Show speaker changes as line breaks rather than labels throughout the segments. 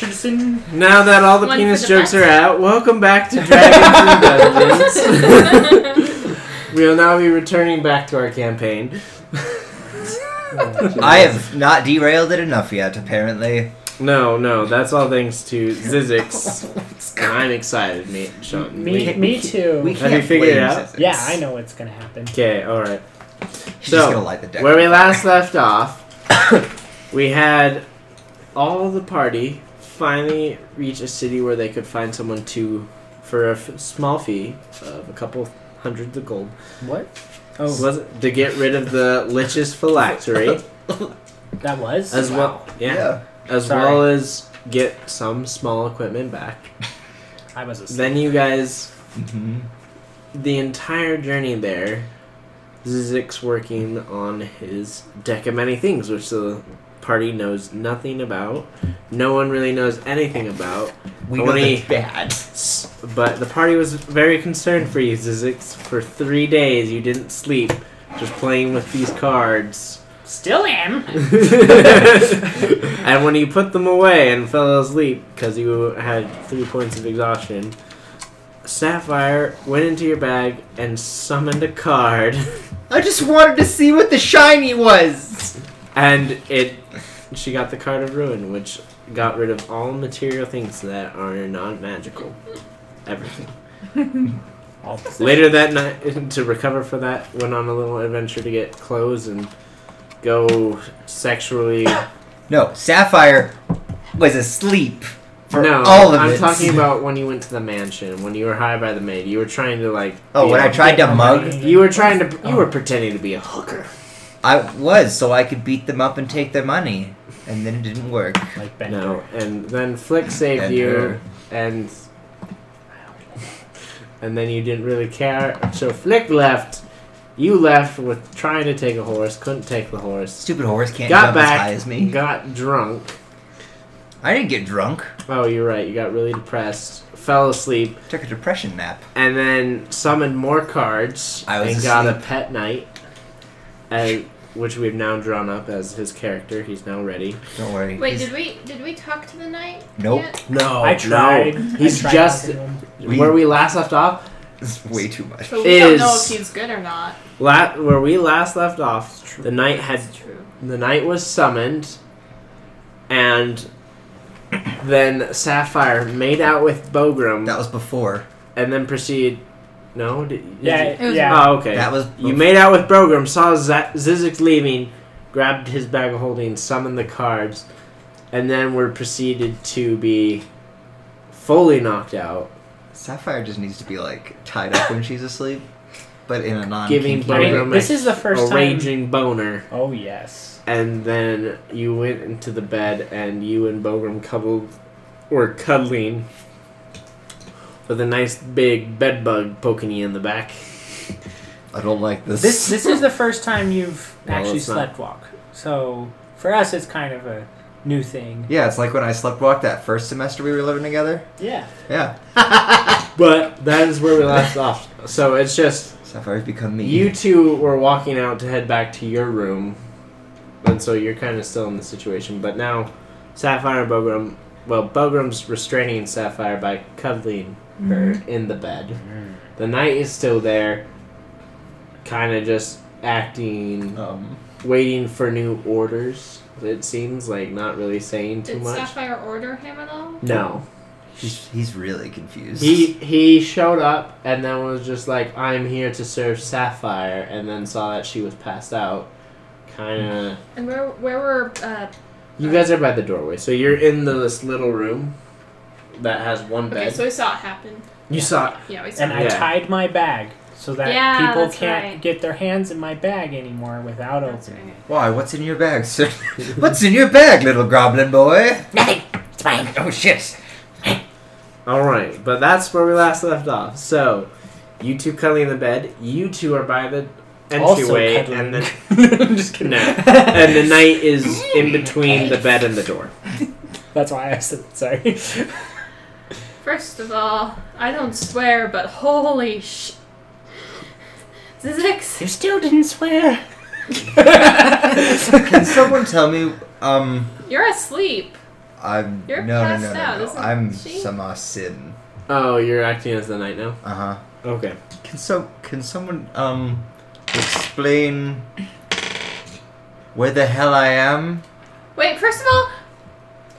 Richardson. Now that all the
One for
penis
the
jokes
best.
are out, welcome back to Dragons and Dungeons. we will now be returning back to our campaign.
I have not derailed it enough yet, apparently.
No, no, that's all thanks to Zizix. and I'm excited, mate. Sean.
Me,
We-
me too.
We
Have
can't
you figured it
blame
out?
Zizix.
yeah, I know what's gonna happen.
Okay, all right.
She's
So,
just gonna light the deck.
Where we last left off, we had all the party finally reach a city where they could find someone to, for a f- small fee of a couple hundreds of gold,
What? Oh,
was it, to get rid of the Lich's phylactery,
that was.
as well, yeah,
yeah.
as
Sorry.
well as get some small equipment back.
I was. A
Then you guys,
Mhm.
the entire journey there, Zizix working on his deck of many things, which the party knows nothing about. No one really knows anything about.
We
But
know
when he-
that's bad.
S- But the party was very concerned for you, Zizix. For three days, you didn't sleep, just playing with these cards.
Still am.
and when you put them away and fell asleep because you had three points of exhaustion, Sapphire went into your bag and summoned a card,
I just wanted to see what the shiny was.
and it. She got the card of ruin, which got rid of all material things that are non-magical. Everything.
all
Later that night, to recover for that, went on a little adventure to get clothes and go sexually.
No, Sapphire was asleep for
no,
all of
I'm
it.
talking about when you went to the mansion, when you were hired by the maid. You were trying to like.
Oh,
be
when
a-
I tried to mug,
You were trying to. You were pretending to be a hooker.
I was so I could beat them up and take their money, and then it didn't work.
like Bender.
No, and then Flick saved
And
you,
her.
and and then you didn't really care. So Flick left. You left with trying to take a horse, couldn't take the horse.
Stupid horse can't
Got
jump
back,
as high as me.
Got drunk.
I didn't get drunk.
Oh, you're right. You got really depressed, fell asleep,
Took a depression nap.
and then summoned more cards
I was
and got a
asleep.
pet knight, and, which we've now drawn up as his character. He's now ready.
Don't worry.
Wait,
He's-
did we did we talk to the knight?
Nope.
Yet?
Oh, No,
I tried. I
He's
tried
just
talking to him.
We-
where we last left off.
It's way too much.
So we don't know
Is-
if he's good or not.
La- where we last left off, the knight had
That's true.
the knight was summoned, and then Sapphire made out with Bogram,
That was before.
and then proceeded. No, did, did you-
Yeah,
It was-
yeah.
Oh, okay.
That was.
You made out with Brogram, saw Z- Zizix leaving, grabbed his bag of holding, summoned the cards, and then were proceeded to be fully knocked out,
Sapphire just needs to be like tied up when she's asleep, but in a non
Giving
I mean,
Bogram
this is the first
a
time.
raging boner.
Oh yes.
And then you went into the bed, and you and Bogram cuddled, were cuddling, with a nice big bed bug poking you in the back.
I don't like this.
This this is the first time you've
No,
actually
it's not.
slept walk. So for us, it's kind of a new thing.
Yeah, it's like when I slept walk that first semester we were living together.
Yeah.
Yeah,
But that is where we left off. So it's just
Sapphire's become me.
You two were walking out to head back to your room, and so you're kind of still in the situation. But now, Sapphire and Bogram, well, Bogram's restraining Sapphire by cuddling her in the bed. The knight is still there, kind of just acting,
um,
waiting for new orders. It seems like not really saying too
Did
much.
Sapphire order him at all?
No,
he's, he's really confused.
he he showed up and then was just like, "I'm here to serve Sapphire," and then saw that she was passed out, kind of.
And where where were uh,
You guys are by the doorway, so you're in the, this little room that has one
okay?
bed.
So we saw it happen.
you saw
Yeah, we saw.
And
it.
I
Yeah.
tied my bag so that
Yeah,
people
that's
can't
right.
get their hands in my bag anymore without
That's
opening.
right.
Why? What's in your bag, sir? what's in your bag, little goblin boy? Nothing. It's mine. Oh shit.
all right, but that's where we last left off. So, you two cuddling in the bed. You two are by the entryway, and then
I'm just kidding.
no, and the night is in between the bed and the door.
That's why I said sorry.
First of all, I don't swear, but holy sh. Zizix,
you still didn't swear.
Can someone tell me? Um,
you're asleep.
I'm
You're
no,
passed
no no no
out,
no.
isn't
I'm
she?
Samar Sin.
Oh, you're acting as the knight now?
Uh huh.
Okay.
Can so can someone um explain where the hell I am?
Wait, first of all,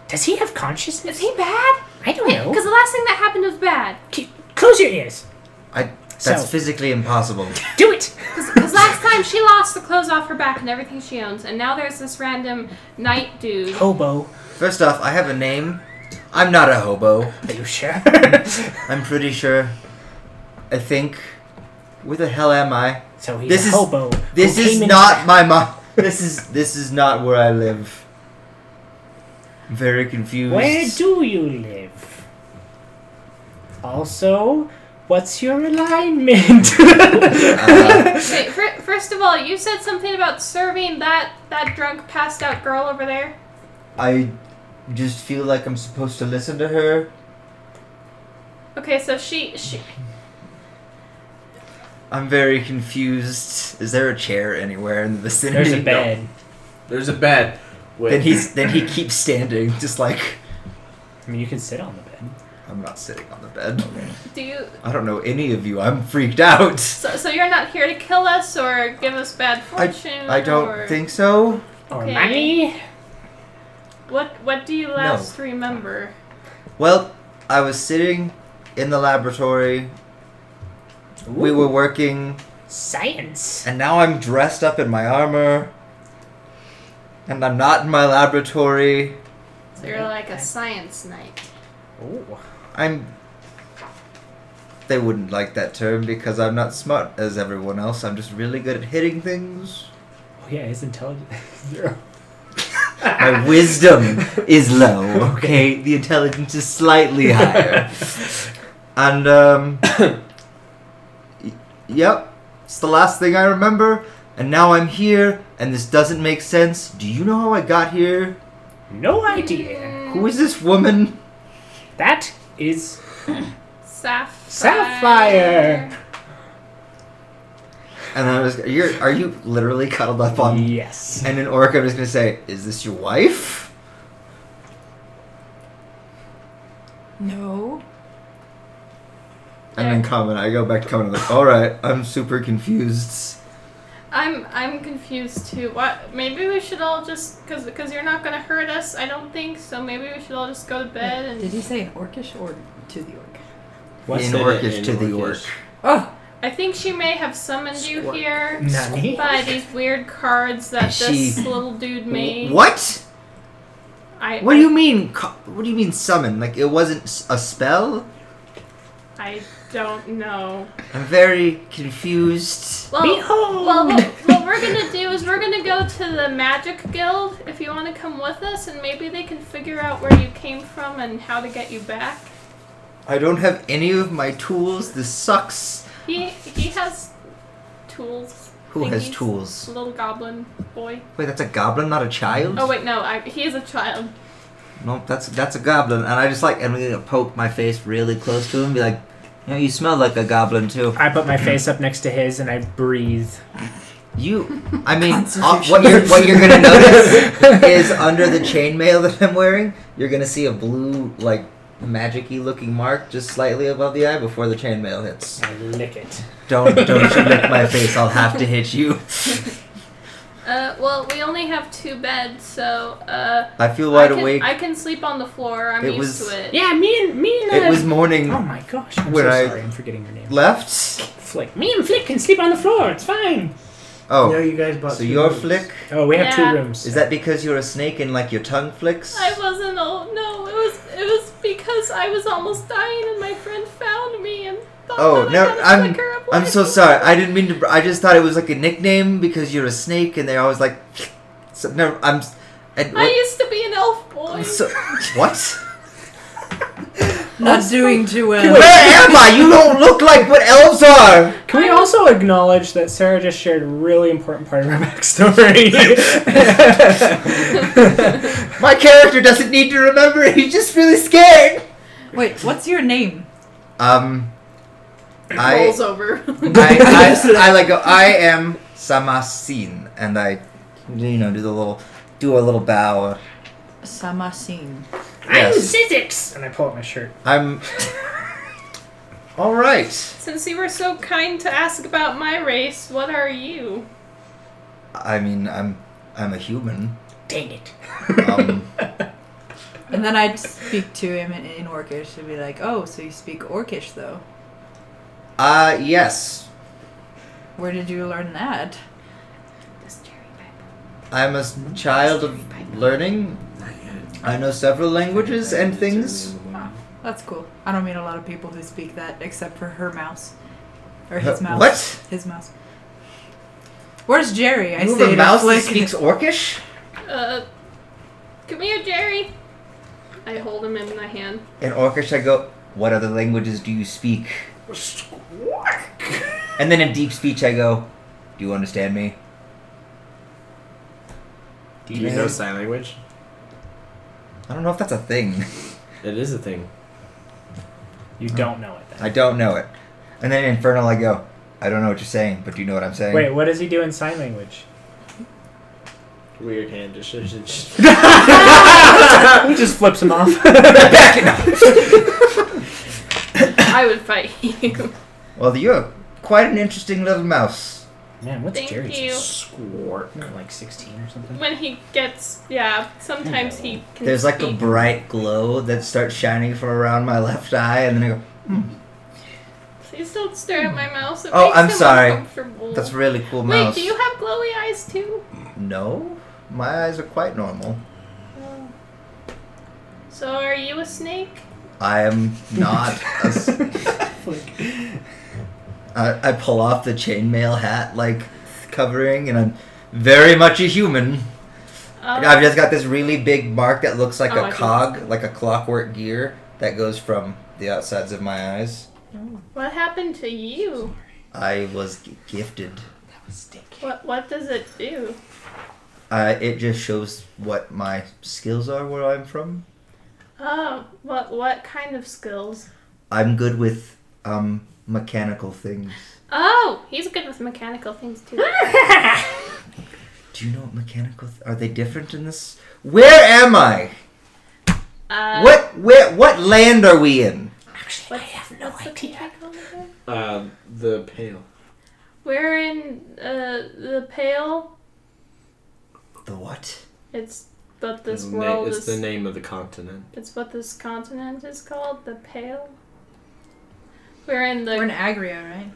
Does he have consciousness?
is he bad?
I don't know.
Because the last thing that happened was bad.
C- Close your ears.
I that's
So-
physically impossible.
Do it.
Because last time she lost the clothes off her back and everything she owns, and now there's this random knight dude.
Hobo.
First off, I have a name. I'm not a hobo.
Are you sure?
I'm pretty sure. I think. Where the hell am I?
so he's
This
a
is-
hobo. who
This is
came in-
not my mom. This is this is not where I live. I'm very confused.
Where do you live? Also, what's your alignment?
Uh,
Wait, fir- first of all, you said something about serving that that drunk, passed out girl over there.
I just feel like I'm supposed to listen to her.
Okay, so she she
I'm very confused. Is there a chair anywhere in the
There's
vicinity?
a bed.
There's a bed. With
Then he's then he keeps standing, just like
I mean, you can sit on the bed.
I'm not sitting on the bed.
do you
I don't know any of you. I'm freaked out.
so, so you're not here to kill us or give us bad
I,
fortune.
I
or-
don't think so.
Or
Okay.
money.
What what do you last remember?
Well, I was sitting in the laboratory. We
Ooh,
were working
science.
And now I'm dressed up in my armor. And I'm not in my laboratory.
So you're like a science knight.
Ooh.
I'm. They wouldn't like that term because I'm not smart as everyone else. I'm just really good at hitting things.
Oh yeah, his intelligence zero.
My wisdom is low, okay? The intelligence is slightly higher. and, um. y- yep. It's the last thing I remember. And now I'm here, and this doesn't make sense. Do you know how I got here?
No idea.
Who is this woman?
That is
Mm, Sapphire.
Sapphire.
And I was, you're, are you literally cuddled up on?
yes.
And in Orc, I'm just gonna say, is this your wife?
No.
And then Common, I go back to Common, I'm like, all right, I'm super confused.
I'm I'm confused too. What? Maybe we should all just because because you're not gonna hurt us. I don't think so. Maybe we should all just go to bed
Did
and.
he say orcish or to the orc?
What's
in
the-
the
Orcish
in
to the Orc.
Orcish.
Oh,
I think she may have summoned you
Squirt.
here
Nani?
by these weird cards that
She-
this little dude made.
What?
I,
What
I,
do you mean? co- What do you mean summon? Like it wasn't s- a spell?
I don't know.
I'm very confused.
Oh.
Well,
Behold!
well, what, what we're gonna do is we're gonna go to the magic guild if you want to come with us, and maybe they can figure out where you came from and how to get you back.
I don't have any of my tools. This sucks.
He he has tools.
Who has
thingies.
tools?
Little goblin boy.
Wait, that's a goblin, not a child.
Oh wait, no, I, he is a child.
Nope, that's that's a goblin, and I just like I'm gonna poke my face really close to him, and be like, you know, you smell like a goblin too.
I put my face up next to his and I breathe.
You, I mean,
Constitution.
uh, what you're what you're gonna notice is under the chainmail that I'm wearing, you're gonna see a blue like magicy looking mark just slightly above the eye before the chainmail hits.
I lick it.
Don't don't you lick my face? I'll have to hit you.
Uh, well, we only have two beds, so uh,
I feel wide
I can,
awake.
I can sleep on the floor. I'm
It
used
was-
to it.
Yeah, me and me and. Uh,
It was morning.
Oh my gosh! I'm
When
so
I-
sorry, I'm forgetting your name.
Left.
Flick. Me and Flick can sleep on the floor. It's fine.
No,
Oh,
you guys bought.
so
two
your
rooms.
flick
Oh, we have
Yeah.
two rooms.
is that because you're a snake and like your tongue flicks?
I wasn't. Oh no, it was it was because I was almost dying, and my friend found me and thought
Oh,
that
no,
I gotta
I'm-
flick her up
I'm
like
so
this.
sorry. I didn't mean to. br- I just thought it was like a nickname because you're a snake, and they're always like, so, never. I'm. s- And
I
what,
used to be an elf boy.
so, what?
not doing too
Where
well.
am I? You don't look like what elves are.
Can we also acknowledge that Sarah just shared a really important part of her backstory?
My character doesn't need to remember. it. He's just really scared.
Wait, what's your name?
Um, I,
Rolls over.
I, I, I like go. I am Samasin, and I, you know, do the little, do a little bow.
Samasin.
Yes.
Sizzix.
And I pull out my shirt.
I'm. All right.
Since you were so kind to ask about my race, what are you?
I mean, I'm I'm a human.
Dang it.
Um,
And then I'd speak to him in, in Orcish and be like, oh, so you speak Orcish, though.
uh, yes.
Where did you learn that?
I'm a s- child of learning. I know several languages and things.
That's cool. I don't meet a lot of people who speak that except for her mouse. Or his
Huh,
mouse.
what?
His mouse. Where's Jerry? I
you
say
have a
to
mouse that
Flick.
speaks Orcish,
Uh, come here, Jerry. I hold him in my hand.
and Orcish I go. What other languages do you speak? And then in deep speech I go. Do you understand me?
Do you know sign language?
I don't know if that's a thing.
It is a thing.
You don't know it then.
I don't know it. And then in Infernal I go. I don't know what you're saying, but do you know what I'm saying?
Wait, what does he do in sign language?
Weird hand gestures.
he just flips him off.
Back it up.
I would fight you.
Well, you're quite an interesting little mouse.
Man, what's
Thank
Jerry's?
you.
Squirt. Like 16 or something?
When he gets, yeah, sometimes he can
There's like a
speak.
bright glow that starts shining from around my left eye, and then I go,
Please don't stare at my mouse. It
Oh,
makes
I'm
him
sorry.
uncomfortable.
"That's a really cool
Wait,
mouse."
do you have glowy eyes too?
No, my eyes are quite normal.
So are you a snake?
I am not. a s- I, I pull off the chainmail hat like covering, and I'm very much a human.
Um,
I've just got this really big mark that looks like
Oh, I
a
see.
cog, like a clockwork gear that goes from the outsides of my eyes.
What happened to you?
I was g- gifted.
What What does it do?
Uh, it just shows what my skills are, where I'm from.
Oh, what What kind of skills?
I'm good with um, mechanical things.
Oh, he's good with mechanical things too.
Ah! Do you know what mechanical th- are they different in this? Where am I?
Uh,
what where what land are we in?
What, I have no idea. The
uh, the pale.
We're in uh, the pale.
The what?
It's what this
It's the na-
world
it's
is.
the name of the continent.
It's what this continent is called. The pale. We're in the.
We're in Agria, right?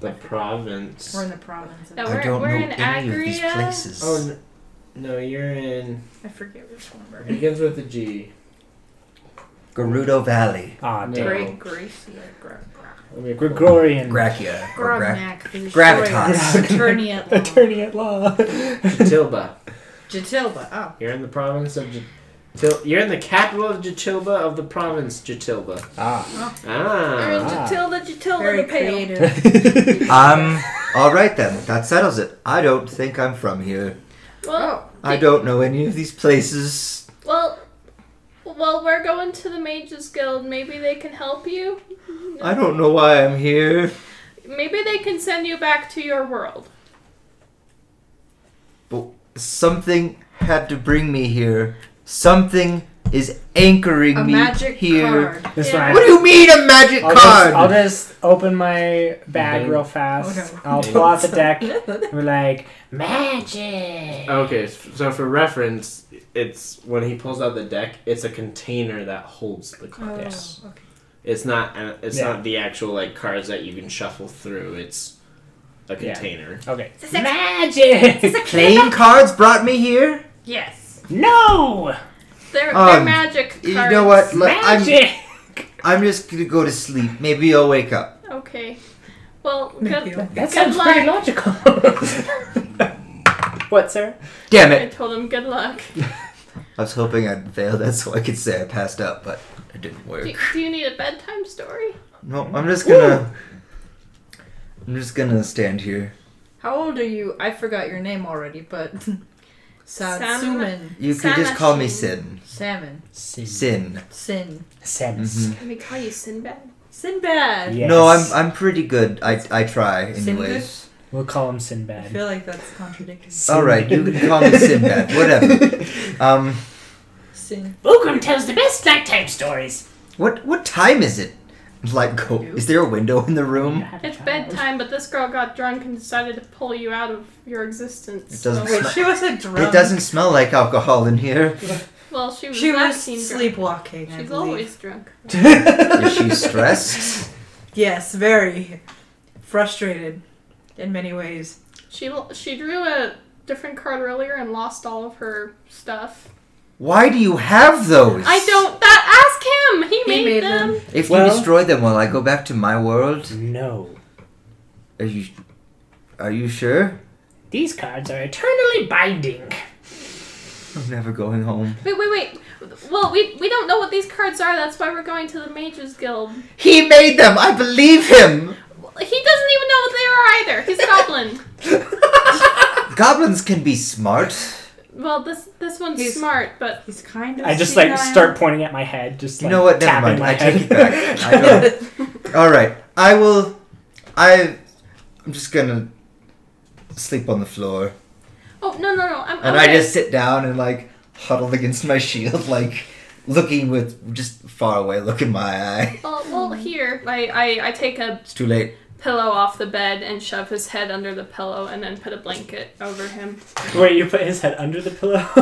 The province.
We're in the province. of-
No,
I
we're-
don't
we're
know
in
any of these
Agria.
places.
oh n- no, you're in.
I forget which one we're
It
in.
begins with a G.
Gerudo Valley,
Ah,
No.
damn.
Great
Gracia. Gra-
Let me pull it.
Gregorian.
Gracia, or Gra- Gravitas.
Gravitas. Attorney at law.
Attorney at law.
Jitilba.
Jatilba. Oh.
You're in the province of. Jitil- you're in the capital of Jitilba of the province Jitilba.
ah.
We're in
Ah.
Ah.
Jatilda, Jatilda
Very
the pale.
creative.
Um all right then. That settles it. I don't think I'm from here.
Oh.
Well,
I don't know any of these places.
well, well, we're going to the Mages Guild. Maybe they can help you.
I don't know why I'm here.
Maybe they can send you back to your world.
But something had to bring me here. Something is anchoring
A
me
magic
here.
card.
This
Yeah.
one.
What do you mean a magic
I'll
card?
just, I'll just open my bag
Bang.
real fast.
Okay.
I'll pull out the deck. and be like, magic.
Okay, s- so for reference, it's when he pulls out the deck, it's a container that holds
Oh.
the cards.
Yes.
Oh, okay.
It's not. an- It's
Yeah.
not the actual like cards that you can shuffle through. It's a
Yeah.
container.
Okay.
a-
Magic.
Playing cards brought me here?
Yes.
no.
They're, they're
Um,
magic cards.
You know what? Look, I'm,
Magic.
I'm just gonna go to sleep. Maybe I'll wake up.
Okay. Well, good.
Thank
That
Good
sounds pretty
luck.
logical. what, sir?
Damn
I
it!
told him good luck.
I was hoping I'd fail that so I could say I passed out, but it didn't
Do,
work.
do you need a bedtime story?
No, I'm just gonna. I'm just gonna stand here.
How old are you? I forgot your name already, but Satsuman.
You could just call me Sin.
Salmon.
Sin.
Sin.
Sense.
Mm-hmm.
Can we call you Sinbad?
Sinbad.
Yes.
No, I'm I'm pretty good. I I try anyways.
We'll call him
I
Sinbad.
feel like that's contradictory.
All right, you can call me Sinbad. Whatever. Um,
books and
Bogram tells the best nighttime stories.
What what time is it? Like, go, is there a window in the room?
It's bedtime, but this girl got drunk and decided to pull you out of your existence.
It
Oh,
doesn't
Oh, wait,
smell-
she wasn't drunk.
um,
It doesn't smell like alcohol in here.
Well, she was
She was
19
sleepwalking.
drunk.
I
She's
believe.
always drunk.
Is she stressed?
Yes, very frustrated in many ways.
She l- she drew a different card earlier and lost all of her stuff.
Why do you have those?
I don't. That ask him. He, made,
made
them.
them.
If you
Well-
destroy them, will I go back to my world?
No.
Are you? Are you sure?
These cards are eternally binding.
I'm never going home.
Wait, wait, wait. Well, we we don't know what these cards are. That's why we're going to the Mages Guild.
He made them. I believe him.
He doesn't even know what they are either. He's a goblin.
Goblins can be smart.
Well, this this one's
He's-
smart, but
He's kind of.
I just like start pointing at my head, just
You
like
know what? Never
tapping
mind.
my
I
head.
take it back. I don't. All right, I will. I. I'm just gonna sleep on the floor,
oh no no no. I'm,
and
I'm
I
gonna-
just sit down and like huddle against my shield, like looking with just far away look in my eye.
Well, well here I, I I take a
It's too late.
pillow off the bed and shove his head under the pillow and then put a blanket over him.
Wait, you put his head under the pillow?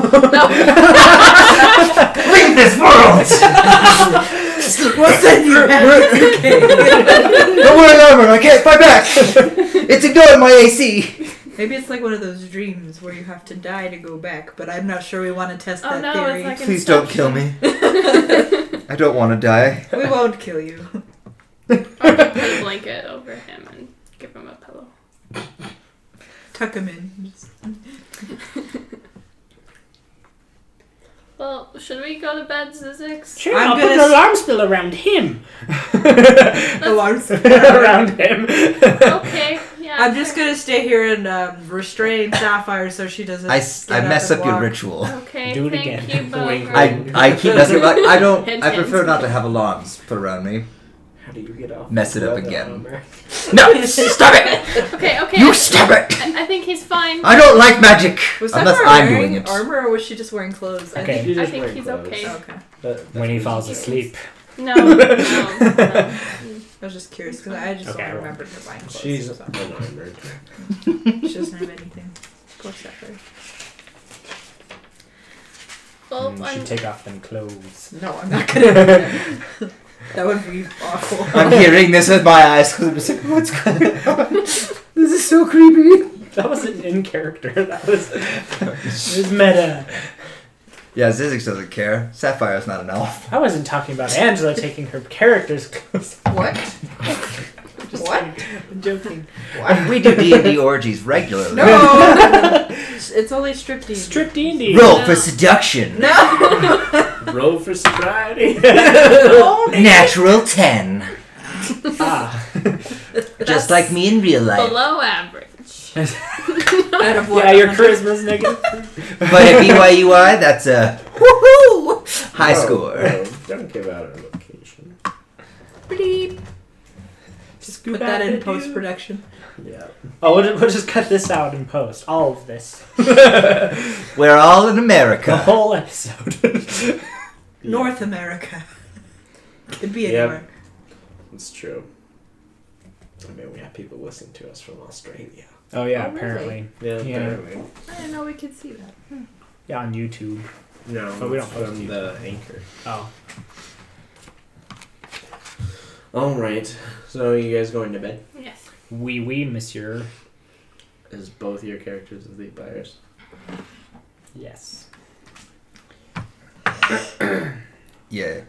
Leave this world. What's in your Don't worry, armor. I can't fight back. It's ignoring my AC.
Maybe it's like one of those dreams where you have to die to go back, but I'm not sure we want to test
Oh
that
no,
theory.
it's like
Please don't kill me. I don't want to die.
we won't kill you.
I'll just put a blanket over him and give him a pillow.
Tuck him in. Just-
Well, should we go to bed, Zizix?
Sure,
I'm
i will
gonna
put an
s-
alarm spell around him.
Oh, I'm, s-
Around him.
okay, yeah.
I'm just gonna stay here and um, restrain Sapphire so she doesn't.
I, s-
get
I mess up your
and walk.
ritual.
Okay,
Do it
thank
again.
you,
Wink,
Bogram.
I, I keep messing up. I don't.
Hint,
I prefer
hint.
not to have alarms put around me.
How do you get off?
Mess it up
Well,
again.
Elmer.
No, stop it!
Okay, okay.
You stop it!
I, I think he's fine.
I don't like magic
Was
unless
Sapphire
I'm
wearing
doing it.
armor or was she just wearing clothes? I
Okay.
think-
She's
I
just
think
wearing
he's
clothes.
okay.
Oh, Okay.
That-
when he falls
Yes.
asleep.
No, no, no.
I was just curious because I just
Okay, I
don't
won't.
remember her buying clothes.
She's
so.
unarmored.
she doesn't have anything. Poor Sapphire. Oh,
Well,
Mm,
I'm,
should take off them clothes.
No, I'm not gonna. that would be awful.
I'm hearing this with my eyes because I'm just like, what's going on? This is so creepy.
That wasn't in character. That was, it was meta.
Yeah, Zizix doesn't care. Sapphire's not an elf.
I wasn't talking about Angela taking her character's clothes.
What? what?
I'm joking.
We do D and D orgies regularly.
No! it's only striptease.
Strip D and D.
Roll for
No.
seduction.
No!
Roll for sobriety.
Natural ten.
ah,
Just like me in real life.
below average.
Out of
yeah, your charisma's negative.
But at BYUI, that's a woohoo high
Whoa,
score.
whoa, Oh, Don't give out our location.
Bleep. Just put that in
Scoobadoo.
post production.
Yeah.
Oh, we'll, ju- we'll just cut this out in post. All of this.
We're all in
The
America.
whole episode.
North America. Could be
Yep.
anywhere.
It's true. I mean, we have people listening to us from Australia.
oh yeah,
Oh, really?
apparently.
Yeah,
Yeah.
apparently.
I didn't know we could see that.
Yeah, on YouTube.
No,
But we
it's
don't post
from
you.
the anchor.
Oh,
All right. So you guys going to bed?
Yes.
oui, oui, monsieur.
Is both your characters the buyers?
Yes.
Yeah.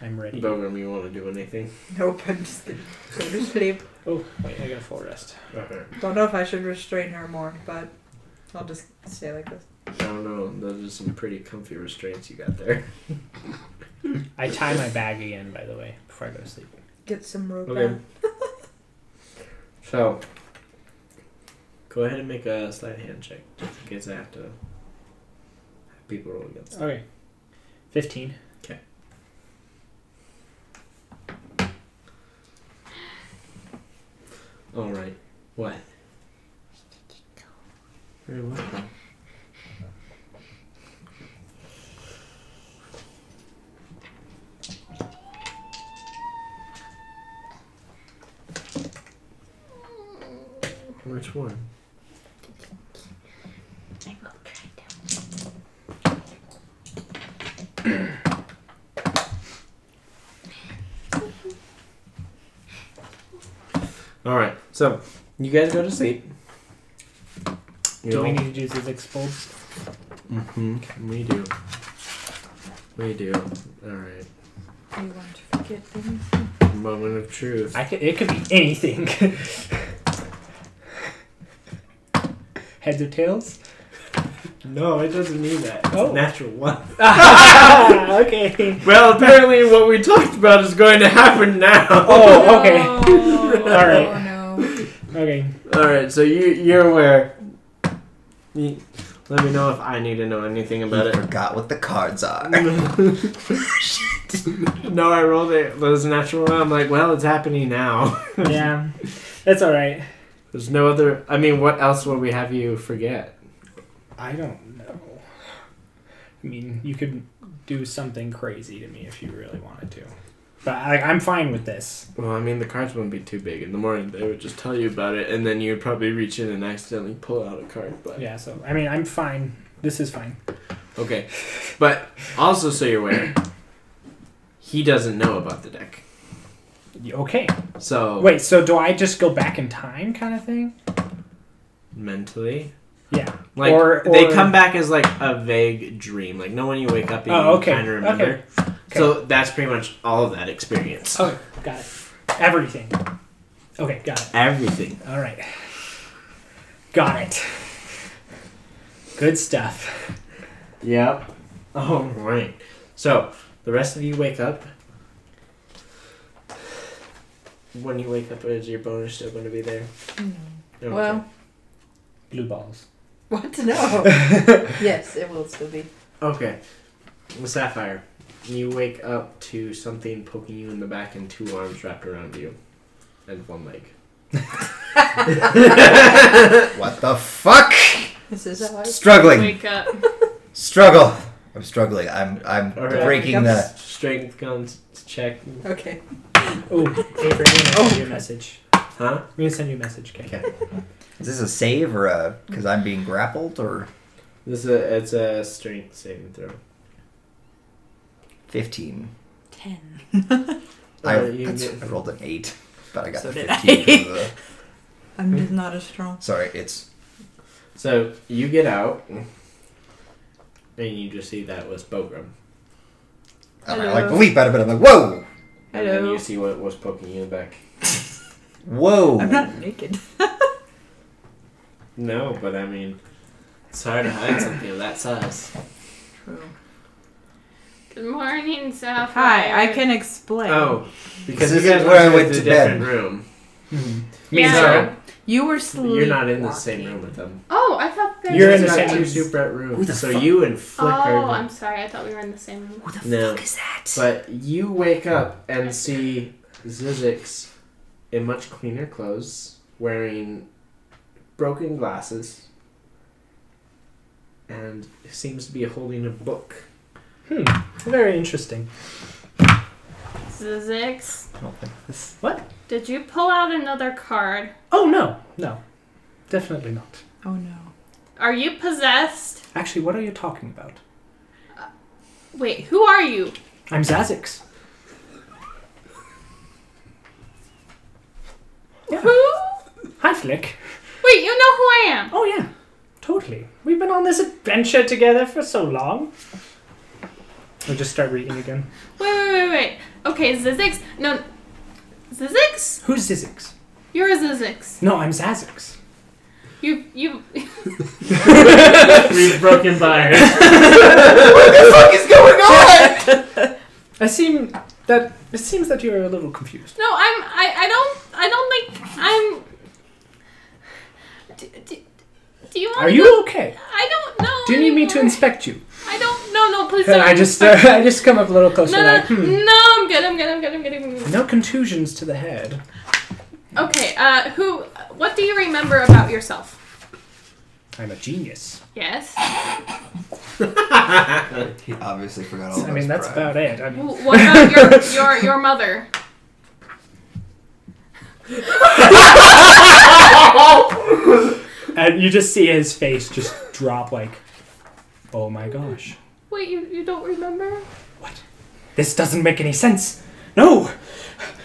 I'm ready.
Bogram, you want to do anything?
Nope, I'm just gonna go to sleep.
Oh, wait, I got a full rest.
Okay.
Don't know if I should restrain her more, but I'll just stay like this.
I don't know. Those are some pretty comfy restraints you got there.
I tie my bag again, by the way, before I go to sleep.
Get some rope
Okay.
out.
so, go ahead and make a slight hand check, just in case I have to have people roll against.
Okay. 15.
All right. What? Very welcome. Which one?
I will try to.
All right. So you guys go to sleep. You
Do we
all-
need to use these expulsed?
Mhm, We do. We do. All right.
You want to forget things?
Moment of truth.
I could, it could be anything. Heads or tails?
No, it doesn't mean that. It's
Oh.
natural one.
Ah, okay.
Well, apparently what we talked about is going to happen now.
Oh, okay.
Oh,
Alright.
Oh, no.
Okay.
All right. So you you're aware. You, let me know if I need to know anything about
But
it.
I forgot what the cards are.
no, I rolled it. It was a natural one. I'm like, well, it's happening now.
Yeah. That's alright.
There's no other. I mean, what else would we have you forget?
I don't know. I mean, you could do something crazy to me if you really wanted to. But I, I'm fine with this.
Well, I mean, the cards wouldn't be too big. In the morning, they would just tell you about it, and then you'd probably reach in and accidentally pull out a card. But
Yeah, so, I mean, I'm fine. This is fine.
okay, but also so you're aware, he doesn't know about the deck.
Y- Okay.
So
Wait, so do I just go back in time kind of thing?
mentally,
Yeah.
like
Or-
they
or-
come back as like a vague dream. Like no when you wake up, you
Oh, okay.
kind of remember.
Okay. Oh. Okay.
So that's pretty much all of that experience.
Okay, got it. Everything. Okay, got it.
Everything.
All right. Got it. Good stuff.
Yep. All right. So the rest of you wake up. When you wake up, is your bonus still going to be there? Okay.
Well,
Blue balls.
what? No. yes, it will still be.
Okay. Well, Sapphire, you wake up to something poking you in the back and two arms wrapped around you, and one leg.
What the fuck?
This is how I
Struggling.
Wake up.
Struggle. I'm struggling. I'm I'm
Alright.
breaking the
Strength guns check.
Okay.
Oh, Avery, we're gonna send you a message.
Huh?
We're gonna send you a message, Oh. okay?
Okay. Is this a save or a cuz I'm being grappled or
This is a, it's a strength saving throw.
15?
Ten.
I,
Uh, you
that's-
get-
I rolled an 8, but I got
So
the
did I.
15. because of the-
I'm just not as strong.
sorry, it's
So you get out, and you just see that was Bogram.
and I
Hello.
like leap out of it. I'm like, "Whoa."
And then
Hello.
you see what was poking you in the back.
Whoa.
I'm not naked.
No, but I mean, it's hard to hide something of that size.
True.
Good morning, Sapphire.
Hi, I can explain.
Oh, because
This
you guys
is where I
went to
went
a
to bed.
different room.
Me
Yeah.
So
You were sleeping.
you're not in the same room with them.
Oh, I thought they
You're
were
in the
These are
same-
two separate rooms.
Who the
so
fuck-
you and Flicker.
Oh, I'm sorry. I thought we were in the same room.
no,
is that?
but you wake up and see Zizix in much cleaner clothes, wearing broken glasses, and seems to be holding a book.
Very interesting.
Zizix,
I don't think this.
did you pull out another card?
Oh, no. No. Definitely not.
Oh no.
Are you possessed?
Actually, what are you talking about?
Wait, who are you?
I'm Zazix.
Who?
Hi, Flick.
Wait, you know who I am.
Oh, yeah. Totally. We've been on this adventure together for so long. We'll just start reading again.
Wait, wait, wait, wait. Okay, Zizix. No, Zizix.
Who's Zizix?
You're a Zizix.
No, I'm Zazix.
You, you.
We've broken by.
What the fuck is going on?
I seem that it seems that you're a little confused.
No, I'm. I. I don't. I don't think I'm. Do, do, do you want?
Are you okay?
I don't know.
Do you need me to
anymore.
inspect you?
I don't. No, no, please.
And
don't
I just uh,
inspect-
I just come up a little closer
No, no,
like hmm,
no, I'm good, I'm good, I'm good, I'm good, I'm good.
no contusions to the head.
Okay, uh, who, what do you remember about yourself?
I'm a genius.
Yes.
He obviously forgot all
I mean that's about it. I mean,
W- What about your, your, your mother?
and you just see his face just drop like, oh my gosh,
Wait, you, you don't remember?
this doesn't make any sense. No.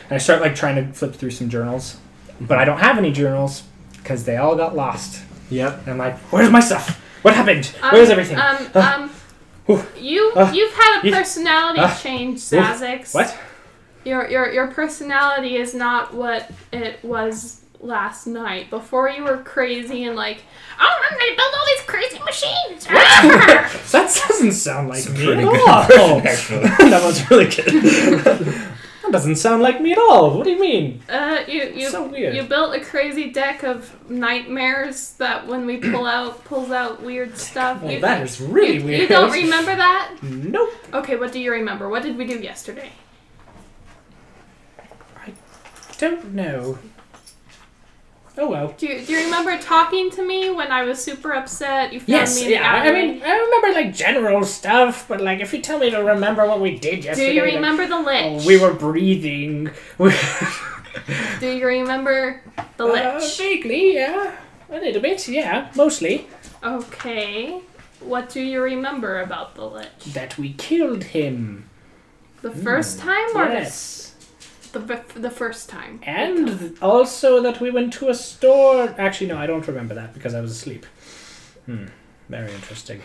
And I start like trying to flip through some journals, but I don't have any journals because they all got lost.
Yep.
And I'm like, where's my stuff? What happened? Where's everything? Ah.
Um, um,
Whew.
you
Ah.
you've had a
Yeah.
personality
Ah.
change, Zazix.
what?
Your your your personality is not what it was last night. Before you were crazy and like, oh, I'm gonna build all these crazy machines. Ah!
That doesn't sound like
It's a
me
pretty
at
good
all.
actually.
that was really good. that doesn't sound like me at all. What do you mean?
uh, you you
so weird.
you built a crazy deck of nightmares that when we pull out pulls out weird stuff.
well,
you,
that is really
you,
weird.
You don't remember that?
Nope.
Okay, what do you remember? What did we do yesterday?
Don't know. Oh well.
Do you, do you remember talking to me when I was super upset? You found
Yes,
me in
yeah. I-
the
I
alley.
mean, I remember like general stuff, but like if you tell me to remember what we did
do
yesterday,
you
like,
remember the lich?
oh, we were breathing. We-
Do you remember the
uh,
lich?
vaguely, yeah, a little bit, yeah, mostly
Okay. What do you remember about the lich?
that we killed him.
The first time or
Hmm, Yes,
the, the the first time?
and
Also, that we went to a store. Actually, no, I don't remember that because I was asleep. Hmm. Very interesting.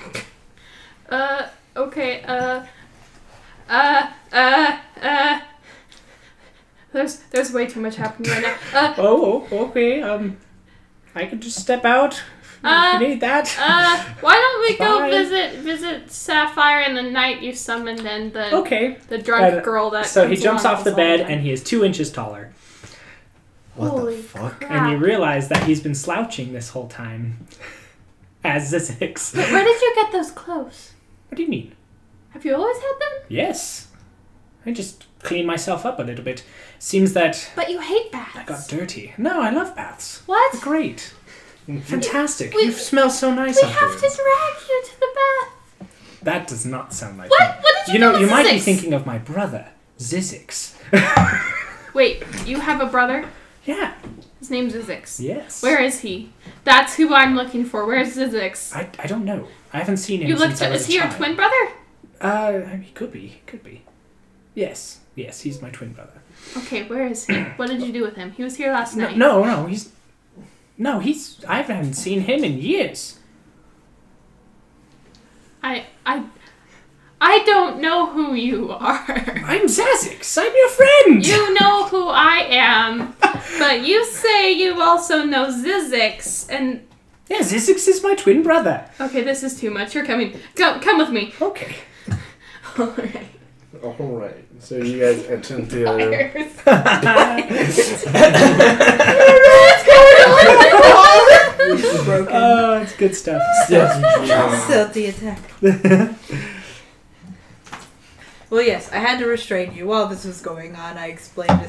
Uh okay. Uh uh uh uh There's there's way too much happening right now. Uh
Oh, oh, okay. Um, I could just step out.
Uh,
if you need that.
uh, why don't we go
Fine.
visit visit Sapphire and the knight you summoned and the
okay.
the drunk
And
girl that
So he
uh, comes
jumps
along
off the
with us all
bed
time.
and he is two inches taller.
What
Holy
the fuck?
crap.
And you realize that he's been slouching this whole time. As Zizix.
But where did you get those clothes?
What do you mean?
Have you always had them?
Yes. I just clean myself up a little bit. Seems that
But you hate baths.
I got dirty. No, I love baths.
What?
Great. Fantastic.
we-
you smell so nice
We have
afterwards.
to drag you to the bath.
That does not sound like me.
What? What did you?
You know,
do
you
to
might be
Zizix?
thinking of my brother, Zizix.
Wait, you have a brother.
Yeah.
His name's Zizix.
Yes.
Where is he? That's who I'm looking for. Where's Zizix?
I, I don't know. I haven't seen him
You
since
looked.
I was a
Is he your
child.
twin brother?
Uh, I mean, could be, he could be. Yes, yes, he's my twin brother.
Okay, where is he? What did you do with him? He was here last
No,
night.
no, no, he's no, he's. I haven't seen him in years.
I, I, I don't know who you are.
I'm Zazix. I'm your friend.
you know who I am, but you say you also know Zizix, and
Yeah, Zazix is my twin brother.
okay, this is too much. You're coming. Come, come with me.
Okay.
All right.
Alright. So you guys enter into the other room.
Broken.
Oh, it's good stuff.
Oh, Stealthy attack. well, yes, I had to restrain you while this was going on. I explained to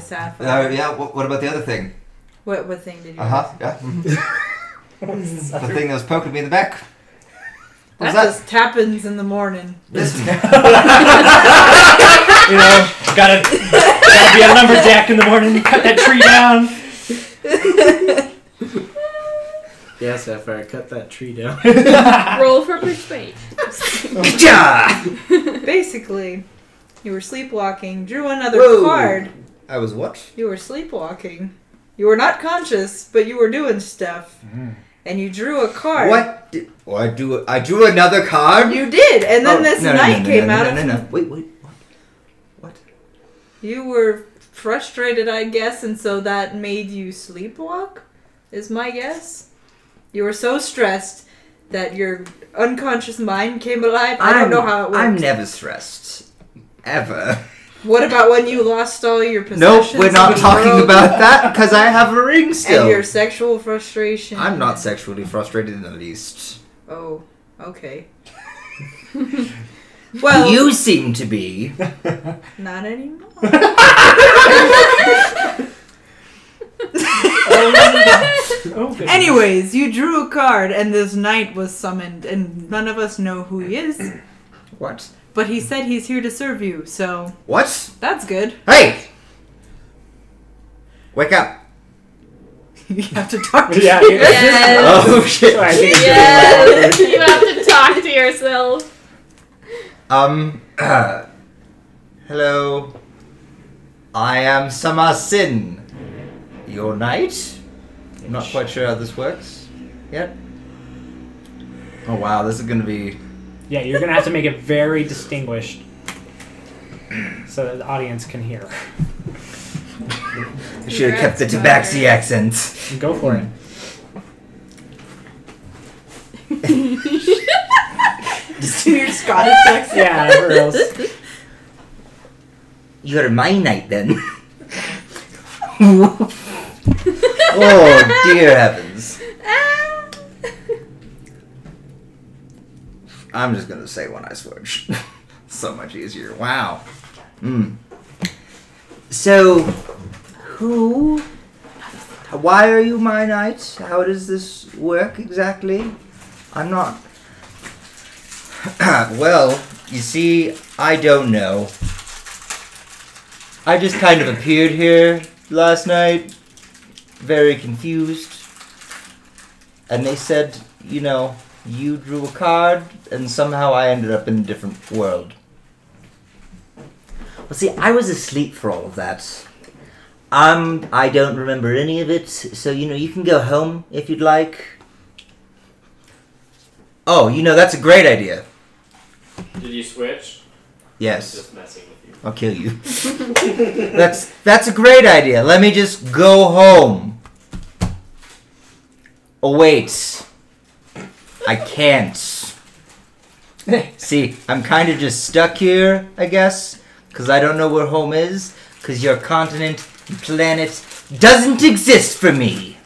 Uh,
Sapphire.
yeah. What, what about the other thing?
What, what thing did you
Uh huh. Yeah. mhm. the thing that was poking me in the back. What was
That,
that?
just happens in the morning.
Listen.
you know, gotta gotta be a lumberjack in the morning. Cut that tree down.
Yeah, Sapphire, cut that tree down.
Roll for persuade.
Gotcha!
Basically, you were sleepwalking, drew another
Whoa.
card.
I was what?
You were sleepwalking. You were not conscious, but you were doing stuff. And you drew a card.
Mm. What? Did, oh, I drew. I drew another card.
You did, and then
Oh,
this
no, no, no,
knight
no,
came
no,
out
No,
of
no, no, no. Wait, wait. What? What?
You were frustrated, I guess, and so that made you sleepwalk, is my guess. You were so stressed that your unconscious mind came alive. I don't know how it works.
I'm never stressed. Ever.
what about when you lost all your possessions?
Nope, we're not
and
talking
broke
about that because I have a ring
And your
still.
sexual frustration.
I'm not sexually frustrated in the least.
Oh, okay. well,
you seem to be.
not anymore.
Okay.
Anyways, you drew a card, and this knight was summoned, and none of us know who he is.
What?
But he said he's here to serve you, so
What?
that's good.
Hey! Wake up!
you have to talk to
Yeah,
yourself.
Yes.
Oh shit.
So I think it's
Yes, you have to talk to yourself.
Um. hello. I am Samar Sin. Your knight? I'm not quite sure how this works yet. Oh wow, this is gonna be.
Yeah, you're gonna have to make it very distinguished so that the audience can hear.
I should have kept the
Congrats,
Tabaxi accent.
Go for it.
Just weird Scottish accent.
Yeah, or else.
You're my knight then. oh dear heavens.
Ah.
I'm just gonna say when I switch. so much easier. Wow. Mm. So, who? Why are you my knight? How does this work exactly? I'm not. well, you see, I don't know. I just kind of appeared here last night, very confused. And they said, you know, you drew a card, and somehow I ended up in a different world. Well, see, I was asleep for all of that. Um, I don't remember any of it, so you know, you can go home if you'd like. Oh, you know, that's a great idea.
Did you switch?
Yes,
messing with you.
I'll kill you. that's that's a great idea. Let me just go home. Oh wait. I can't. See, I'm kind of just stuck here, I guess, because I don't know where home is, because your continent, planet, doesn't exist for me.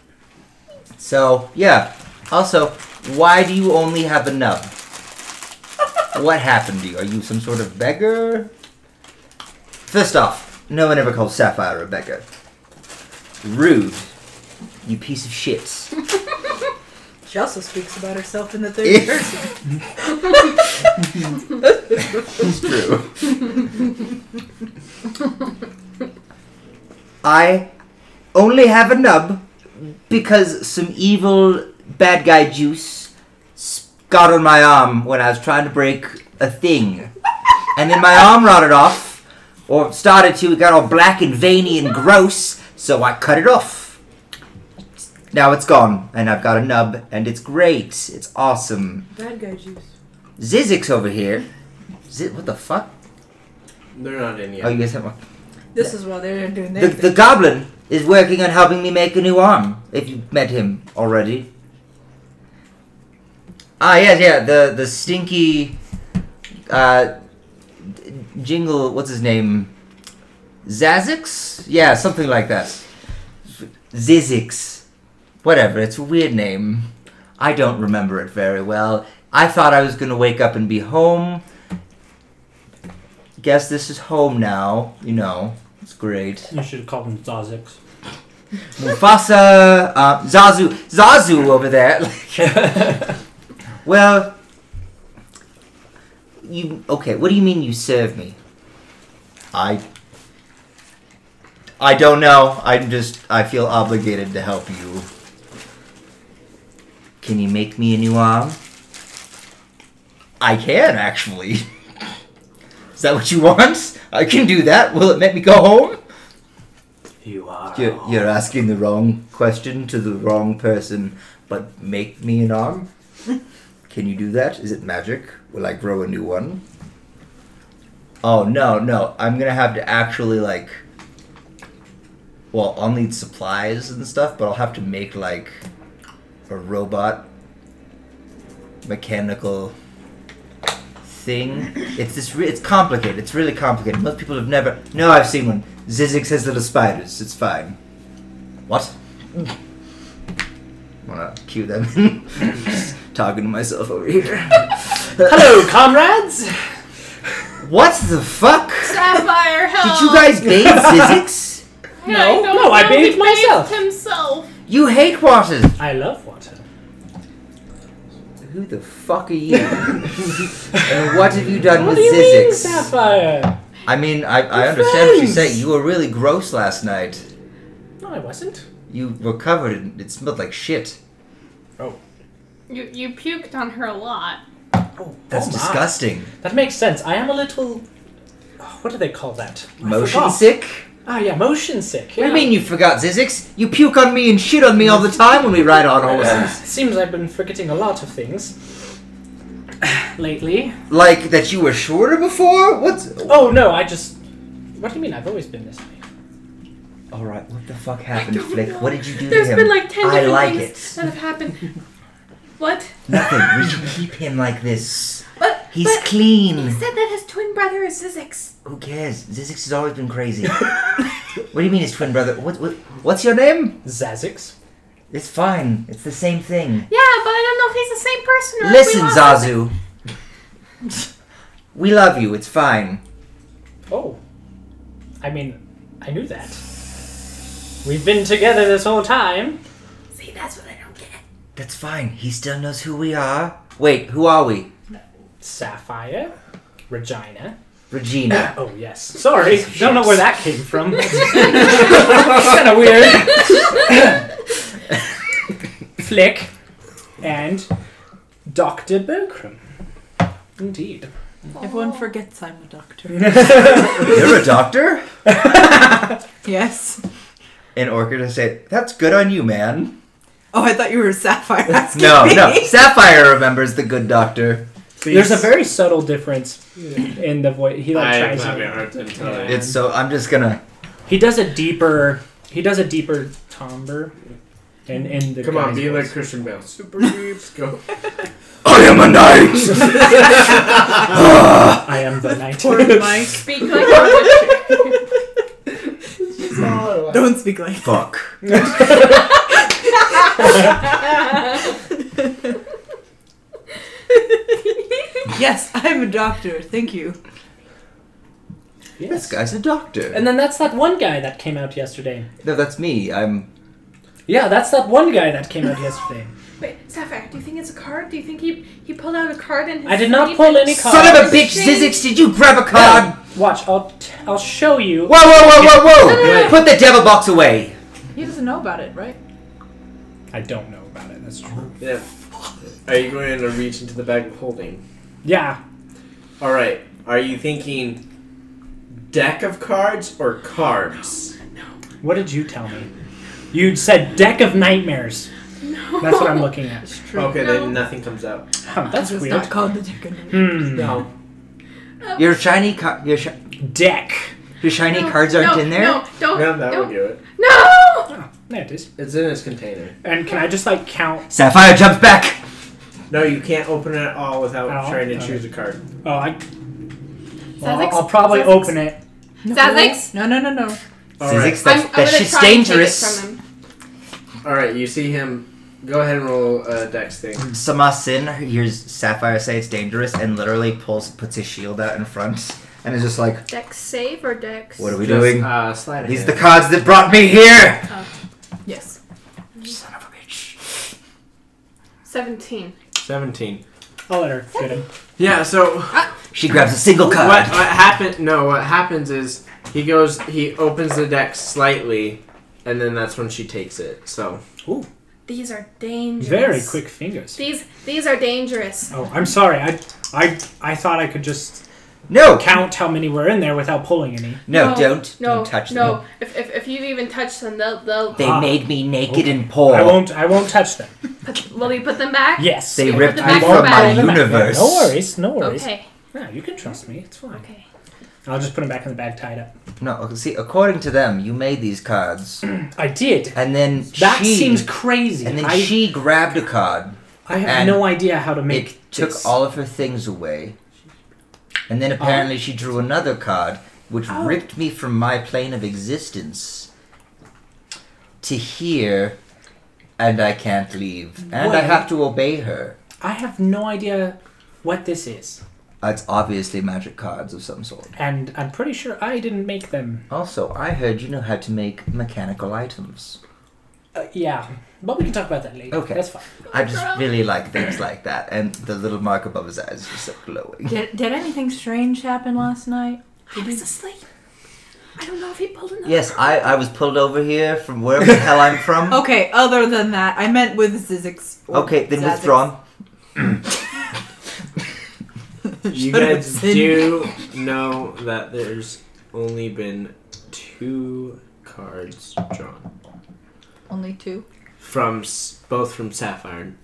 So, yeah. Also, why do you only have a nub? what happened to you? Are you some sort of beggar? First off, no one ever called Sapphire a beggar. Rude. You piece of shit.
She also speaks about herself in the third person.
It's true. I only have a nub because some evil bad guy juice s- got on my arm when I was trying to break a thing. And then my arm rotted off, or started to, it got all black and veiny and gross, so I cut it off. Now it's gone, and I've got a nub, and it's great. It's awesome.
Bad guy juice.
Zizix over here. Ziz, what the fuck?
They're not in yet.
Oh, you guys have one.
This is why they're not doing
The,
anything.
the goblin is working on helping me make a new arm. If you met him already. Ah, yes, yeah. The the stinky, uh, d- jingle. What's his name? Zazix? Yeah, something like that. Zizix. Whatever. It's a weird name. I don't remember it very well. I thought I was gonna wake up and be home. Guess this is home now. You know, it's great.
You should call them Zazix.
Mufasa, uh, Zazu, Zazu over there. Like, well, you okay? What do you mean you serve me? I. I don't know. I'm just. I feel obligated to help you. Can you make me a new arm? I can actually. Is that what you want? I can do that. Will it make me go home?
You are.
You're, you're asking the wrong question to the wrong person, but make me an arm? Can you do that? Is it magic? Will I grow a new one? Oh, no, no. I'm gonna have to actually, like. Well, I'll need supplies and stuff, but I'll have to make, like, a robot mechanical thing. It's this. Re- it's complicated. It's really complicated. Most people have never. No, I've seen one. Zizix has little spiders. It's fine. What? Wanna cue them? in? Just talking to myself over here.
Hello, comrades!
What the fuck?
Sapphire, help!
Did you guys bathe Zizix?
No,
No, I bathed myself.
Himself.
You hate water.
I love water.
Who the fuck are you? and what have you done
What
with
do you mean,
Zizix?
Sapphire?
I mean, I, I understand what you
friends.
say. You were really gross last night.
No, I wasn't.
You recovered and it smelled like shit.
You you puked on her a lot.
Oh,
That's
oh my.
disgusting.
That makes sense. I am a little. oh, What do they call that? I
Motion
forgot.
sick?
Ah, yeah, motion sick.
What do
yeah.
you mean you forgot, Zizix? You puke on me and shit on me all the time when we ride on horses.
Seems I've been forgetting a lot of things lately.
like that you were shorter before? What's
Oh no, I just. What do you mean? I've always been this way.
Alright, what the fuck happened,
I don't
Flick?
know.
What did you do
There's
to him?
been like ten
I
different
like
things
it.
that have happened. What?
Nothing. We should keep him like this.
But
He's
but he
clean.
said that his twin brother is Zizix.
Who cares? Zizix has always been crazy. what do you mean his twin brother? What, what, what's your name?
Zazix.
It's fine. It's the same thing.
Yeah, but I don't know if he's the same person. Or if we
Listen,
lost him.
Zazu. We love you. It's fine.
Oh. I mean, I knew that. We've been together this whole time.
See, that's what I don't get.
That's fine. He still knows who we are. Wait, who are we?
Sapphire. Regina.
Regina.
Oh yes. Sorry. Don't know where that came from.
kind of weird. Flick and Dr. Berkram.
Indeed.
Everyone forgets I'm a doctor.
You're a doctor?
Yes.
And Orchid will say, That's good on you, man.
Oh, I thought you were a sapphire asking
No,
me.
no. Sapphire remembers the good doctor.
There's a very subtle difference in the voice. He like
I'm
tries.
having a
To,
hard time telling.
It's so. I'm just gonna.
he does a deeper. He does a deeper timbre. And in the
Come on,
guy's
be like
voice.
Christian Bale. Super creeps, go.
I am a knight! Ah,
I am the knight.
Poor Mike.
Speak like a witch.
Don't speak like
Fuck.
Yes, I'm a doctor. Thank you.
This
Yes.
guy's a doctor.
And then that's that one guy that came out yesterday.
no, that's me. I'm.
Yeah, that's that one guy that came out yesterday.
Wait, Sapphire, do you think it's a card? Do you think he he pulled out a card and
I did not pull any cards.
Son of a bitch, Zizix, did you grab a card?
Watch, I'll t- I'll show you.
Whoa, whoa, whoa, whoa, whoa!
no, no.
Put the devil box away!
He doesn't know about it, right?
I don't know about it. That's true.
Yeah. Are you going to reach into the bag of holding?
Yeah.
All right. Are you thinking deck of cards or cards?
What did you tell me? You said deck of nightmares.
No.
That's what I'm looking at.
It's true.
Okay,
No.
then nothing comes out.
Huh,
That's
that's
it's
weird.
not called the chicken.
Hmm.
No.
Your shiny car. Your, shi-
Deck.
your shiny
No,
cards aren't
no,
in there?
No, don't.
No, that
don't.
would do it.
No!
Ah, There it is.
It's in its container.
And can I just like count?
Sapphire jumps back!
No, you can't open it at all without
At all?
trying to
Okay.
choose a card.
Oh, I. Well,
Zazix?
I'll probably
Zazix?
open it.
Hmm.
No.
Zazix?
No, no, no, no.
All right.
Zizix, that's,
I'm, I'm
that
gonna
shit's
try and take it
dangerous.
from him.
All right. You see him. Go ahead and roll a dex thing.
Samasin hears Sapphire say it's dangerous and literally pulls puts his shield out in front and is just like,
Dex save or dex?
What are we
Just,
doing?
Uh, slide
These the
hand.
cards that brought me here!
Yes.
Son of a bitch.
17.
Seventeen.
I'll let her get him.
Yeah. So
Ah.
She grabs a single card.
What, what happened? No, what happens is he goes, he opens the deck slightly, and then that's when she takes it. So
These are dangerous.
Very quick fingers.
These these are dangerous.
Oh, I'm sorry. I, I, I thought I could just
No!
count how many were in there without pulling any.
No,
No,
don't.
No,
Don't touch
no.
them.
If, if if you even touch them, they'll they'll.
They
Ah.
made me naked
Okay.
and poor.
I won't. I won't touch them.
Put, will you put them back?
Yes.
They
Put
ripped
them
me
back
from
in the
my
bag.
Put them back.
universe.
No worries. No worries.
Okay.
Yeah, you can trust me. It's fine.
Okay.
I'll just put them back in the bag, tied up.
No, see, according to them, you made these cards.
I did.
And then
That
she.
seems crazy.
and then
I,
she grabbed a card.
I
and
have no idea how to make
It took
this. Oh.
all of her things away. And then apparently she drew another card, which ripped me from my plane of existence to here, and I can't leave. And I
Well-
have to obey her.
I have no idea what this is,
Uh, It's obviously magic cards of some sort.
and I'm pretty sure I didn't make them.
Also, I heard you know how to make mechanical items.
Uh, yeah, but we can talk about that later.
Okay.
That's fine.
Oh,
I just really like things like that, and the little mark above his eyes is just so glowing.
Did, did anything strange happen last night?
I was asleep. I don't know if he pulled another.
Yes, I, I was pulled over here from wherever the hell I'm from.
Okay, other than that, I meant with Zizix.
Okay, then withdrawn.
You
Should've
guys
been-
do know that there's only been two cards drawn
Only two.
from s- both from Sapphire,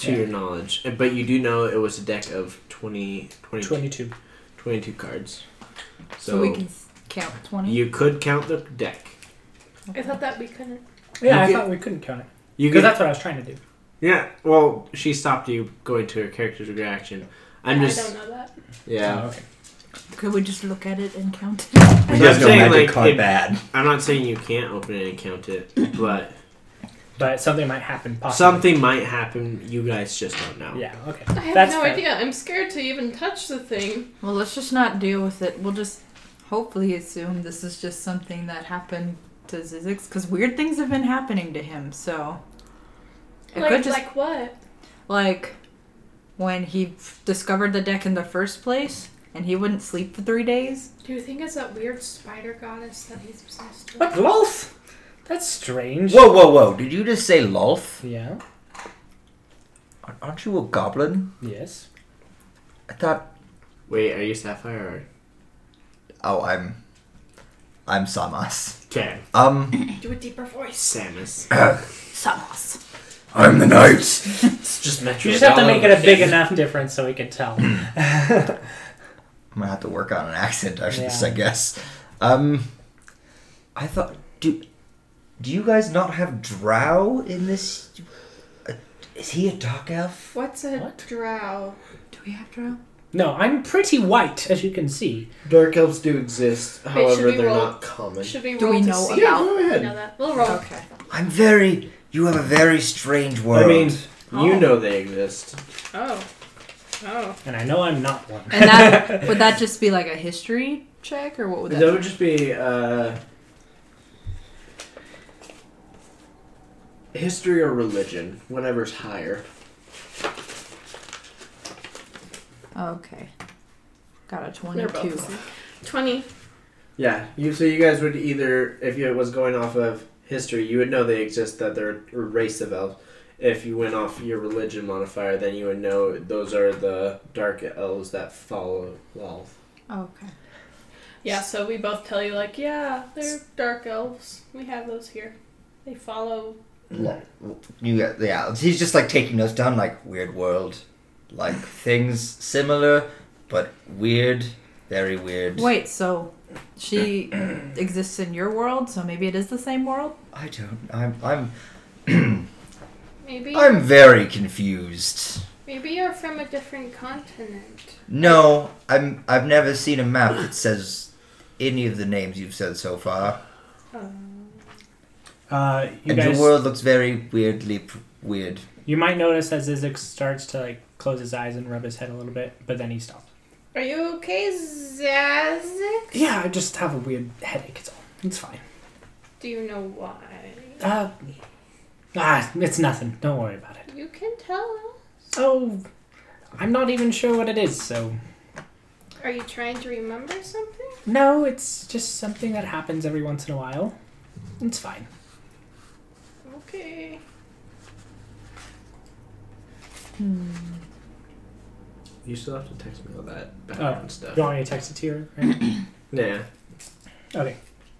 to your knowledge, but you do know it was a deck of 20, 20
22.
22 cards. So,
So, we can s- count 20.
you could count the deck.
I thought that we couldn't.
You
Yeah, I
get-
thought we couldn't count it.
You
Because
could,
that's what I was trying to do.
yeah. Well, she stopped you going to her character's reaction. I'm
I
just
don't know that.
yeah.
Oh, okay.
Could we just look at it and count it?
I'm
There's
not
no
saying,
magic
like,
card
it-
bad.
I'm not saying you can't open it and count it, but
But something might happen possibly.
something might happen. You guys just don't know.
Yeah, okay.
I have
That's
no
fair.
idea. I'm scared to even touch the thing.
Well, let's just not deal with it. We'll just hopefully assume this is just something that happened to Zizix, because weird things have been happening to him, so. It
Like,
could just.
like what?
Like, when he f- discovered the deck in the first place, and he wouldn't sleep for three days.
Do you think it's that weird spider goddess that he's obsessed with?
But Lolth? That's strange.
Whoa, whoa, whoa! Did you just say Lolth?
Yeah,
Aren't you a goblin?
yes.
I thought.
Wait, are you Sapphire? or...
Oh, I'm. I'm Samas.
Okay.
Um,
Do a deeper voice.
Samus.
Samos.
I'm the knight.
It's just Metro.
You just have to make it a big enough difference so we can tell.
I'm gonna have to work on an accent after this,
Yeah.
I guess. Um, I thought, do do you guys not have Drow in this? Uh, is he a dark elf?
What's a
What?
drow?
Do we have to?
No, I'm pretty white, as you can see.
Dark elves do exist, however,
should we
they're
roll-
not common.
Should we roll
Do we
to
know
see?
about-
go
We know that. We'll roll.
Okay.
I'm very. You have a very strange world.
I mean,
Oh.
you know they exist.
Oh. Oh.
And I know I'm not one.
And that would that just be like a history check, or what would that?
That would just be uh, history or religion, whatever's higher.
Okay. Got a
They're
22.
both. 20.
Yeah, you. So you guys would either, if it was going off of history, you would know they exist, that they're a race of elves. If you went off your religion modifier, then you would know those are the dark elves that follow Lolth.
Okay.
Yeah, so we both tell you, like, yeah, they're dark elves. We have those here. They follow.
Lo- you get- yeah. He's just like taking us down like weird world, like things similar but weird, very weird.
Wait, so she exists in your world, so maybe it is the same world?
I don't. I'm. I'm.
Maybe.
I'm very confused.
Maybe you're from a different continent.
No, I'm. I've never seen a map that says any of the names you've said so far,
Uh, you
and
guys,
your world looks very weirdly p- weird.
you might notice as Isaac starts to like close his eyes and rub his head a little bit, but then he stops.
Are you okay, Zazix?
Yeah, I just have a weird headache. It's all. It's fine.
Do you know why?
Uh, ah, it's nothing. Don't worry about it.
You can tell.
Oh, I'm not even sure what it is. So
Are you trying to remember something?
no, it's just something that happens every once in a while. It's fine.
Okay.
You still have to text me all that background
background
stuff.
Do you want me to text it to you? Right?
Yeah.
okay.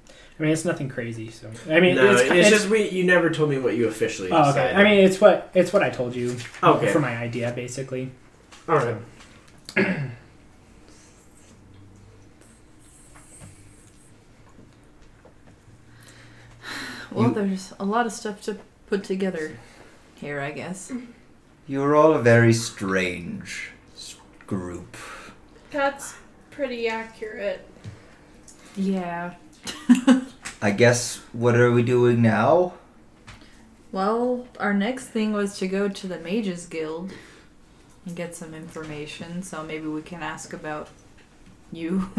I mean, it's nothing crazy. So I mean,
no,
it's,
it's,
ki- it's-
just we. You never told me what you officially.
Oh, okay.
decided.
I mean, it's what it's what I told you
Okay.
for my idea, basically.
all right.
Well,
You-
there's a lot of stuff to put together here, I guess.
You're all a very strange s- group.
That's pretty accurate.
Yeah.
I guess. What are we doing now?
Well, our next thing was to go to the Mages Guild and get some information, so maybe we can ask about you.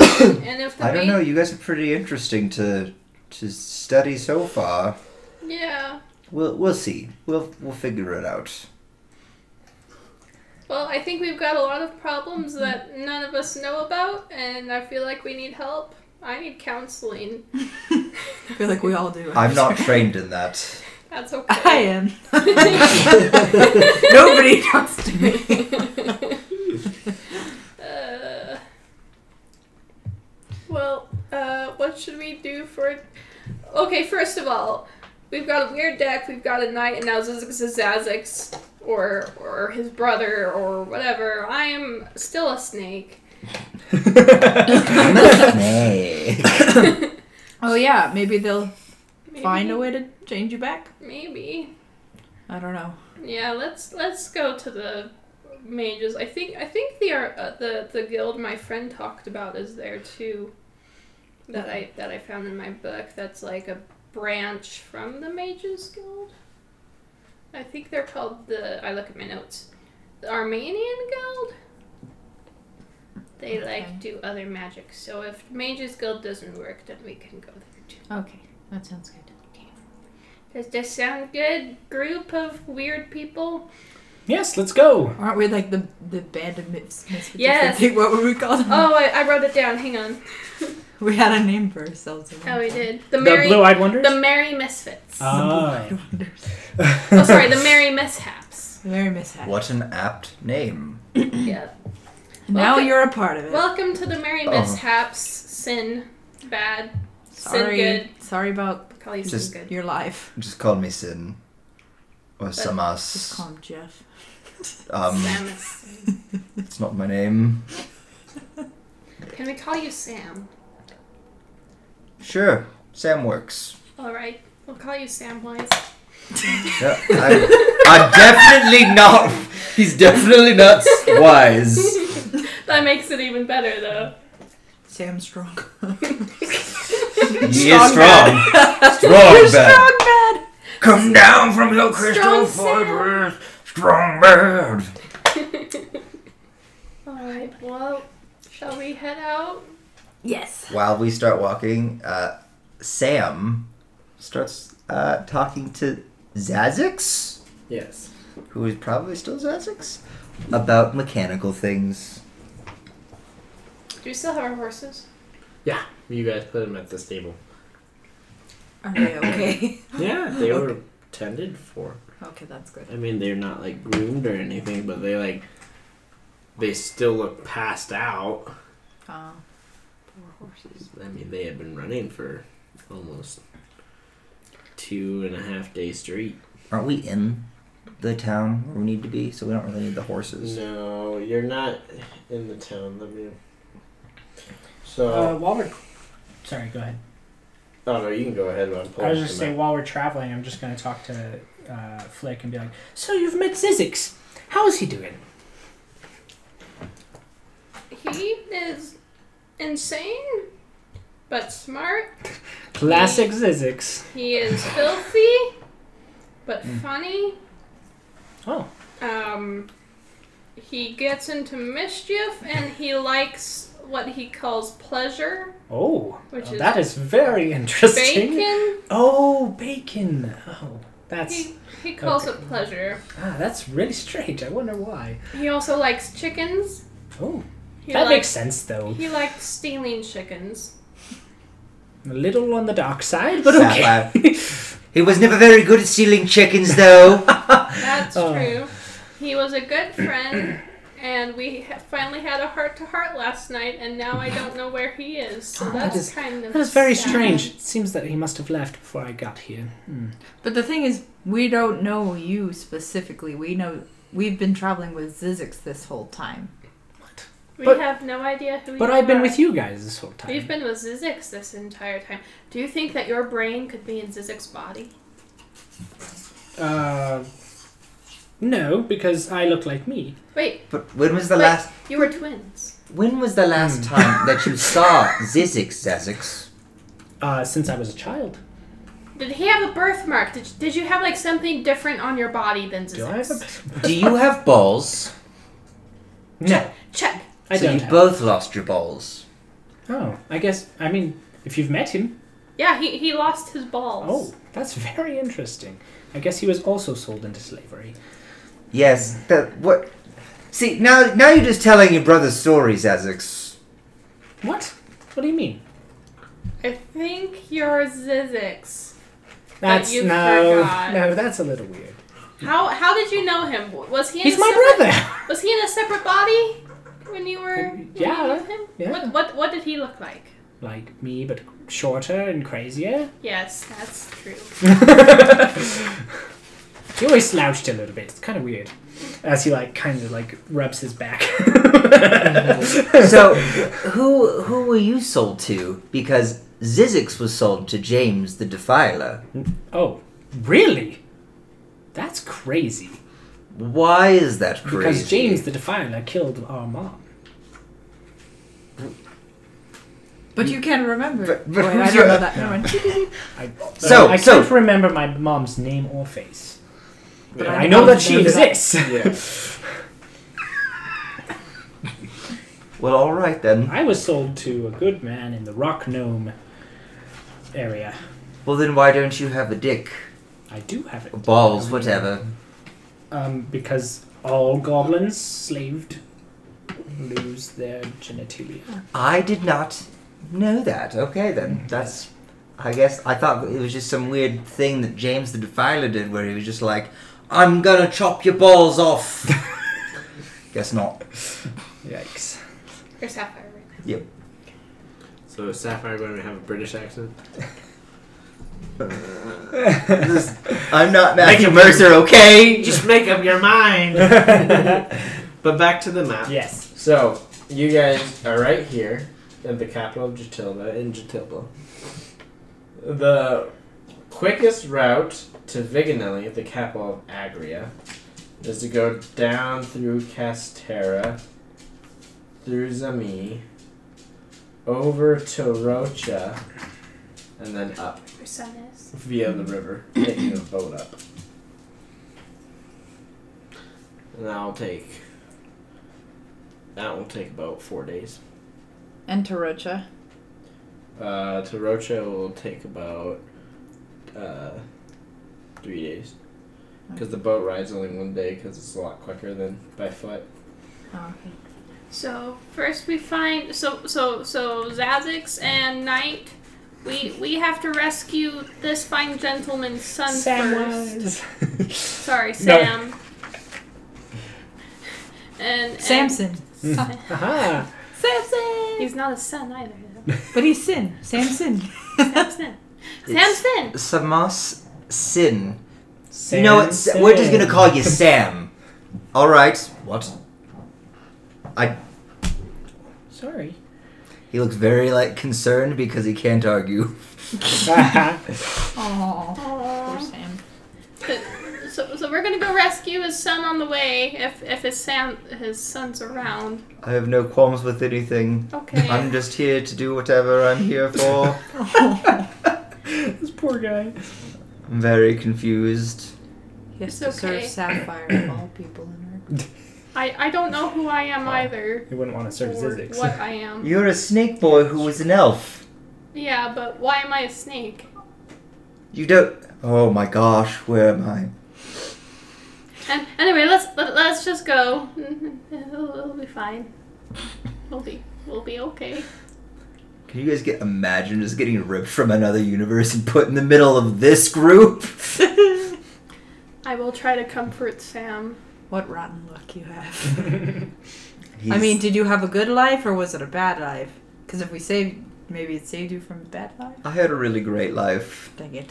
and if the
I don't
ma-
know. You guys are pretty interesting to to study so far.
Yeah.
We'll we'll see. We'll we'll figure it out.
Well, I think we've got a lot of problems that none of us know about, and I feel like we need help. I need counseling.
I feel like we all do.
I'm not trained in that.
That's okay.
I am. Nobody talks to me.
Uh, well, uh, what should we do for? Okay, first of all, we've got a weird deck. We've got a knight, and now Zizix is Zazix, or or his brother, or whatever. I am still a snake.
I'm a snake.
Oh yeah, maybe they'll
Maybe,
find a way to change you back.
Maybe.
I don't know.
Yeah. Let's let's go to the mages. I think I think the uh, the the guild my friend talked about is there too. That I that I found in my book. That's like a branch from the mages guild. I think they're called the. I look at my notes. The Armenian guild. They
Okay.
like do other magic. So if mages guild doesn't work, then we can go there too.
Okay, that sounds good.
Does this sound good? Group of weird people.
Yes, let's go.
Aren't we like the the band of mis- misfits? or
Yes.
something? What would we call them?
Oh, I, I wrote it down. Hang on.
We had a name for ourselves. at one
Oh, we
point.
did. The
The
merry,
Blue Eyed Wonders?
the merry misfits.
Ah.
oh, sorry, the merry mishaps.
Very mishap.
What an apt name.
Yeah.
Now
Welcome-
you're a part of it.
Welcome to the merry
Oh.
mishaps. Sin bad.
sorry,
Sin
sorry about
good. Call you
Just-
sin good.
your life.
Just call me Sin. Or
Just
Samas.
call him Jeff.
Um,
Samus.
it's not my name.
Can we call you Sam?
Sure, Sam works.
All right. We'll call you Samwise.
Yeah, I'm, I'm definitely not. He's definitely not wise.
That makes it even better, though.
Sam Strong.
He is strong. Strong man.
bad.
Come down from your
Strong
crystal
Sam.
fortress, strong man.
All right. Well, shall we head out?
Yes.
While we start walking, uh, Sam starts uh, talking to Zazix,
Yes.
who is probably still Zazix, about mechanical things.
Do we still have our horses?
You guys put him at the stable.
Are they okay?
Yeah, they were tended for.
okay, that's good.
I mean, they're not like groomed or anything, but they like they still look passed out.
Uh, poor horses.
I mean, they had been running for almost two and a half days straight.
Aren't we in the town where we need to be? So we don't really need the horses.
No, you're not in the town. Let me.
Uh,
So,
while we're. Sorry, go ahead.
oh no, you can go ahead. and pull
I was
up
just
the
saying,
map.
while we're traveling, I'm just going to talk to uh, Flick and be like, So you've met Zizix. How's he doing?
He is insane, but smart.
Classic Zizix.
He is filthy, but funny.
Hmm. Oh.
Um, he gets into mischief and he likes what he calls pleasure.
Oh.
Which
well,
is
that is very interesting.
Bacon.
Oh, bacon. Oh, that's.
He, he calls
Okay.
it pleasure.
Ah, that's really strange. I wonder why.
He also likes chickens.
Oh,
He
that makes
likes,
sense, though.
He likes stealing chickens.
A little on the dark side, but
Sapphire.
okay.
He was never very good at stealing chickens, though.
That's
Oh.
true. He was a good friend. And we ha- finally had a heart to heart last night, and now I don't know where he is. So
Oh, that
that's
is-
kind of
That is very
sad.
strange. It seems that he must have left before I got here. Hmm.
But the thing is, we don't know you specifically. We know we've been traveling with Zizix this whole time.
We
But-
have no idea who.
But
you
I've been
are.
with you guys this whole time.
We've been with Zizix this entire time. Do you think that your brain could be in Zizix's body?
Uh, no, because I look like me.
Wait,
But when was the
But-
last?
you were twins.
When was the last time that you saw Zizix Zazix?
Uh, since I was a child.
Did he have a birthmark? Did, did you have like something different on your body than Zizix?
Do I have a...
Do you have balls?
No,
Check.
I
so
don't
you
have.
both lost your balls.
Oh, I guess, I mean, if you've met him...
Yeah, he, he lost his balls.
Oh, that's very interesting. I guess he was also sold into slavery.
Yes. That what? See, now now you're just telling your brother stories, Essex.
What? What do you mean?
I think you're Zizix.
That's
you
no,
forgot.
no. That's a little weird.
How how did you know him? Was he? In
He's
a
my
separate,
brother.
Was he in a separate body when you were? When You
Yeah,
knew him?
yeah.
What, what what did he look like?
Like me, but shorter and crazier.
Yes, that's true.
He always slouched a little bit. It's kind of weird. As he like kind of like rubs his back.
So, who who were you sold to? Because Zizix was sold to James the Defiler.
oh, really? That's crazy.
Why is that crazy?
Because James the Defiler killed our mom.
But you can't remember.
But- but
Wait,
who's
I
your-
don't know that. Never mind.
I,
So-
I
so-
can't remember my mom's name or face. But
Yeah.
I know that she exists.
Yeah.
Well, all right then.
I was sold to a good man in the Rock Gnome area.
Well, then why don't you have a dick,
I do have it.
or
Oh,
balls, whatever?
Um, because all goblins slaved lose their genitalia.
I did not know that. Okay then. That's. I guess I thought it was just some weird thing that James the Defiler did, where he was just like, "I'm gonna chop your balls off." guess not.
Yikes.
Or sapphire. right now.
So is Sapphire going to have a British accent?
I'm not Matthew Mercer, okay?
Just make up your mind. but back to the map.
Yes.
So you guys are right here in the capital of Jatilba in Jatilba. The quickest route to Viganelli, the capital of Agria, is to go down through Castera, through Zami, over to Rocha, and then up
Her son is.
via the river, taking a boat up. And that'll take. That will take about four days.
And Tarocha.
Uh, to Rocha will take about uh, three days. Because the boat ride's only one day because it's a lot quicker than by foot.
Oh,
So first we find so so so Zazix and Knight. We we have to rescue this fine gentleman's son first. Sorry, Sam. And
Samson.
and- Son.
Aha.
Samson!
He's not a son either. though.
But he's Sin. Samson.
Samson. Samson.
Samas Sin.
Sam,
you know what? Sa- We're just gonna call you Sam. All right. What?
Sorry.
He looks very like concerned because he can't argue.
Aww. Poor
Aw.
Sam.
So, so we're gonna go rescue his son on the way if if his Sam his son's around.
I have no qualms with anything.
Okay.
I'm just here to do whatever I'm here for.
this poor guy.
I'm very confused.
He has
It's
to serve
okay.
Sapphire of all people in her.
I I don't know who I am
Oh.
either.
He wouldn't want to serve
or
Zizix.
what I am.
You're a snake boy who was an elf.
Yeah, but why am I a snake?
You don't. Oh my gosh, where am I?
And anyway, let's let, let's just go. It'll, it'll be fine. We'll be we'll be okay.
Can you guys get imagine just getting ripped from another universe and put in the middle of this group?
I will try to comfort Sam.
What rotten luck you have. I mean, did you have a good life or was it a bad life? Because if we saved, maybe it saved you from a bad life?
I had a really great life.
Dang it.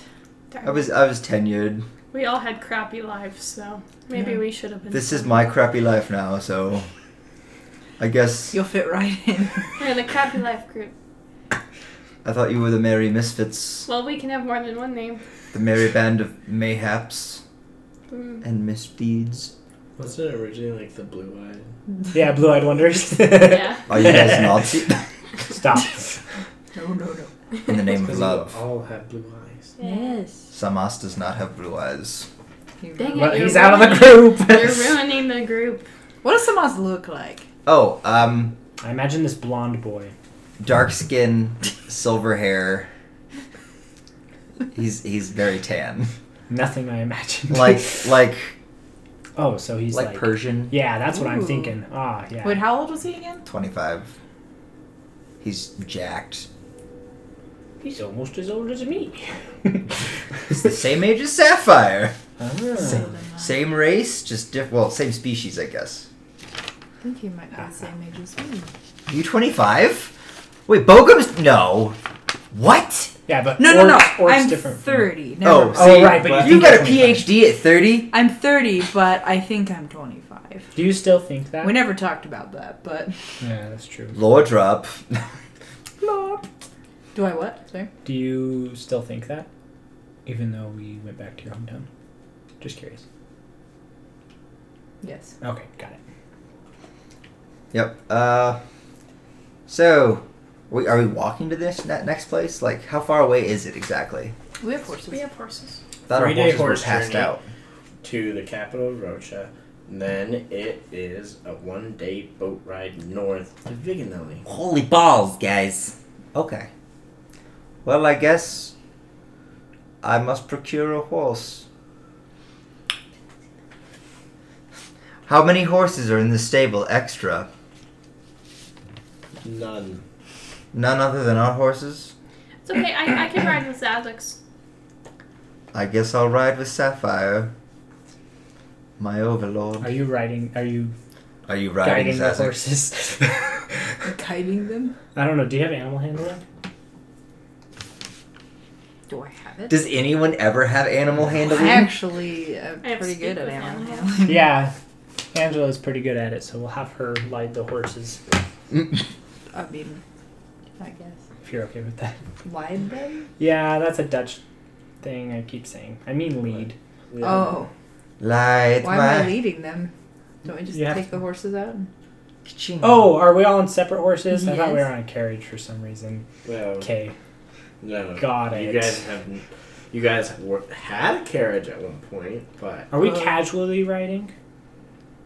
Darn
I was I was tenured.
We all had crappy lives, so maybe we should have been.
This is my crappy life now, so I guess
You'll fit right in.
We're in the crappy life group.
I thought you were the merry misfits,
Well, we can have more than one name.
the merry band of mayhaps
Mm.
and misdeeds.
Wasn't it originally like the blue eyed?
yeah, Blue Eyed Wonders.
Yeah.
Are you guys Nazi?
Stop.
No, no, no.
In the name of love,
all have blue eyes.
Yes.
Samas does not have blue eyes.
You
Dang
really-
it.
Well,
you're
he's out of the
You're
group.
ruining the group.
What does Samas look like?
Oh, um,
I imagine this blonde boy.
dark skin, silver hair. He's he's very tan.
Nothing I imagined.
Like like
Oh, so he's
like,
like,
Persian.
yeah, that's what I'm
Ooh.
thinking. Ah, yeah.
Wait, how old was he again?
25. He's jacked.
He's almost as old as me.
He's the same age as Sapphire.
Ah.
Older than mine.
Same race, just diff Well, same species, I guess.
I think he might be the same age as me.
Are you 25? Wait, Bogum's. No. What?
Yeah, but
No, no, no.
orcs- orcs
I'm
different from-
30.
Oh,
Never mind.
so-
see,
right, but you
you,
think
got a
you're 25.
PhD at 30?
I'm 30, but I think I'm 25.
Do you still think that?
We never talked about that, but.
yeah, that's true.
Lore drop.
Do I what? Sorry.
Do you still think that? Even though we went back to your hometown? Just curious.
Yes.
Okay, got it.
Yep. Uh, so, we, are we walking to this ne- next place? Like, how far away is it exactly?
We have horses.
We have horses.
Thought our
Three-day
horses were
horse
passed
journey.
out.
to the capital of Rocha. And then it is a one day boat ride north to Viganelli.
Holy balls, guys. Okay. Well, I guess I must procure a horse. How many horses are in the stable extra?
None.
None other than our horses?
It's okay. I, I can ride with Alex.
I guess I'll ride with Sapphire. My
Are
overlord.
you riding? Are you
Are you
guiding
riding
the
Zazu?
horses?
Guiding them?
I don't know. Do you have animal handling?
Do I have it?
Does anyone ever have animal
I
handling?
actually am
I have
pretty
speak
good at
with
animal
animals.
handling.
yeah, Angela's pretty good at it, so we'll have her ride the horses
I mean, I guess.
if you're okay with that.
Lied them?
Yeah, that's a Dutch thing. I keep saying. I mean lead.
Oh,
Light
why am I
my.
leading them? Don't we just
You have
take
to-
the horses out?
Oh, are we all on separate horses? I thought we were
Yes.
on a carriage for some reason.
Well,
Okay,
no.
got
Uh, You
it.
guys have, you guys were, had a carriage at one point, but
Are we
Uh,
casually riding?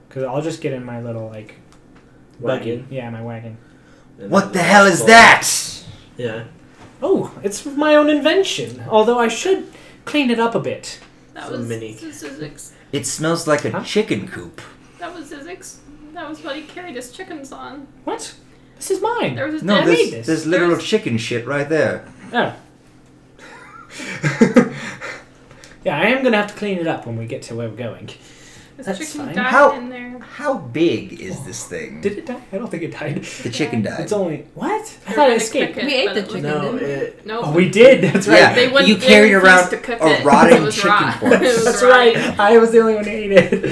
Because I'll just get in my little like buggy.
wagon.
Yeah, my wagon.
And
What
then
the hell is
boat.
that?
Yeah.
Oh, it's my own invention. Although I should clean it up a bit.
That
So
was
many.
Zizix.
It smells like a
Huh?
chicken coop.
That was Zizix. That was what he carried his chickens on.
What? This is mine.
There was a
No,
dead-
this-
there's,
made
there's literal
There's-
chicken shit right there.
Oh. yeah, I am gonna have to clean it up when we get to where we're going.
his
that's
chicken
fine.
died
How-
in there.
How big is this thing?
Did it die? I don't think it died.
the chicken died.
It's only what? I thought it escaped.
We ate the chicken.
No,
didn't we?
it,
No,
Oh, we did. That's right.
Yeah,
They wouldn't-
you
they
carried
refused
around
to cook
a
it, 'cause
rotting
it was
chicken
rot. It
corpse.
was-
That's right. I was the only one who ate it.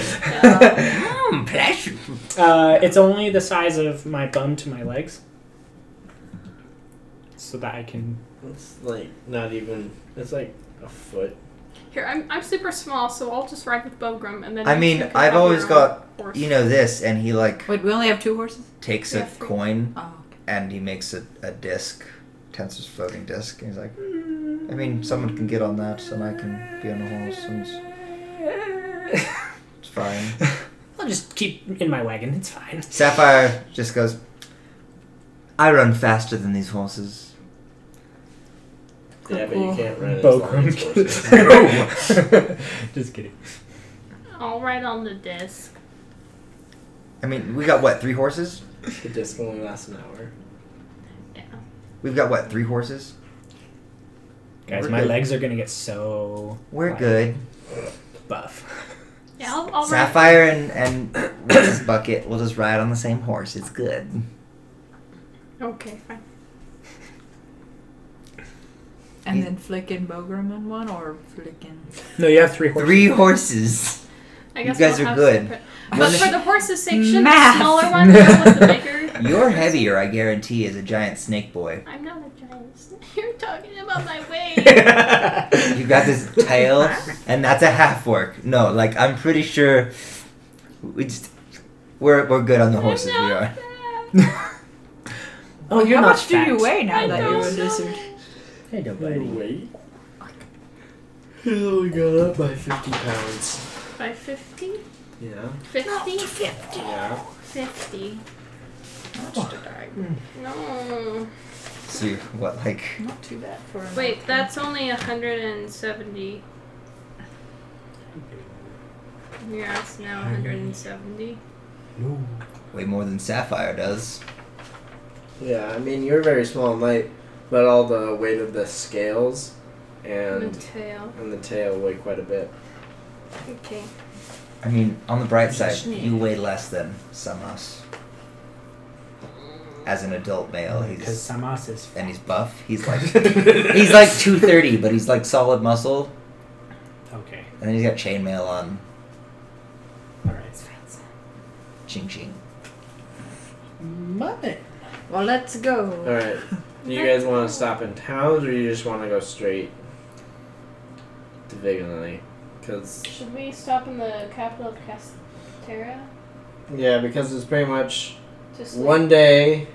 Yeah.
Mmm, pleasure.
Uh, it's only the size of my bum to my legs, so that I can.
it's like not even, it's like a foot.
Here, I'm, I'm super small, so I'll just ride with Bogrum and then.
I
you
mean,
two can
I've
have
always
your own
got
horse.
you know this, and he like
Wait, we only have two horses?
takes
Yeah,
a
three.
coin
Oh, okay.
and he makes a, a disc, Tensor's floating disc, and he's like, I mean, someone can get on that, and I can be on the horse, and it's, it's fine.
I'll just keep in my wagon. It's fine.
Sapphire just goes, I run faster than these horses.
Cool,
Yeah, but
Oh, cool.
you can't run as long as horses.
Bokum. just kidding.
I'll ride on the disc.
I mean, we got what, three horses?
The disc only lasts an hour.
Yeah.
We've got what, three horses?
Guys,
We're
my
good.
legs are gonna get so
We're
like,
good.
buff.
Yeah, I'll, I'll ride.
Sapphire and, and what's his bucket will just ride on the same horse. It's good.
Okay, fine.
And then Flick and Bogram in one, or Flick and.
No, you have three horses.
Three horses.
I
You
guess
guys
we'll
are
have
good.
separate-
One-
But for the horses' sake, shouldn't
Math.
the smaller one go with the bigger?
You're heavier, I guarantee, as a giant snake boy.
I'm not a giant. snake. You're talking about my weight.
you
You got this tail, and that's a half work. No, like I'm pretty sure we just we're we're good on the horses.
I'm
We are.
not fat.
oh, you're
How
not
much
fat.
do you weigh now
I
that
don't
you're a
know.
lizard?
Hey, nobody.
Wait. Oh, we got up by 50 pounds.
By 50?
Yeah.
50?
50.
Yeah.
50.
Not too bad.
No.
So you- what, like
Not too bad for a
Wait, that's only 170. Yeah, it's now 170.
No.
Way more than Sapphire does.
Yeah, I mean you're very small and light, but all the weight of the scales
And
and
tail.
and the tail weigh quite a bit.
Okay.
I mean, on the bright side, you weigh less than Samos. As an adult male,
Because
Oh, he's
Samas is.
and he's buff. He's like he's like two thirty, but he's like solid muscle,
Okay.
and then he's got chainmail on.
All right.
Ching ching.
Muppet.
Well, let's go.
All right, do you guys want to stop in towns or you just want to go straight to Vigilante? Because
Should we stop in the capital of Casterra?
yeah, because it's pretty much
To sleep?
one day.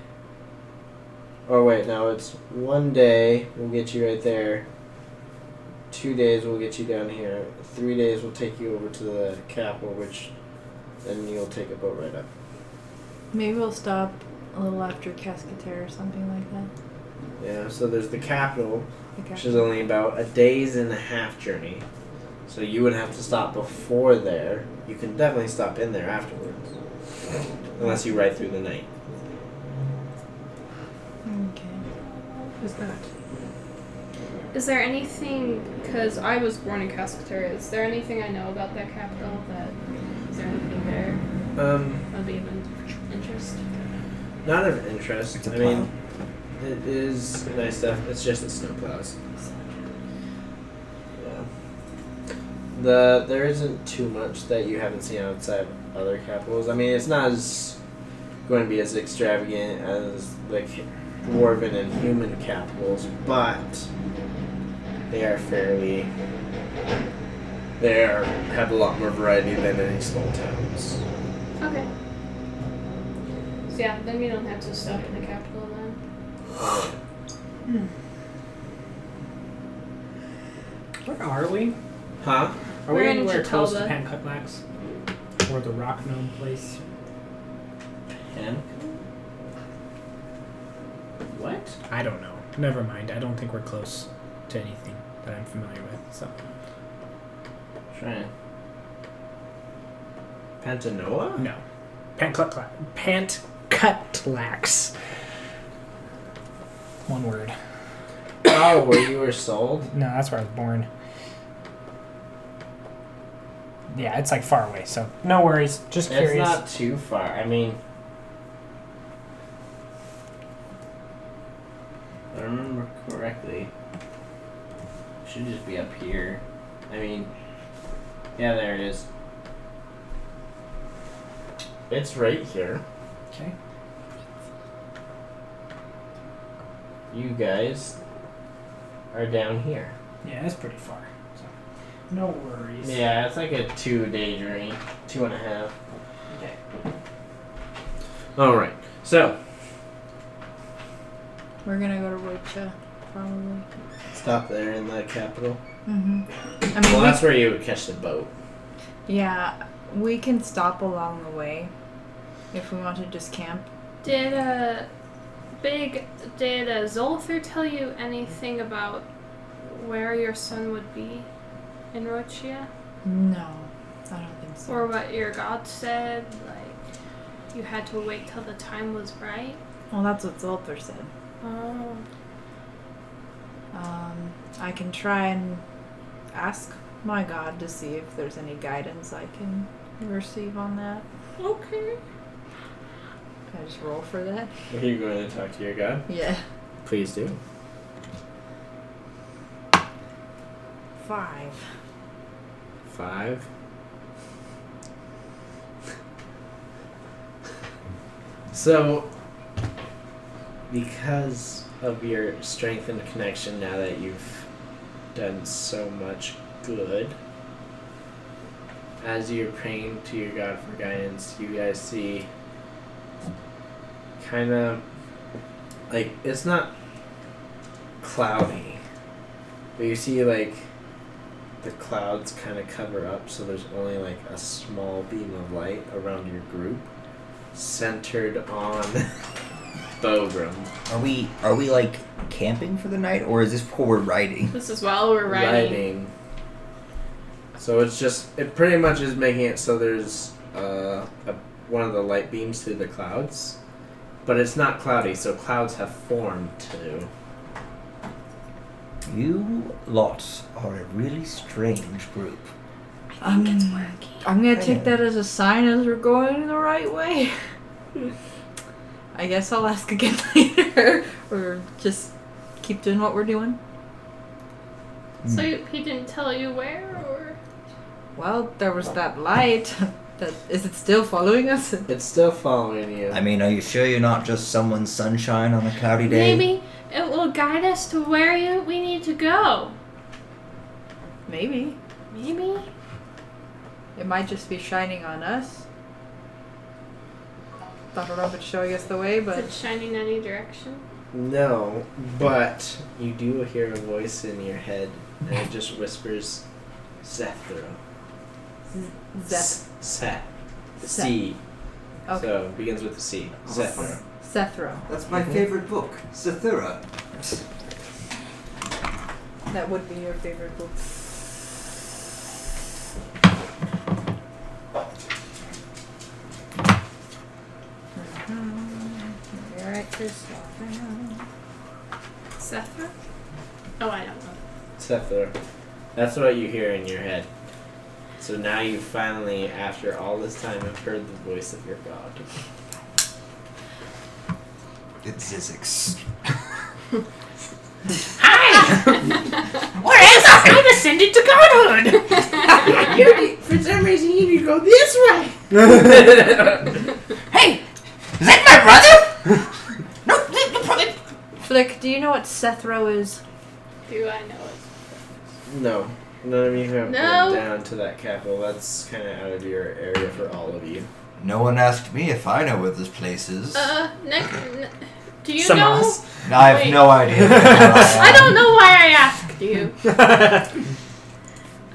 Or wait, no, it's one day we'll get you right there. Two days we'll get you down here. Three days we'll take you over to the capital, which then you'll take a boat right up.
Maybe we'll stop a little after Cascatair or something like that.
Yeah, so there's the capital,
Okay.
which is only about a day's and a half journey. So you would have to stop before there. You can definitely stop in there afterwards. Unless you ride through the night.
Okay. Who's that?
Is there anything, because I was born in Cascaterra, is there anything I know about that capital that, is there anything there
Um,
of even interest?
not of interest.
It's a
I mean, it is nice stuff. It's just the snowplows. Yeah. The there isn't too much that you haven't seen outside other capitals. I mean, it's not as going to be as extravagant as like dwarven and human capitals, but they are fairly. They are, have a lot more variety than any small towns.
Okay. So yeah, then we don't have to stop in the capital then.
Where are we?
Huh?
Are
We're
we
in
anywhere close to
Chautauqua.
Pancutlax? Or the rock gnome place?
And
What?
I don't know. Never mind. I don't think we're close to anything that I'm familiar with. So
Trying. Pantanoa?
no, pant cut cla- pant cut lax. One word.
oh, where you were sold?
No, that's where I was born. Yeah, it's like far away, so no worries. Just
It's
curious.
not too far. I mean, if I remember correctly. it Should just be up here. I mean, yeah, there it is. It's right here.
Okay.
You guys are down here.
Yeah, that's pretty far. So. No worries.
Yeah, it's like a two day journey, two and a half.
Okay.
All right. So
We're gonna go to Rocha, probably.
stop there in the capital.
Mm-hmm. I mean,
Well, that's where you would catch the boat.
we, yeah, we can stop along the way if we want to just camp.
Did uh big did uh, Zolther tell you anything about where your son would be in Rochia?
No, I don't think so.
Or what your god said? Like you had to wait till the time was right?
well, that's what Zolper said.
Oh.
Um, I can try and ask my god to see if there's any guidance I can receive on that.
Okay.
Can I just roll for that?
Are you going to talk to your god?
Yeah.
Please do.
Five.
Five. So, because of your strength and connection, now that you've done so much good, as you're praying to your God for guidance, you guys see kind of like it's not cloudy, but you see like the clouds kind of cover up, so there's only like a small beam of light around your group, centered on Bogram.
Are we are we like camping for the night, or is this where we're riding?
This is while we're riding.
Riding. So it's just it pretty much is making it so there's uh, a, one of the light beams through the clouds, but it's not cloudy, so clouds have formed too.
You lot are a really strange group.
I think it's
working.
Um, I'm gonna take that as a sign as we're going the right way. I guess I'll ask again later, or just keep doing what we're doing.
So he didn't tell you where, or
Well, there was that light. That is it still following us?
It's still following you.
I mean, are you sure you're not just someone's sunshine on a cloudy day?
maybe it will guide us to where you we need to go.
Maybe
Maybe.
it might just be shining on us. I don't know if it's showing us the way,
Is
but
it shining in any direction?
no, but you do hear a voice in your head, and it just whispers, "Zethro."
Zeth.
S- Seth.
Seth.
C.
Okay.
So it begins with the C. Zethro.
Sethro.
That's my favorite book, Sathura.
That would be your favorite book. You're right, Chris.
Sethra? Oh, I don't know.
Zephyr. That's what you hear in your head. So now you finally, after all this time, have heard the voice of your god.
It's Zizix.
Where is us? I've ascended to godhood!
For some reason, you need to go this way.
Hey!
Is that my brother? no, the brother.
Flick, do you know what Sethro is?
Do I know it?
No, none of you have
No.
been down to that capital. That's kind of out of your area for all of you.
No one asked me if I know where this place is.
Uh, next. N- do you
Samas.
know?
No, I have
wait.
no idea.
I
Um,
don't know why I asked you.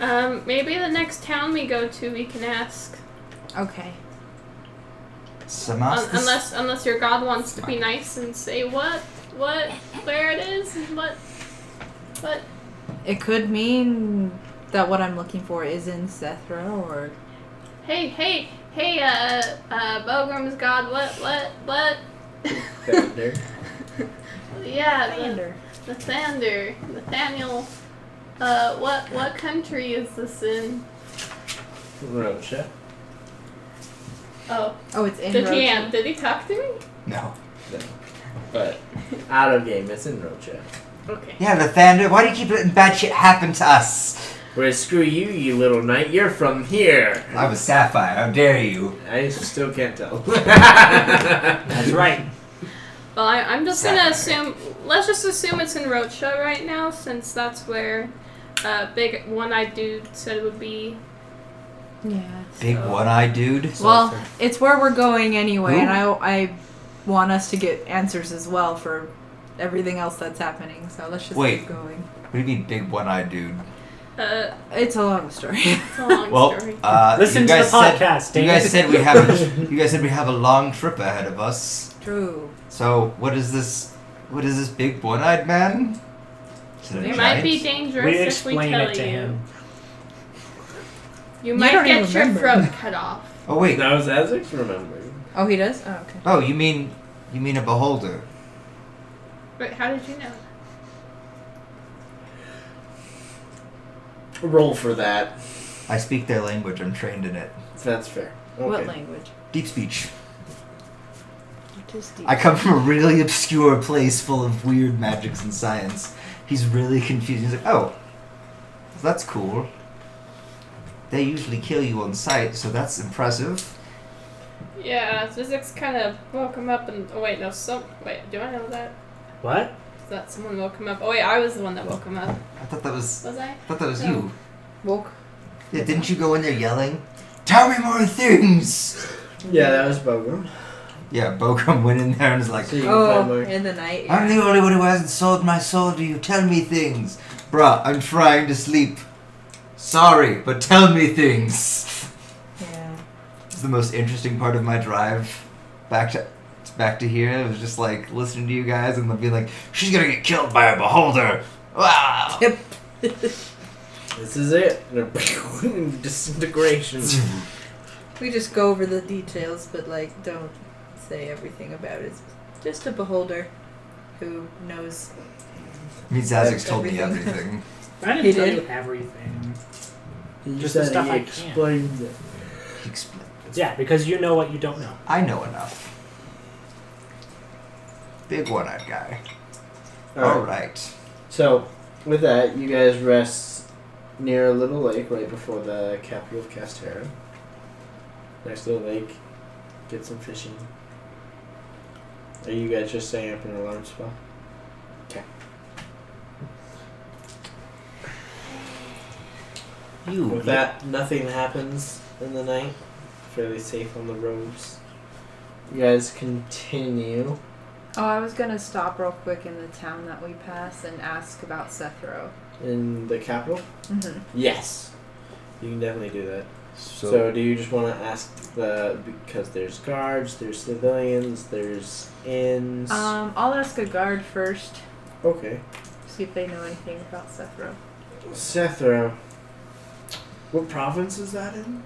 hmm.
Um, maybe the next town we go to, we can ask.
Okay.
Samas.
Un- unless, unless your god wants to be nice and say what, what, where it is, and what, what.
It could mean that what I'm looking for is in Sethro or.
Hey, hey, hey, uh, uh, Bogram's god. What, what, what?
Founder.
yeah, the- Nathander, Nathaniel, uh, what what country is this in?
Rocha.
Oh,
Oh, it's in
did he
Roche.
an- did he talk to me?
No.
But out of game, it's in Rocha.
Okay.
Yeah, Lathander, why do you keep letting bad shit happen to us?
Where screw you, you little knight. You're from here.
I was Sapphire, how dare you?
I still can't tell.
That's right.
Well, I, I'm just gonna
Saturday.
assume. Let's just assume it's in Rocha right now, since that's where uh, big one-eyed dude said it would be.
Yeah.
Big
So-
one eyed dude.
Well, it's where we're going anyway, and I,
Who?
I want us to get answers as well for everything else that's happening. So let's just
Wait.
keep going.
What do you mean, big one eyed dude?
Uh,
It's a long story.
it's a long
Well,
story.
uh,
Listen
you
to the
guys said,
podcast,
You
David.
guys said we have a, you guys said we have a long trip ahead of us.
True.
So what is this? What is this big one-eyed man? Is it
It
a
might
giant?
be dangerous
We
if we
explain
tell
it to
you.
him.
You
You
might
don't
get
even
your
remember.
throat cut off.
Oh wait.
that was Azix remembering.
Oh, he does. Oh, okay.
Oh, you mean you mean a beholder?
But how did you know?
Roll for that.
I speak their language. I'm trained in it.
That's fair.
What
Okay.
language?
Deep speech.
What is deep?
I come from a really obscure place full of weird magics and science. He's really confused. He's like, oh, that's cool. They usually kill you on sight, so that's impressive.
Yeah, physics kind of woke him up, and oh wait, no, some wait, do I know that?
What?
Is that someone woke him up? Oh wait, I was the one that woke him up.
I thought that was
Was I?
I thought that was
No.
you.
Woke.
Yeah, didn't you go in there yelling? Tell me more things.
Yeah, that was Bogram.
Yeah, Bokum went in there and was like,
So you can
Oh,
find more.
in the night.
I'm
yeah.
the only one who hasn't sold my soul to you. Tell me things. Bruh, I'm trying to sleep. Sorry, but tell me things.
Yeah.
It's the most interesting part of my drive back to back to here. It was just like listening to you guys and then being like, she's gonna get killed by a beholder. Wow.
Yep.
This is it. Disintegration.
We just go over the details, but like, don't say everything about it. Just a beholder who knows.
I mean, Zazix told me everything.
I didn't
He
tell
did.
you everything.
You
Just
said
the stuff
he
I can't.
explained it.
He explained it.
Yeah, because you know what you don't know.
I know enough. Big one-eyed guy. All
Alright.
right.
So, with that, you guys rest near a little lake right before the capital of Castera. Nice little lake. Get some fishing. Are you guys just staying up in a large spot?
You.
With that, nothing happens in the night. Fairly safe on the roads. You guys continue.
Oh, I was gonna stop real quick in the town that we pass and ask about Sethro.
In the capital?
Mm-hmm.
Yes. You can definitely do that. So, do you just want to ask the because there's guards, there's civilians, there's inns.
Um, I'll ask a guard first,
okay.
see if they know anything about Sethro.
Sethro. What province is that in?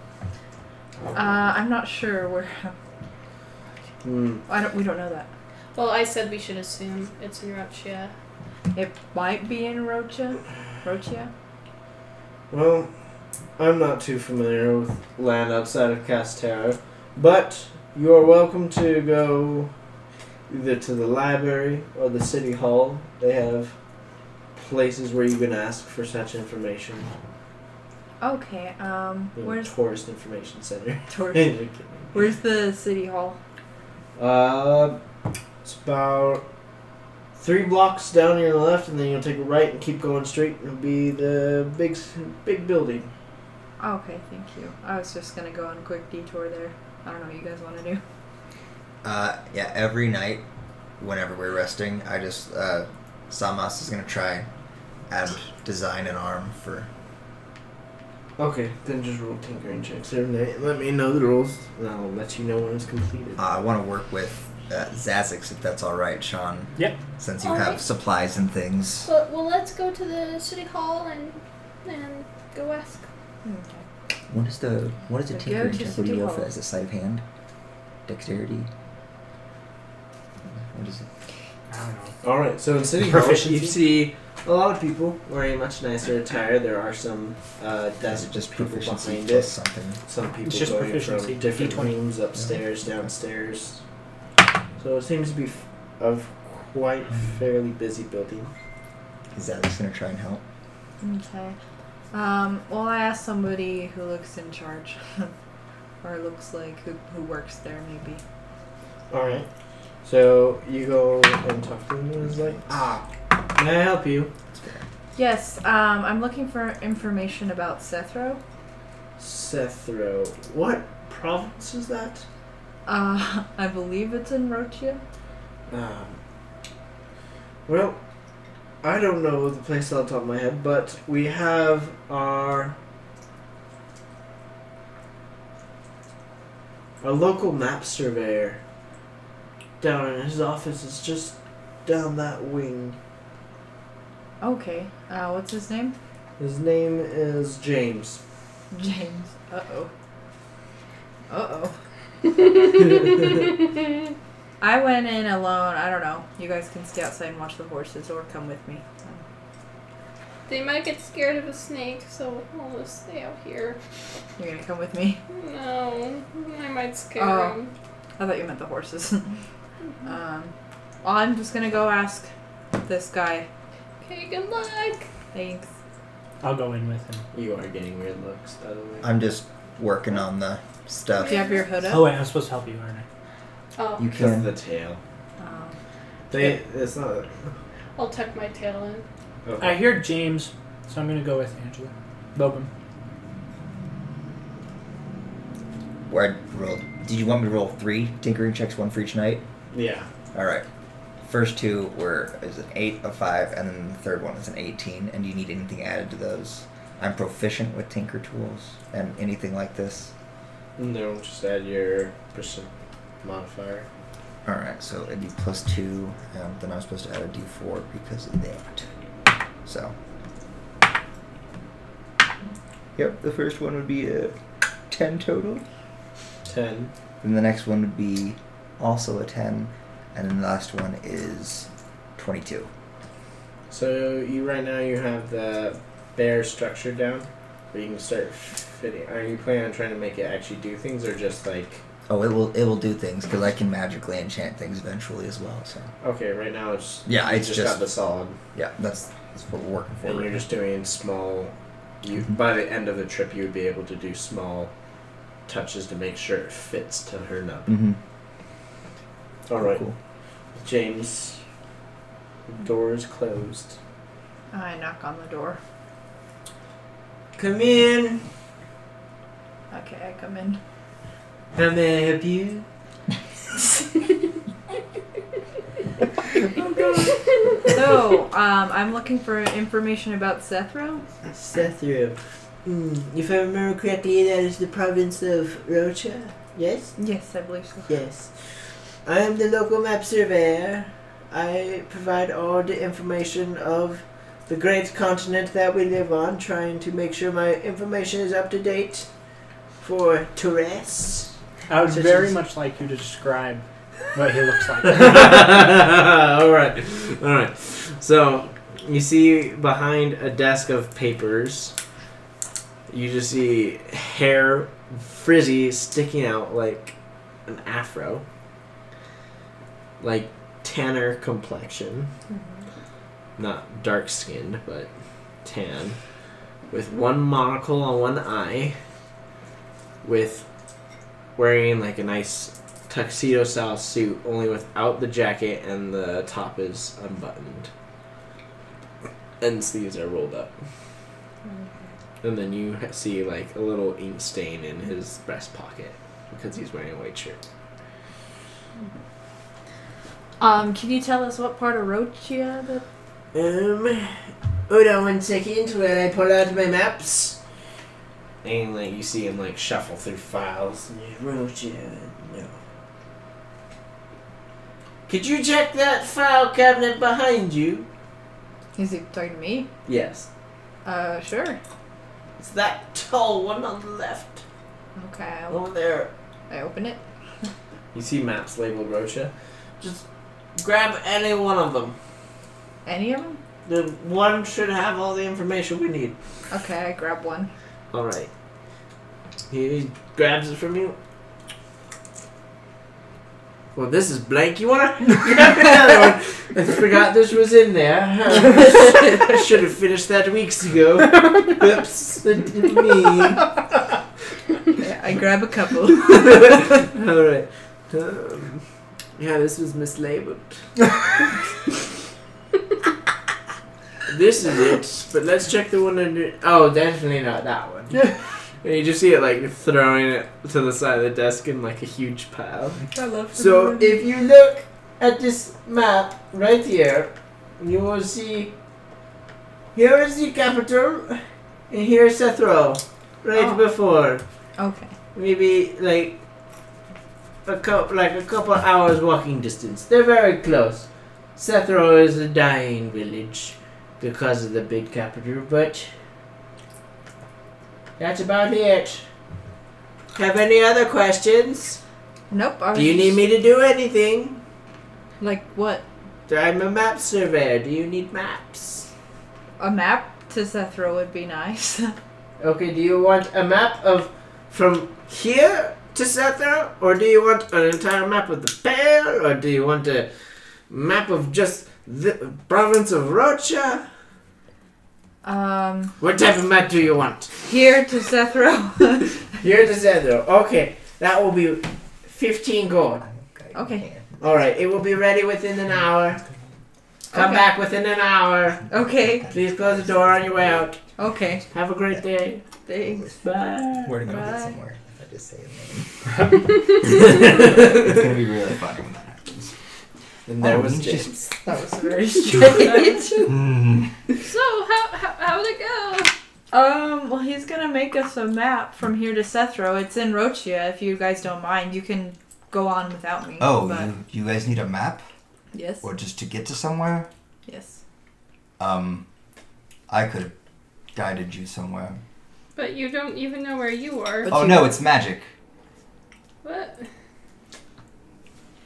Uh, I'm not sure where.
Hmm.
I don't. We don't know that.
Well, I said we should assume it's in Rutshia.
It might be in Rocha. Rochia.
Well, I'm not too familiar with land outside of Castero, but you are welcome to go either to the library or the city hall. They have places where you can ask for such information.
Okay. Um,
The
where's
tourist information center?
Tor-
You're kidding.
Where's the city hall?
Uh, it's about three blocks down your left, and then you'll take a right and keep going straight, and it'll be the big, s- big building.
Oh, Okay, thank you. I was just gonna go on a quick detour there. I don't know what you guys want to do.
Uh, yeah, every night, whenever we're resting, I just, uh, Samas is gonna try and design an arm for.
Okay, then just roll tinkering checks every night. Let me know the rules, and I'll let you know when it's completed.
Uh, I wanna work with uh, Zazix if that's alright, Sean.
Yep.
Since you
All
have
right.
supplies and things.
Well, well, let's go to the city hall and and go ask.
Okay.
What is the what is a
Go
tinkering
to
check? What do you
City
roll for
Hall.
as a sleight of hand? Dexterity. What is it?
I don't know.
All right, so in City Hall,
Proficiency.
you see a lot of people wearing much nicer attire. There are some uh,
Is
desert
it just
people
proficiency
behind
plus
it.
something?
Some people
It's just
going
proficiency,
from different
D20.
rooms upstairs, downstairs. So it seems to be f- of quite fairly busy building.
Is that just gonna try and help?
Okay. Um, well, I asked somebody who looks in charge, or looks like who who works there, maybe.
All right. So you go and talk to him, and he's like, "Ah, may I help you?"
That's fair.
Yes. Um, I'm looking for information about Sethro.
Sethro, what province is that?
Uh, I believe it's in Rochia.
Um, well, I don't know the place off the top of my head, but we have our our local map surveyor down in his office. is just down that wing.
Okay. Uh, what's his name?
His name is James.
James. Uh oh. Uh oh. I went in alone. I don't know. You guys can stay outside and watch the horses, or come with me.
They might get scared of a snake, so I'll just stay out here.
You're gonna come with me.
No, I might scare
Oh.
them.
I thought you meant the horses. um, well, I'm just gonna go ask this guy.
Okay, good luck.
Thanks.
I'll go in with him.
You are getting weird looks, by the way.
I'm just working on the stuff.
Do you have your hood
Oh
up?
wait, I'm supposed to help you, aren't I?
Oh,
You can.
tail.
Um,
They, it's not. oh,
I'll tuck my tail in.
Okay.
I hear James, so I'm gonna go with Angela. Bobum.
Where I rolled. Did you want me to roll three tinkering checks, one for each night?
Yeah.
All right. First two were is an eight, a five, and then the third one is an eighteen. And do you need anything added to those? I'm proficient with tinker tools and anything like this.
No, just add your percent modifier.
All right, so it'd be plus two, and then I'm supposed to add a d4 because of that. So Yep, the first one would be a 10 total.
Ten.
Then the next one would be also a 10. And then the last one is 22.
So you right now you have the bear structure down, but you can start fitting. Are you planning on trying to make it actually do things, or just like
Oh, it will it will do things because I can magically enchant things eventually as well. So
okay? Right now it's
Yeah,
you
it's
just,
just-
got the solid,
yeah, that's that's what we're working for.
and you're
right
just doing small. You
Mm-hmm.
by the end of the trip, you would be able to do small touches to make sure it fits to her nub.
now. Mhm.
All right,
Cool.
James. Door is closed.
I knock on the door.
Come in.
Okay, I come in.
How may I help you?
So, um, I'm looking for information about Sethro.
Sethru. Mm, if I remember correctly, that is the province of Rocha. Yes.
Yes, I believe so.
Yes. I am the local map surveyor. I provide all the information of the great continent that we live on, trying to make sure my information is up to date for tourists.
I would
Such
very
as-
much like you to describe what he looks like.
all right, all right. So you see behind a desk of papers, you just see hair frizzy sticking out like an afro, like tanner complexion, not dark skinned but tan, with one monocle on one eye, with wearing like a nice tuxedo style suit, only without the jacket and the top is unbuttoned. And sleeves are rolled up. And then you ha- see like a little ink stain in his breast pocket because he's wearing a white shirt.
Um, can you tell us what part of Rochia that
Um, hold on one second while I pull out my maps.
And like you see him like shuffle through files.
Rocha, no. Could you check that file cabinet behind you?
is he talking to me?
Yes.
Uh, sure.
It's that tall one on the left.
Okay, I'll-
Over there.
I open it.
You see maps labeled Rocha.
Just grab any one of them.
Any of them?
The one should have all the information we need.
Okay, I grab one.
All right. He grabs it from you. Well, this is blank. You wanna grab another one? I forgot this was in there. I should have finished that weeks ago. Oops, that did me.
Yeah, I grab a couple.
All right. Um, yeah, this was mislabeled. this is it. But let's check the one under. Oh, definitely not that one. And you just see it like throwing it to the side of the desk in like a huge pile.
I love
So if you look at this map right here, you will see here is the capital and here is Sethro. Right
Oh.
before.
Okay.
Maybe like a couple like a couple hours walking distance. They're very close. Sethro is a dying village because of the big capital, but that's about it. Have any other questions?
Nope. I was
Do you need
just-
me to do anything?
Like what?
I'm a map surveyor. Do you need maps?
A map to Sethro would be nice.
Okay, do you want a map of from here to Sethra? Or do you want an entire map of the Pale? Or do you want a map of just the province of Rocha?
um,
What type of map do you want?
here to Sethro.
Here to Sethra. Okay, that will be 15 gold.
Okay.
Alright, it will be ready within an hour. Come
Okay.
back within an hour.
okay.
Please close the door on your way out.
Okay.
Have a great day.
Thanks.
Bye.
We're gonna
Bye.
get somewhere. If I just say a name. it's gonna be really funny when that happens.
And there
Oh,
was
you
James.
just- that was very strange. Mm.
So how how how'd it go?
Um, well, he's gonna make us a map from here to Sethro. It's in Rochia, if you guys don't mind. You can go on without me.
Oh,
but-
you, you guys need a map,
yes.
or just to get to somewhere?
Yes.
Um, I could have guided you somewhere.
But you don't even know where you are.
oh no, it's magic.
What?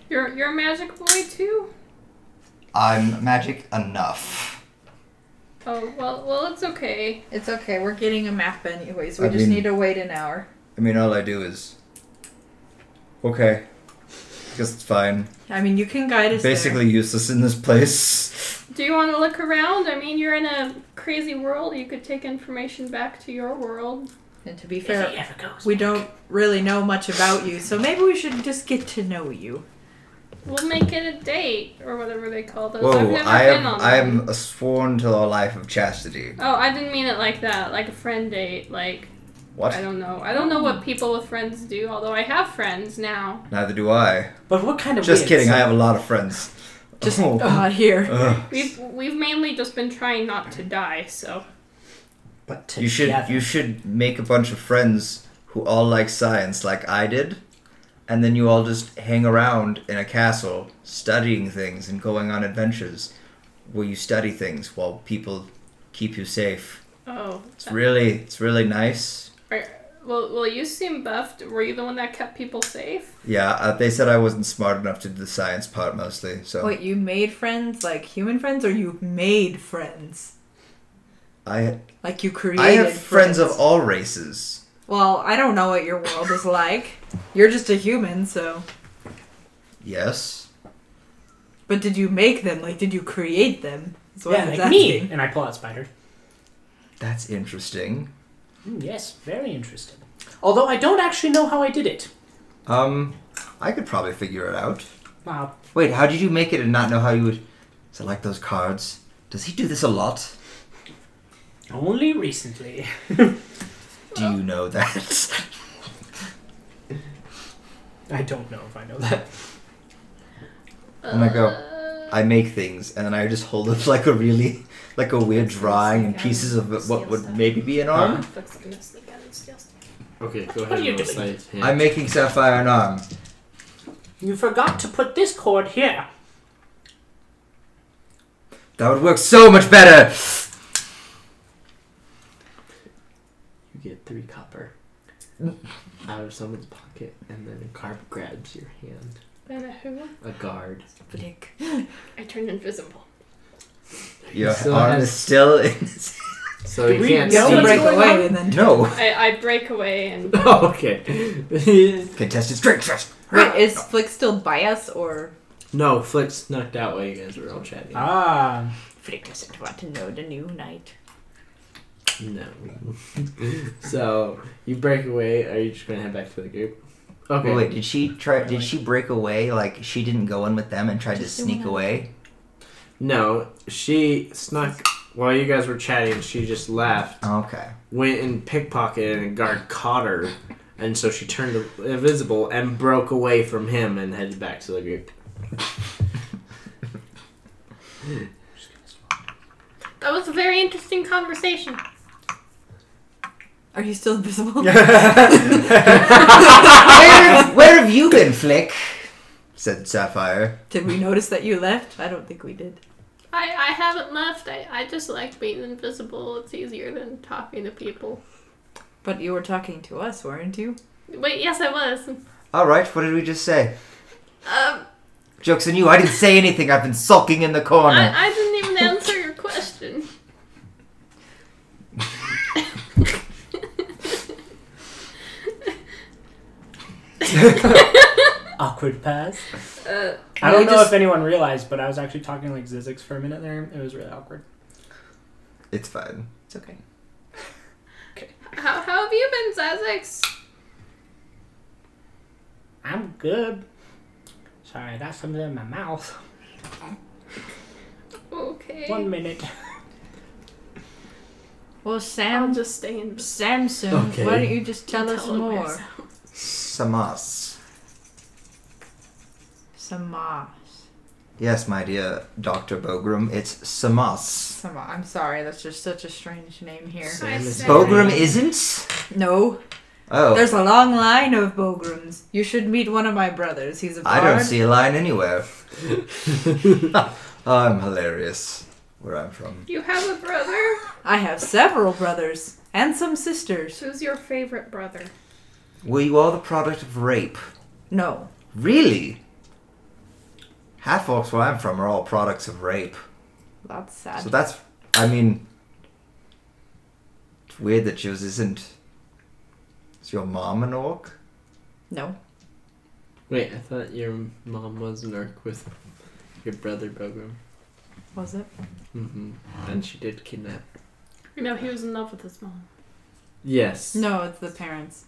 You're you're a magic boy too?
I'm magic enough.
Oh well, well it's okay.
It's okay. We're getting a map anyways. We
I
just
mean-
need to wait an hour.
I mean, all I do is. Okay. Guess it's fine.
I mean, you can guide us. there.
Basically useless in this place.
Do you want to look around? I mean, you're in a crazy world. You could take information back to your world.
and to be fair, we don't really know much about you, so maybe we should just get to know you.
We'll make it a date or whatever they call those. I've
Whoa,
never
I
been
am
on
I
one.
am a sworn to a life of chastity.
Oh, I didn't mean it like that. Like a friend date. Like I
What?
don't know. I don't know what people with friends do. Although I have friends now.
Neither do I.
But what kind of
Just
weird-
kidding, I have a lot of friends.
Just
Oh,
not here.
ugh.
We've we've mainly just been trying not to die. So
But
You should you should make a bunch of friends who all like science like I did, and then you all just hang around in a castle studying things and going on adventures where you study things while people keep you safe.
oh.
It's really it's really nice.
Well, well, you seem buffed. Were you the one that kept people safe?
Yeah, uh, they said I wasn't smart enough to do the science part mostly, so
What you made friends, like human friends, or you made friends,
I
like you created.
I have friends of all races.
Well, I don't know what your world is like. You're just a human, so.
Yes.
But did you make them? Like, did you create them? That's what
Yeah,
I was
like me.
asking.
And I pull out Spider.
That's interesting.
Mm, yes, very interesting. Although I don't actually know how I did it.
Um I could probably figure it out.
Wow.
Wait, how did you make it and not know how you would? Is it like those cards? Does he do this a lot?
Only recently.
Do you know that?
I don't know if I know that.
I'm gonna go.
Uh,
I make things and then I just hold up like a really, like a weird drawing and pieces of what would maybe be an arm.
That's gonna sneak out and steal stuff.
Okay, go ahead.
are you
and roll
doing?
sleight of hand.
I'm making sapphire an arm.
You forgot to put this cord here.
That would work so much better.
You get three copper out of someone's pocket, and then a guard grabs your hand.
Then a who?
A guard.
Blink.
I turned invisible.
Your
still
arm
has-
is still in.
So
Do
you
we
can't
know
see.
Don't
what's
break
going
away and then.
No.
I, I break away and
Oh, okay.
Contested strength test.
Wait, is Flick still by us, or.
no, Flick snuck out while you guys were all chatting.
Ah.
Flick doesn't want to know the new knight.
No. so you break away. Are you just gonna head back to the group? Okay.
Well, Wait, did she try? Did she break away? Like she didn't go in with them and tried to sneak away?
No, she snuck while you guys were chatting. She just left,
Okay.
went and pickpocketed, and a guard caught her, and so she turned invisible and broke away from him and headed back to the group.
that was a very interesting conversation.
Are you still invisible?
where, where have you been, Flick? said Sapphire.
Did we notice that you left? I don't think we did.
I, I haven't left. I, I just like being invisible. It's easier than talking to people.
But you were talking to us, weren't you?
Wait, yes, I was.
Alright, what did we just say?
Um,
Joke's on you, I didn't say anything, I've been sulking in the
I,
corner.
I didn't even answer your question.
Awkward pass.
Uh,
I
We
don't know
just-
if anyone realized, but I was actually talking like Zizix for a minute there. It was really awkward.
It's fine.
It's okay.
how, how have you been, Zazex?
I'm good. Sorry, I got something in my mouth.
Okay.
One minute.
Well,
I'm
Sam,
just staying.
Samson,
Okay.
why don't you just tell us more?
Samas.
Samas.
Yes, my dear Dr. Bogram, it's Samas.
Sama. I'm sorry, that's just such a strange name here.
Sam is
said-
Bogram isn't?
No.
Oh,
There's a long line of Bograms. You should meet one of my brothers. He's a
I
bard.
don't see a line anywhere. I'm hilarious. Where I'm from.
You have a brother?
I have several brothers. and some sisters.
Who's your favorite brother?
Were you all the product of rape?
No.
Really? Half orcs where I'm from are all products of rape.
That's sad.
So that's, I mean, it's weird that yours isn't. Is your mom an orc?
no.
Wait, I thought your mom was an orc with your brother Bogram.
Was it?
Mm-hmm. And she did kidnap.
No, he was in love with his mom.
Yes.
No, it's the parents.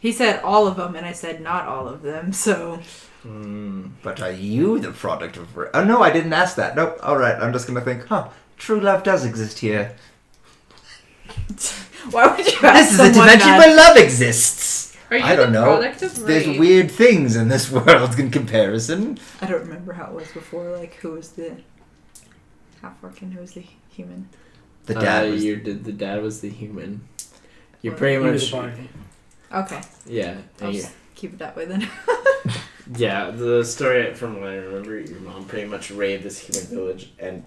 He said all of them, and I said not all of them, so.
Mm, but are you the product of rape? Oh no, I didn't ask that. Nope. All right, I'm just gonna think. Huh? True love does exist here.
Why would you
this is a dimension where love exists.
Are you
I don't
the
know.
product of
There's
rape?
weird things in this world in comparison.
I don't remember how it was before, like who was the half orc and who was the human.
The dad
Uh,
was
your did the dad was the human. You're
Well,
pretty
He was
much
a bard.
Okay,
yeah
I'll
yeah.
just keep it that way then.
Yeah, the story from what I remember, your mom pretty much raided this human village, and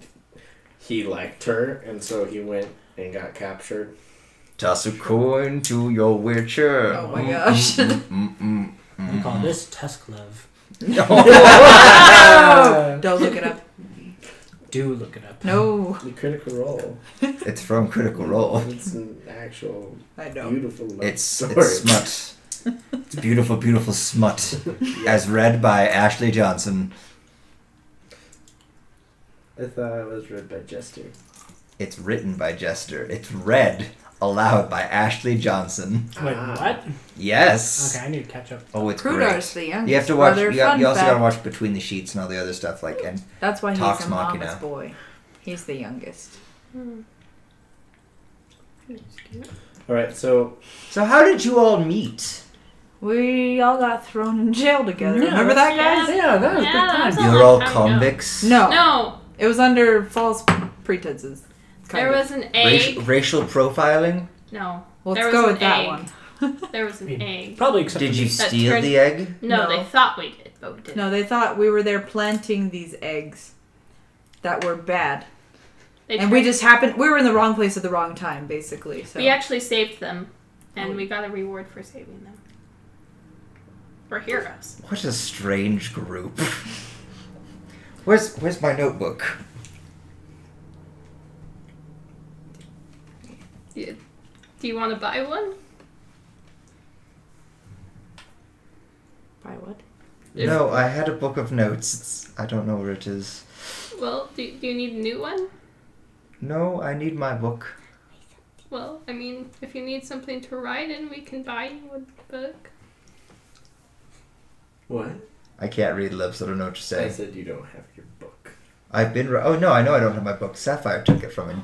he liked her, and so he went and got captured.
toss a coin to your witcher. Mm,
Oh my gosh.
Mm-mm-mm-mm.
We call this Tusk Love.
don't look it up.
Do look it up.
No,
The critical role.
It's from Critical Role.
It's an actual
I don't.
beautiful. love
It's
story.
it's smut. It's beautiful, beautiful smut, as read by Ashley Johnson.
I thought it was read by Jester.
It's written by Jester. It's read aloud by Ashley Johnson.
Wait,
Ah.
Yes.
what? Okay, I need to catch up.
Oh, it's
Kudos, the
great.
youngest
You have to watch.
brother.
You, got,
Fun
you also
fact.
got to watch Between the Sheets and all the other stuff. Like, and
That's why he's
Talks
a mama's
Machina.
boy. He's the youngest.
Hmm. That's cute.
All right, so
so, how did you all meet?
We all got thrown in jail together.
Yeah,
Remember that,
that's-
guys?
Yeah, that was
Yeah,
good
that's
times.
a
You're
long
all
time ago.
convicts.
No,
No,
it was under false pretenses. kind
there
of.
was an egg.
Racial, racial profiling.
No,
Well,
there
let's
was
go
an
with that
egg.
one.
there was an egg.
Probably except
Did
for
you
me.
That
steal
turned-
the egg?
No,
No.
they thought we did, but we didn't.
No, they thought we were there planting these eggs that were bad.
They
and we
tried-
just happened, we were in the wrong place at the wrong time, basically. So.
we actually saved them, and we got a reward for saving them. We're heroes.
What a strange group. Where's where's my notebook?
Do you want to buy one?
By what?
If-
No, I had a book of notes. It's, I don't know where it is.
Well, do, do you need a new one?
No, I need my book.
Well, I mean, if you need something to write in, we can buy you a book.
what?
I can't read lips. I don't know what to
I
say.
said you don't have your book.
I've been. Re- oh no, I know I don't have my book. Sapphire took it from me.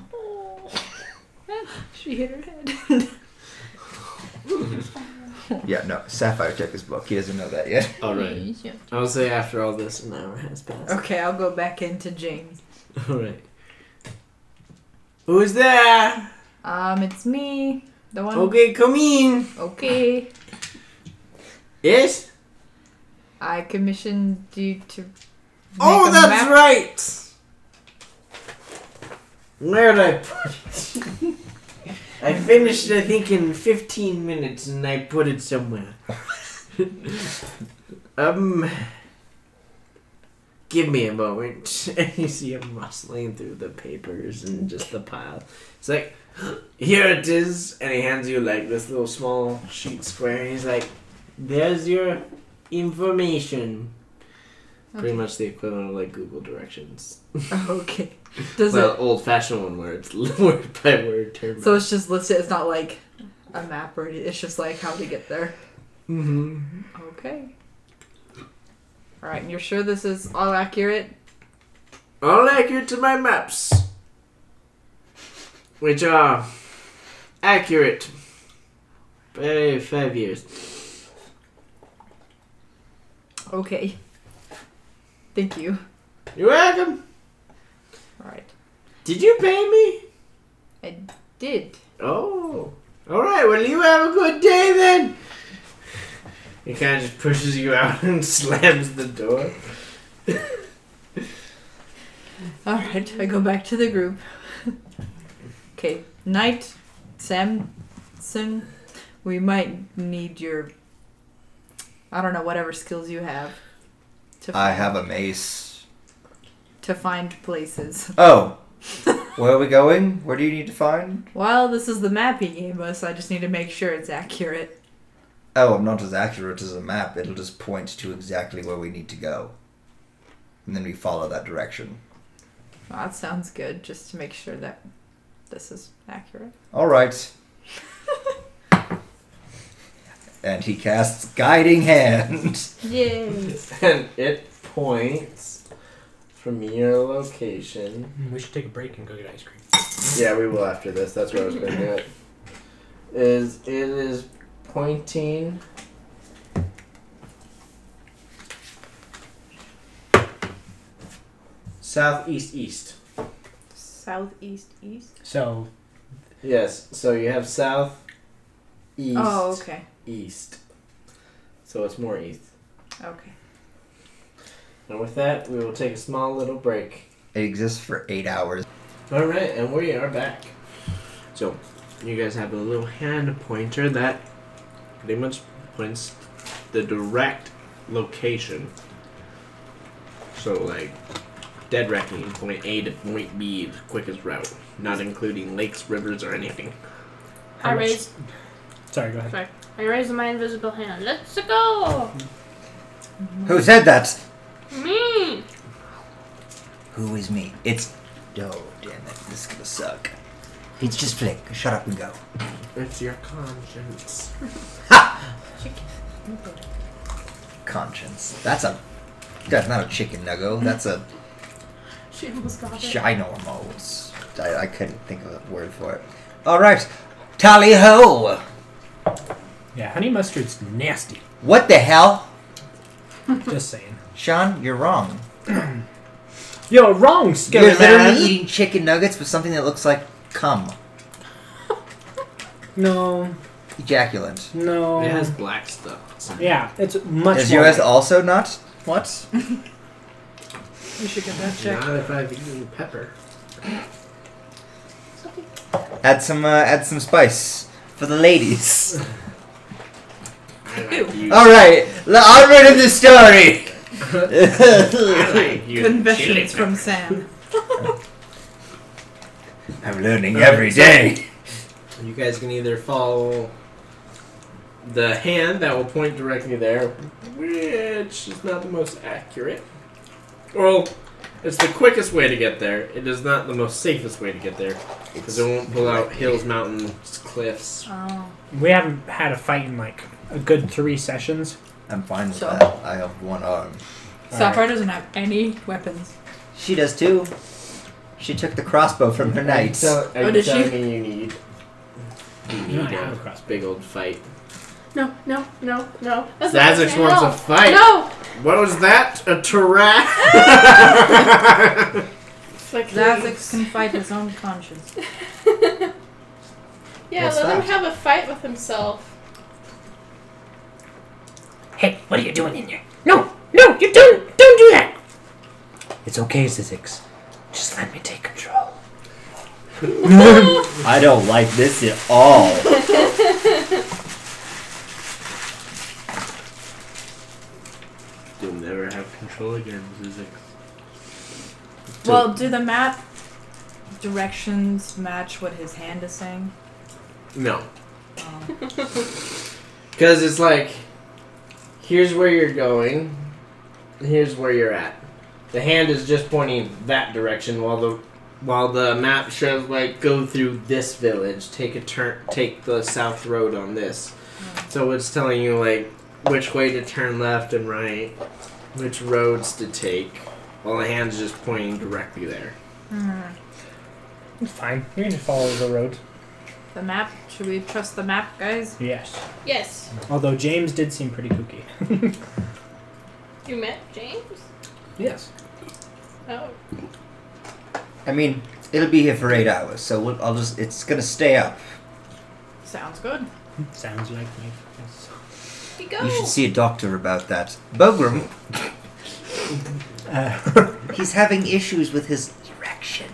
She hit her head.
Yeah, no, Sapphire took his book. He doesn't know that yet.
All right. I will say after all this, an hour has passed.
okay, I'll go back into James.
All right. Who's there?
Um, it's me. The one.
Okay, come in.
okay.
Yes.
I commissioned you to. make
Oh,
a
that's
map.
right. Where'd I put it? I finished, I think, in 15 minutes and I put it somewhere. um. Give me a moment. And you see him rustling through the papers and just the pile. It's like, here it is. And he hands you, like, this little small sheet square. And he's like, there's your information. Pretty
Okay.
much the equivalent of like Google directions.
okay. Does
well, old fashioned one where it's word by word term.
it? So it's just listed. It's not like a map or anything. It's just like how to get there.
hmm
Okay. All right. and You're sure this is all accurate?
all accurate to my maps, which are accurate by five years.
Okay. Thank you.
You're welcome.
All right.
Did you pay me?
Did.
Oh. All right. Well, you have a good day then. He kind of just pushes you out and slams the door.
All right. I go back to the group. okay. Night Samson, we might need your. I don't know whatever skills you have. To
I have a mace.
to find places.
Oh, where are we going? Where do you need to find?
Well, this is the map he gave us. I just need to make sure it's accurate.
Oh, I'm not as accurate as a map. It'll just point to exactly where we need to go, and then we follow that direction.
Well, that sounds good. Just to make sure that this is accurate.
All right. and he casts guiding hand.
Yay!
and it points from your location.
Mm, We should take a break and go get ice cream.
Yeah, we will after this. That's where I was going to do it. Is it is pointing. Southeast east.
Southeast east.
So
Yes, so you have south, east,
Oh, okay.
east. So it's more east.
Okay.
And with that, we will take a small little break.
It exists for eight hours.
All right, and we are back. So, you guys have a little hand pointer that pretty much points the direct location. So, like, dead reckoning, point A to point B, the quickest route, not including lakes, rivers, or anything.
how
I
much-
raise,
Sorry, go ahead.
sorry, I raise my invisible hand. Let's go.
Who said that?
Me.
Who is me? It's. Oh, damn it. This is gonna suck. It's just Flick. Shut up and go.
It's your conscience.
Conscience. That's a. That's not a chicken nuggo. That's a.
She almost got it.
I know a moles. I, I couldn't think of a word for it. Alright. Tally ho!
Yeah, honey mustard's nasty.
What the hell?
Just saying.
Sean, you're wrong.
Yo, wrong,
You're
scary
literally
man.
eating chicken nuggets with something that looks like cum.
No,
Ejaculant.
no.
It has black stuff.
yeah, it's much
Is
more.
yours also not? What?
You should get that checked.
Not if I've eaten pepper.
Add some. Uh, add some spice for the ladies.
I like you.
All right, l- onward in the story.
I like you.
Confessions from Sam.
I'm learning
every
day.
You guys can either follow the hand that will point directly there, which is not the most accurate. Well, it's the quickest way to get there. It is not the most safest way to get there because it won't pull out hills, mountains, cliffs.
Oh.
We haven't had a fight in like a good three sessions.
I'm fine with
So-
that. I have one arm.
Sapphire doesn't have any weapons.
She does too. She took the crossbow from her knight.
So, are
Oh,
you
did she?
telling me you need? You need
I have a
a
crossbow.
big old fight.
No, no, no, no. That's not
Zazix
okay.
wants
no.
a fight.
No.
What was that? A giraffe?
It's like
Zazix can fight his own conscience.
Yeah,
What's
let him
that?
have a fight with himself.
Hey, what are you doing in there? No, no, you don't, don't do that. It's okay, Zizix. Just let me take control.
I don't like this at all.
You'll never have control again, Zizix.
well, do the map directions match what his hand is saying?
No.
Oh.
Because it's like, here's where you're going, here's where you're at. The hand is just pointing that direction, while the while the map shows like go through this village, take a turn, take the south road on this. So it's telling you like which way to turn left and right, which roads to take. While the hand's just pointing directly there.
It's fine. You're gonna follow the road.
The map? Should we trust the map, guys?
Yes.
Yes.
Although James did seem pretty kooky.
You met James?
Yes.
Oh.
I mean, it'll be here for eight hours, so we'll, I'll just. It's gonna stay up.
Sounds good.
Sounds like me.
He goes.
You should see a doctor about that. Bogram,
Uh,
he's having issues with his erection.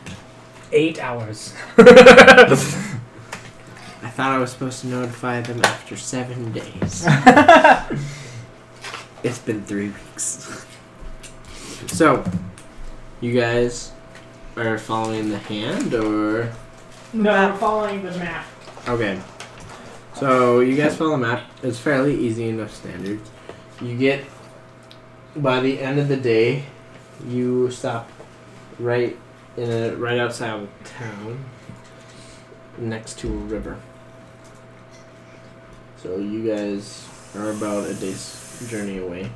eight hours.
thought I was supposed to notify them after seven days. it's been three weeks. So, you guys are following the hand, or
No, I'm following the map.
okay? So you guys follow the map. It's fairly easy enough standards. You get by the end of the day, you stop right in a right outside of town, next to a river. So you guys are about a day's journey away.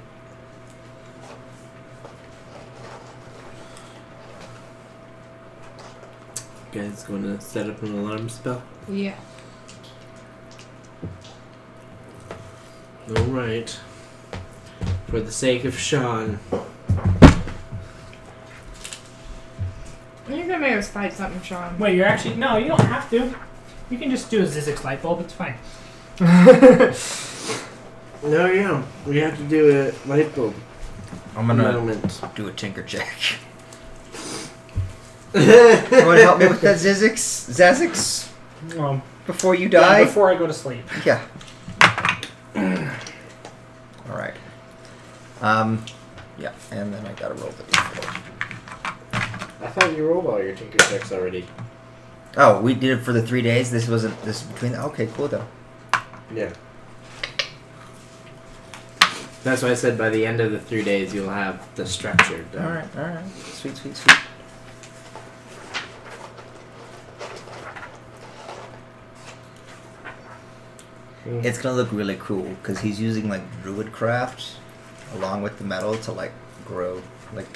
You guys going to set up an alarm spell?
Yeah.
All right. For the sake of Sean,
You're gonna make us fight something, Sean.
Wait, you're actually no, you don't have to. You can just do a Zizix light bulb. It's fine.
no, yeah, we have to do a light bulb
I'm gonna
moment.
do a tinker check. you wanna help me with that Zizix? Zazix?
Um,
Before you
yeah,
die? Yeah.
before I go to sleep.
Alright. Um, yeah, and then I gotta roll the d4.
I thought you rolled all your tinker checks already.
Oh, we did it for the three days. This wasn't this between. Okay, cool though.
Yeah. That's why I said by the end of the three days you'll have the structure done.
All right, all right. Sweet, sweet, sweet.
Mm.
It's gonna look really cool because he's using like druid craft along with the metal to like grow like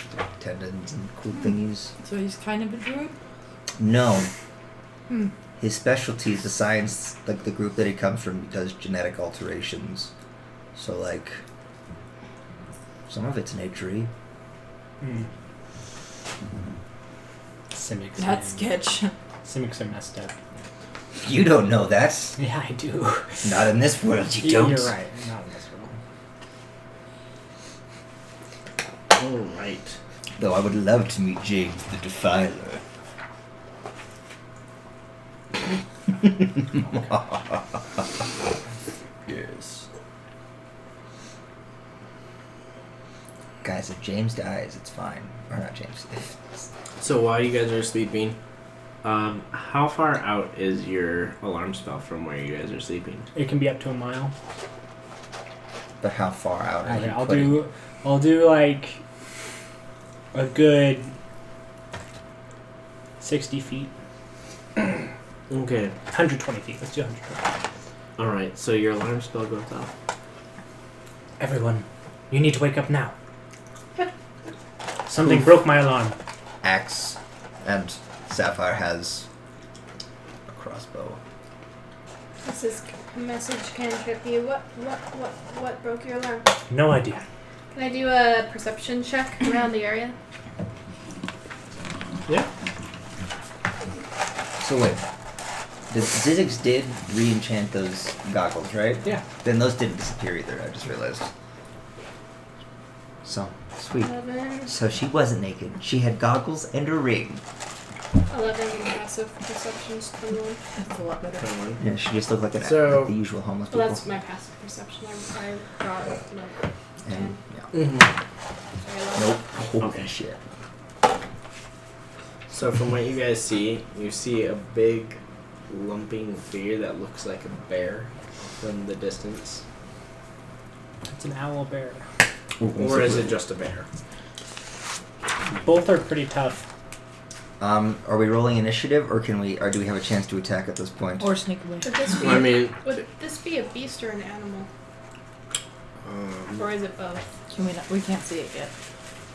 tendons and cool thingies.
So he's kind of a druid?
No.
Hmm.
His specialty is the science, like the group that he comes from does genetic alterations. So like, some of it's nature.
Hmm.
Simics.
That's
man.
sketch.
Simics are messed up.
You don't know that.
Yeah, I do.
Not in this world, you
You're
don't.
right. Not in this world.
All right.
Though I would love to meet James the Defiler. yes. Guys, if James dies, it's fine. Or not James.
So while you guys are sleeping, um, how far out is your alarm spell from where you guys are sleeping?
It can be up to a mile.
but how far out are
Okay,
you
I'll
putting-
do. I'll do like a good sixty feet,
Okay.
hundred twenty feet. Let's do hundred twenty.
All right. So your alarm spell goes off.
Everyone, you need to wake up now. Something broke my alarm.
Axe, and Sapphire has a crossbow.
This is a message can trip you. What what what what broke your alarm?
No idea.
Can I do a perception check around the area?
So wait. The Zizix did re-enchant those goggles, right?
Yeah.
Then those didn't disappear either, I just realized. So, sweet.
Eleven.
So she wasn't naked. She had goggles and a ring.
Eleven passive perceptions. Twenty-one.
That's a lot better.
Yeah, she just looked like, an,
So-
like the usual homeless people.
Well, that's my passive perception. I, I got like
and,
ten.
yeah.
Mm-hmm.
Sorry, eleven.
Nope. Holy
Okay.
shit.
So from what you guys see, you see a big, lumping figure that looks like a bear from the distance,
It's an owl bear.
or is it just a bear?
Both are pretty tough.
Um, are we rolling initiative, or can we, or do we have a chance to attack at this point?
Or sneak away.
Would this be
I mean,
would this be a beast or an animal,
um,
or is it both?
Can we not? We can't see it yet.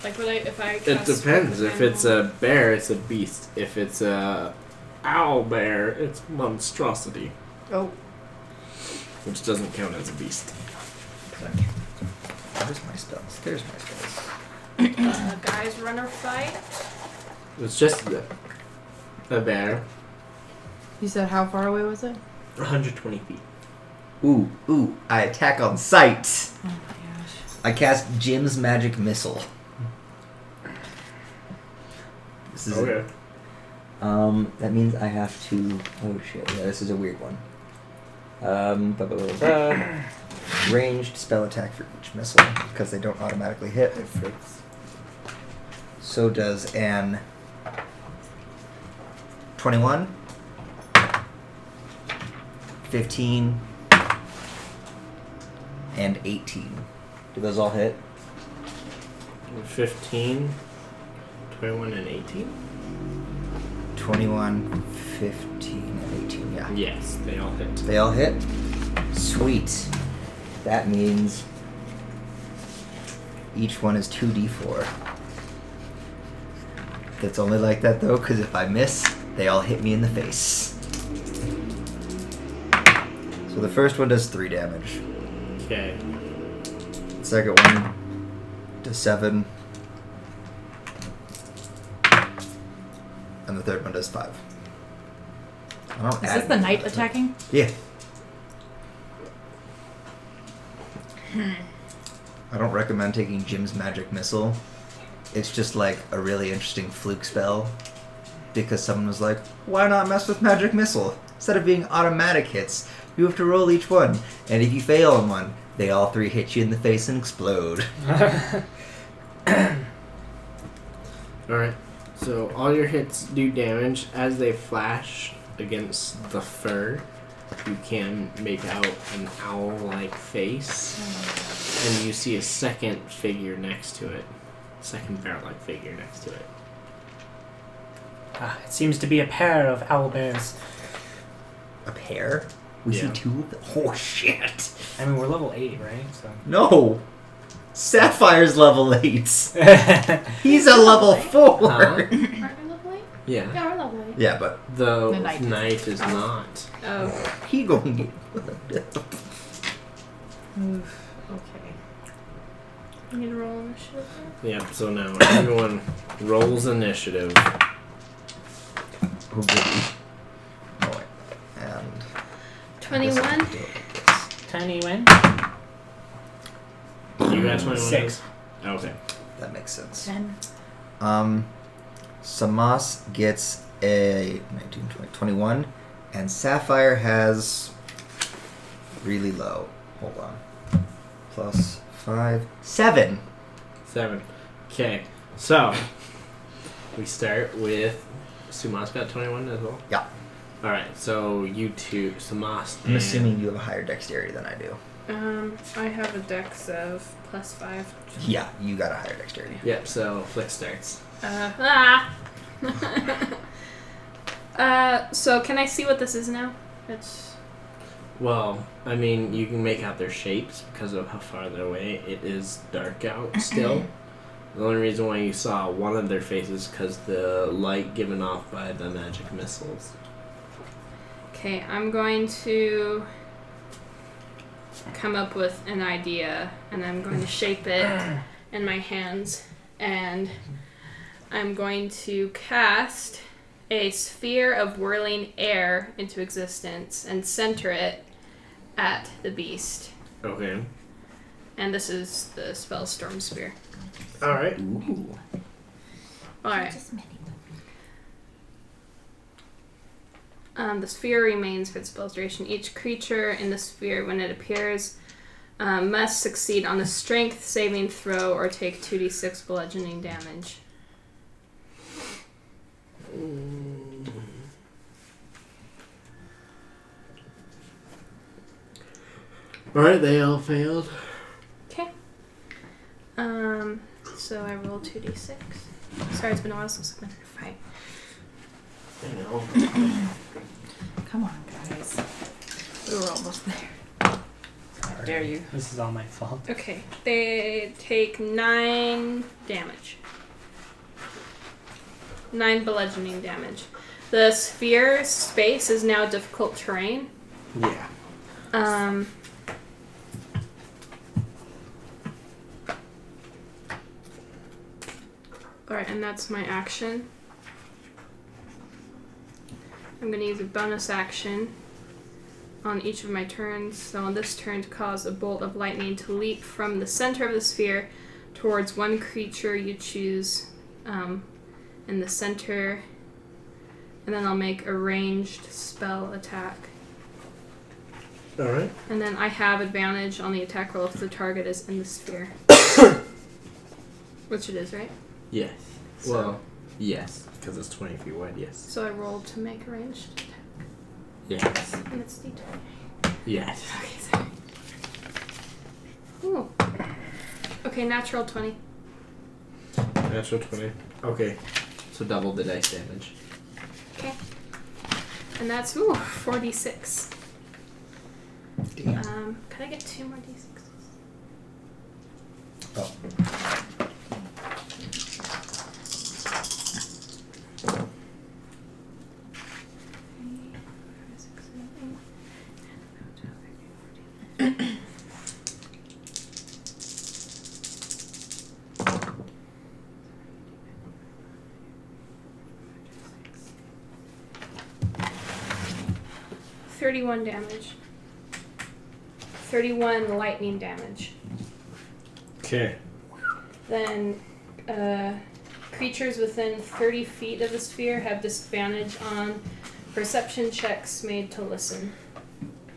Like, would I if I?
it
cast
depends.
an
If it's
animal-
a bear, it's a beast. If it's a owl bear, it's monstrosity,
Oh.
which doesn't count as a beast.
There's my spells. There's my spells.
uh, guys run or fight,
It's just a, a bear,
You said how far away was it?
120 feet.
Ooh, ooh! I attack on sight.
Oh my gosh.
I cast Jim's magic missile. This is
Okay.
Um, that means I have to. Oh shit! Yeah, this is a weird one. Um, blah, blah, blah, blah,
Uh,
blah. Ranged spell attack for each missile because they don't automatically hit. If it's so does an twenty-one, fifteen, and eighteen. Do those all hit?
15, 21, and 18?
21, 15, and 18, yeah.
Yes, they all hit.
They all hit. Sweet. That means each one is 2d4. That's only like that though, because if I miss, they all hit me in the face. So the first one does 3 damage.
Okay.
Second one does seven. And the third one does five. I don't
Is
add
this the
anything
knight
to it.
attacking?
Yeah. I don't recommend taking Jim's magic missile. It's just like a really interesting fluke spell. Because someone was like, why not mess with magic missile? Instead of being automatic hits, you have to roll each one. And if you fail on one, they all three hit you in the face and explode.
Alright. So all your hits do damage. As they flash against the fur, you can make out an owl like face. And you see a second figure next to it. Second bear like figure next to it.
Ah, it seems to be a pair of owl bears.
A pair? We see
Yeah.
two of them? Oh shit!
I mean, we're level eight, right? So.
No! Sapphire's level 8. He's a level 4!
Huh?
Aren't we level eight?
Yeah.
Yeah, we're level eight.
Yeah, but
The,
The knight
knight,
is-
is not.
Oh,
he going to get
Oof, okay.
We need to roll initiative. now?
Yep, so now everyone rolls initiative.
Oh, goody. Oh, wait. And. I
Twenty-one.
guess I can do it like this.
Tiny win.
You got 21?
Mm, Six.
Okay.
That makes sense.
Ten.
Um, Samas gets a 19, 20, 21, and Sapphire has really low. Hold on. Plus 5. 7.
Seven. Okay, so we start with Sumas got twenty one as well.
Yeah.
All right, so you two, Sumas.
I'm
and-
assuming you have a higher dexterity than I do.
Um, I have a dex of plus five.
Yeah, you got a higher dexterity.
Yep. So Flick starts.
Uh, ah. uh, so can I see what this is now? It's
Well, I mean, you can make out their shapes because of how far they're away. It is dark out still. the only reason why you saw one of their faces because the light given off by the magic missiles.
okay. I'm going to come up with an idea, and I'm going to shape it in my hands, and I'm going to cast a sphere of whirling air into existence and center it at the beast.
Okay.
And this is the spell Storm Spear.
All right.
Ooh.
All right. Um, the sphere remains for the spell's duration. Each creature in the sphere, when it appears, um, must succeed on a strength saving throw or take 2d6 bludgeoning damage.
All right. They all failed.
Okay. Um, so I roll 2d6. Sorry, it's been a while since I've been in a fight.
I know.
Come on, guys. We were almost there.
Sorry.
dare you.
This is all my fault.
Okay, they take 9 damage. 9 bludgeoning damage. The sphere space is now difficult terrain.
Yeah.
Um. Alright, and that's my action. I'm gonna use a bonus action on each of my turns. So on this turn, to cause a bolt of lightning to leap from the center of the sphere towards one creature you choose um, in the center, and then I'll make a ranged spell attack.
All right.
And then I have advantage on the attack roll if the target is in the sphere. Which it is, right?
Yes.
So-
Well, yes, because it's twenty feet wide. Yes.
So I rolled to make a ranged attack.
Yes.
And it's d20.
Yes.
Okay, sorry. Ooh. Okay, natural 20.
Natural twenty. Okay. So double the dice damage.
And that's, ooh, 46.
Damn.
Um, could I get two more d6s?
Oh.
Thirty-one damage. Thirty-one lightning damage.
Okay.
Then, uh, creatures within 30 feet of the sphere have disadvantage on perception checks made to listen.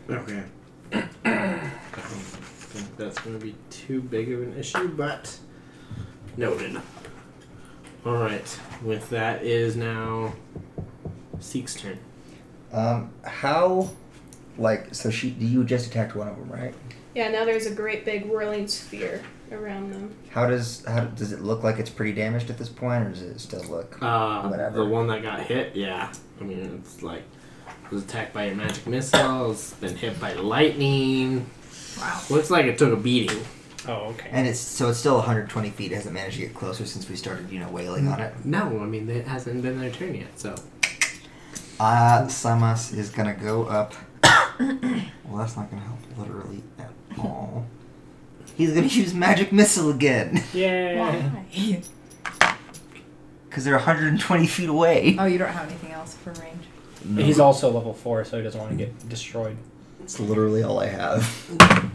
Okay. I don't think that's going to be too big of an issue, but noted. All right. With that is now Seek's turn.
Um, how, like, so she, you just attacked one of them, right?
Yeah, now there's a great big whirling sphere around them.
How does, how does it look like it's pretty damaged at this point, or does it still look?
Uh,
Whatever.
The one that got hit, yeah. I mean, it's like it was attacked by a magic missile. It's been hit by lightning. Wow. Looks like it took a beating.
Oh, okay.
And it's, so it's still 120 feet, it hasn't managed to get closer since we started, you know, wailing on it.
No, I mean it hasn't been their turn yet. So
Uh, Samas is gonna go up. well, that's not gonna help literally at all. He's gonna use magic missile again
Yeah.
Why?
because they're 120 feet away.
Oh, you don't have anything else for range.
He's also level four, so he doesn't want to get destroyed.
That's literally all I have.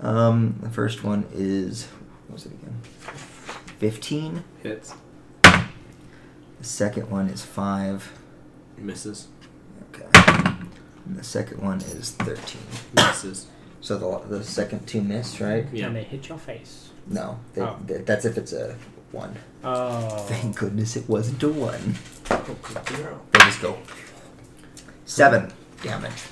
Um, the first one is what was it again? 15.
hits,
The second one is five.
misses,
Okay. And the second one is 13.
misses.
So the the second two miss, right?
Yeah.
And they hit your face.
No, they,
Oh.
th- that's if it's a one.
Oh.
Thank goodness it wasn't a one.
Oh, good girl.
They just go. Seven damage.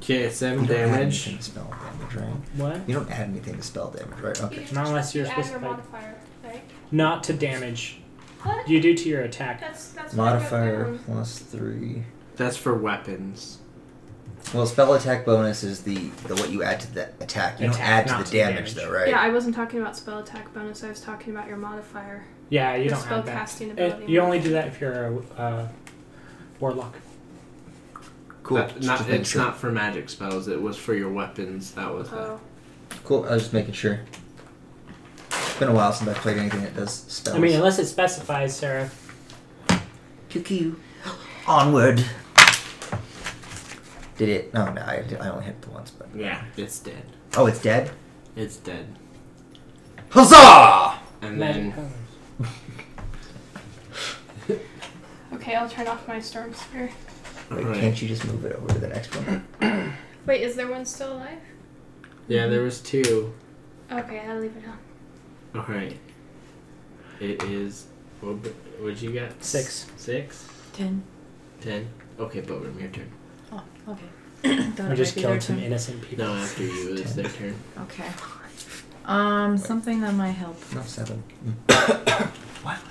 Okay, seven
You don't add
damage.
anything to spell damage, right?
What?
You don't add anything to spell damage, right? Okay.
Not unless you're
You
supposed
add
to
your
play-
modifier, right?
Not to damage.
What?
You do to your attack.
That's, that's what I wrote
Modifier
down.
plus three.
That's for weapons.
Well, spell attack bonus is the, the what you add to the attack. You
Attack,
don't add to
not
the
to the damage.
damage, though, right?
Yeah, I wasn't talking about spell attack bonus. I was talking about your modifier.
Yeah, you
your
don't have that.
spellcasting
It-
ability.
you only do that if you're a uh, warlock.
Cool.
That-
Just
not,
making
it's
sure.
not for magic spells. It was for your weapons. That was that.
Oh.
Cool. I was just making sure. It's been a while since I played anything that does spells.
I mean, unless it specifies, Sarah.
QQ. Onward. Did it? Oh, No, no. I, I only hit the once, but
Yeah, it's dead.
oh, it's dead.
It's dead.
Huzzah!
And then
Magic powers.
Okay, I'll turn off my storm sphere.
Wait,
Right.
can't you just move it over to the next one?
Wait, is there one still alive?
yeah, there was two.
Okay, I'll leave it on.
All right. It is. What would you get?
Six.
Six.
Ten.
Ten. Okay, Bogram, your turn.
Oh, okay.
We just killed some innocent people.
No, after you, it's their turn.
Okay. Um, something that might help.
No, seven. wow,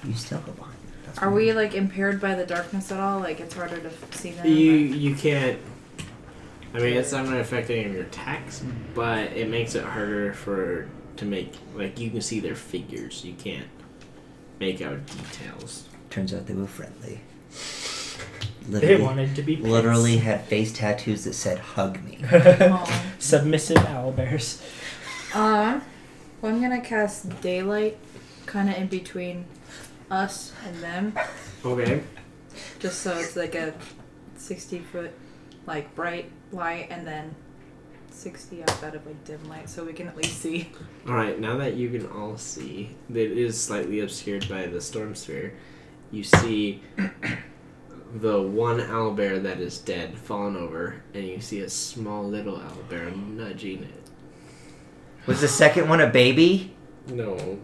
you still go behind. That's
Are we
weird.
like impaired by the darkness at all? Like it's harder to see them. or-
You you can't. I mean, it's not going to affect any of your attacks, but it makes it harder for to make like you can see their figures. You can't make out details.
Turns out they were friendly.
They
Literally,
wanted to be pets.
literally had face tattoos that said "hug me."
Oh.
Submissive owlbears.
Um, well, I'm gonna cast daylight, kind of in between us and them,
Okay.
just so it's like a sixty foot, like bright light, and then sixty outside of like dim light, so we can at least see.
All right. Now that you can all see, it is slightly obscured by the storm sphere. You see the one owlbear that is dead fallen over, and you see a small little owlbear nudging it.
Was the second one a baby?
No.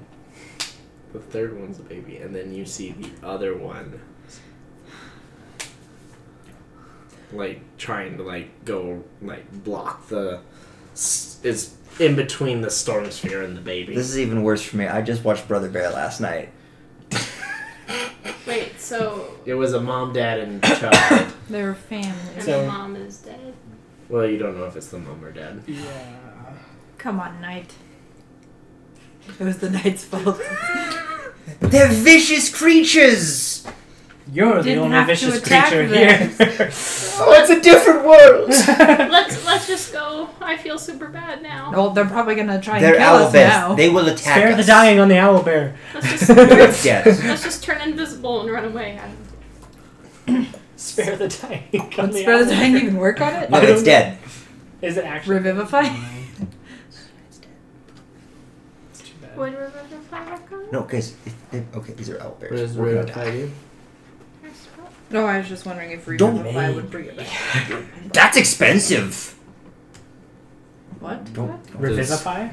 The third one's a baby, and then you see the other one. Like trying to like go like block the s- is in between the storm sphere and the baby.
This is even worse for me. I just watched Brother Bear last night.
Wait, so
It was a mom, dad, and child.
They're family.
and
So-
the mom is dead.
well, you don't know if it's the mom or dad.
Yeah.
Come on, Knight. It was the Knight's fault.
They're vicious creatures.
You're the
Didn't
only
have to
vicious
attack
creature
them.
here.
Oh, it's a different world.
Let's let's just go. I feel super bad now.
well, they're probably gonna try
They're
and kill us now.
owlbears. They will attack
Spare
us.
the dying on the owl bear.
Let's just
Yes.
let's just turn invisible and run away. I don't-
Spare the dying. On
Would
the
spare the
owl
dying
bear.
even work on it?
No, it's dead.
Is it actually?
Revivify?
It's too bad.
Would Rebecca fly back on?
No, guys. it- it- Okay, these are owlbears.
What is
We're
Rita
gonna die.
fighting?
No, I was just wondering if
Don't
Revivify
make-
would bring it back.
That's expensive.
What?
Don't,
Revivify?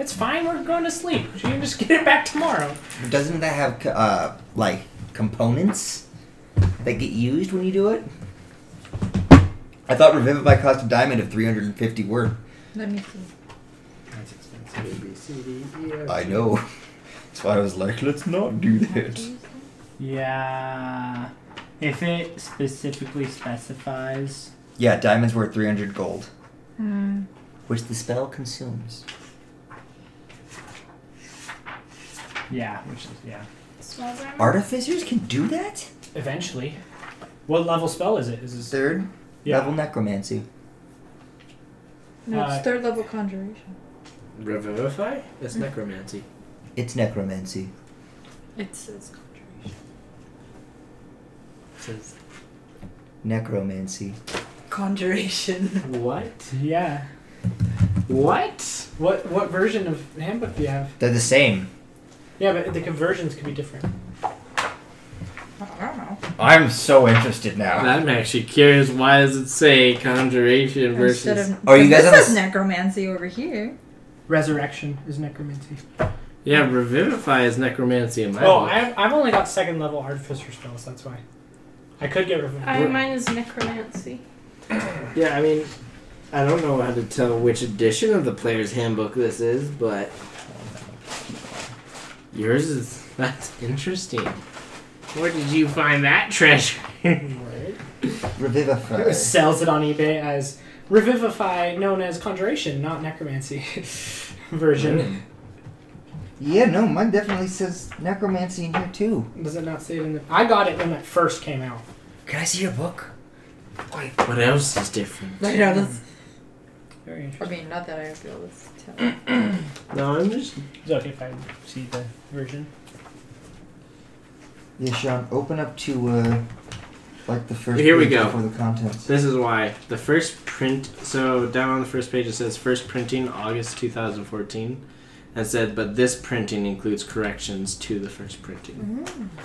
It's fine. We're going to sleep. You can just get it back tomorrow.
Doesn't that have uh, like components that get used when you do it? I thought Revivify cost a diamond of 350 worth.
Let me see.
That's expensive.
A, B, C, D, E, F,
I
G.
know. That's why I was like, let's not do that.
Yeah. If it specifically specifies.
Yeah, diamonds worth 300 gold,
Hmm.
which the spell consumes.
Yeah, which is. Yeah.
Small diamond?
Artificers can do that?
Eventually. What level spell is it? Is this?
Third
Yeah.
level necromancy.
No, it's
Uh,
third level conjuration.
Revivify? That's necromancy.
It's necromancy.
It says conjuration.
Says
Necromancy.
Conjuration.
what?
Yeah.
What?
What what version of handbook do you have?
They're the same.
Yeah, but the conversions could be different.
I don't know.
I'm so interested now.
I'm actually curious. Why does it say conjuration
Instead
versus?
of,
Are you guys
this
on the
is
s-
necromancy over here.
Resurrection is necromancy.
Yeah, revivify is necromancy in my
Oh,
book.
I, I've only got second level artificer spells. That's why. I could get rid of.
I, mine is necromancy.
Yeah, I mean, I don't know how to tell which edition of the player's handbook this is, but yours is that's interesting. Where did you find that treasure?
Right.
Revivify.
sells it on eBay as Revivify, known as Conjuration, not Necromancy version.
Yeah, no, mine definitely says necromancy in here too.
Does it not say it in the? I got it when it first came out.
Can I see your book?
What else is different?
I know this.
Very interesting.
I mean, not that I feel this. Tell.
No, I'm just
Is it okay if I see the version?
Yeah, Sean, open up to uh, like the first
Here we
page
go.
before the contents.
This is why the first print. So down on the first page it says first printing August 2014, and said but this printing includes corrections to the first printing.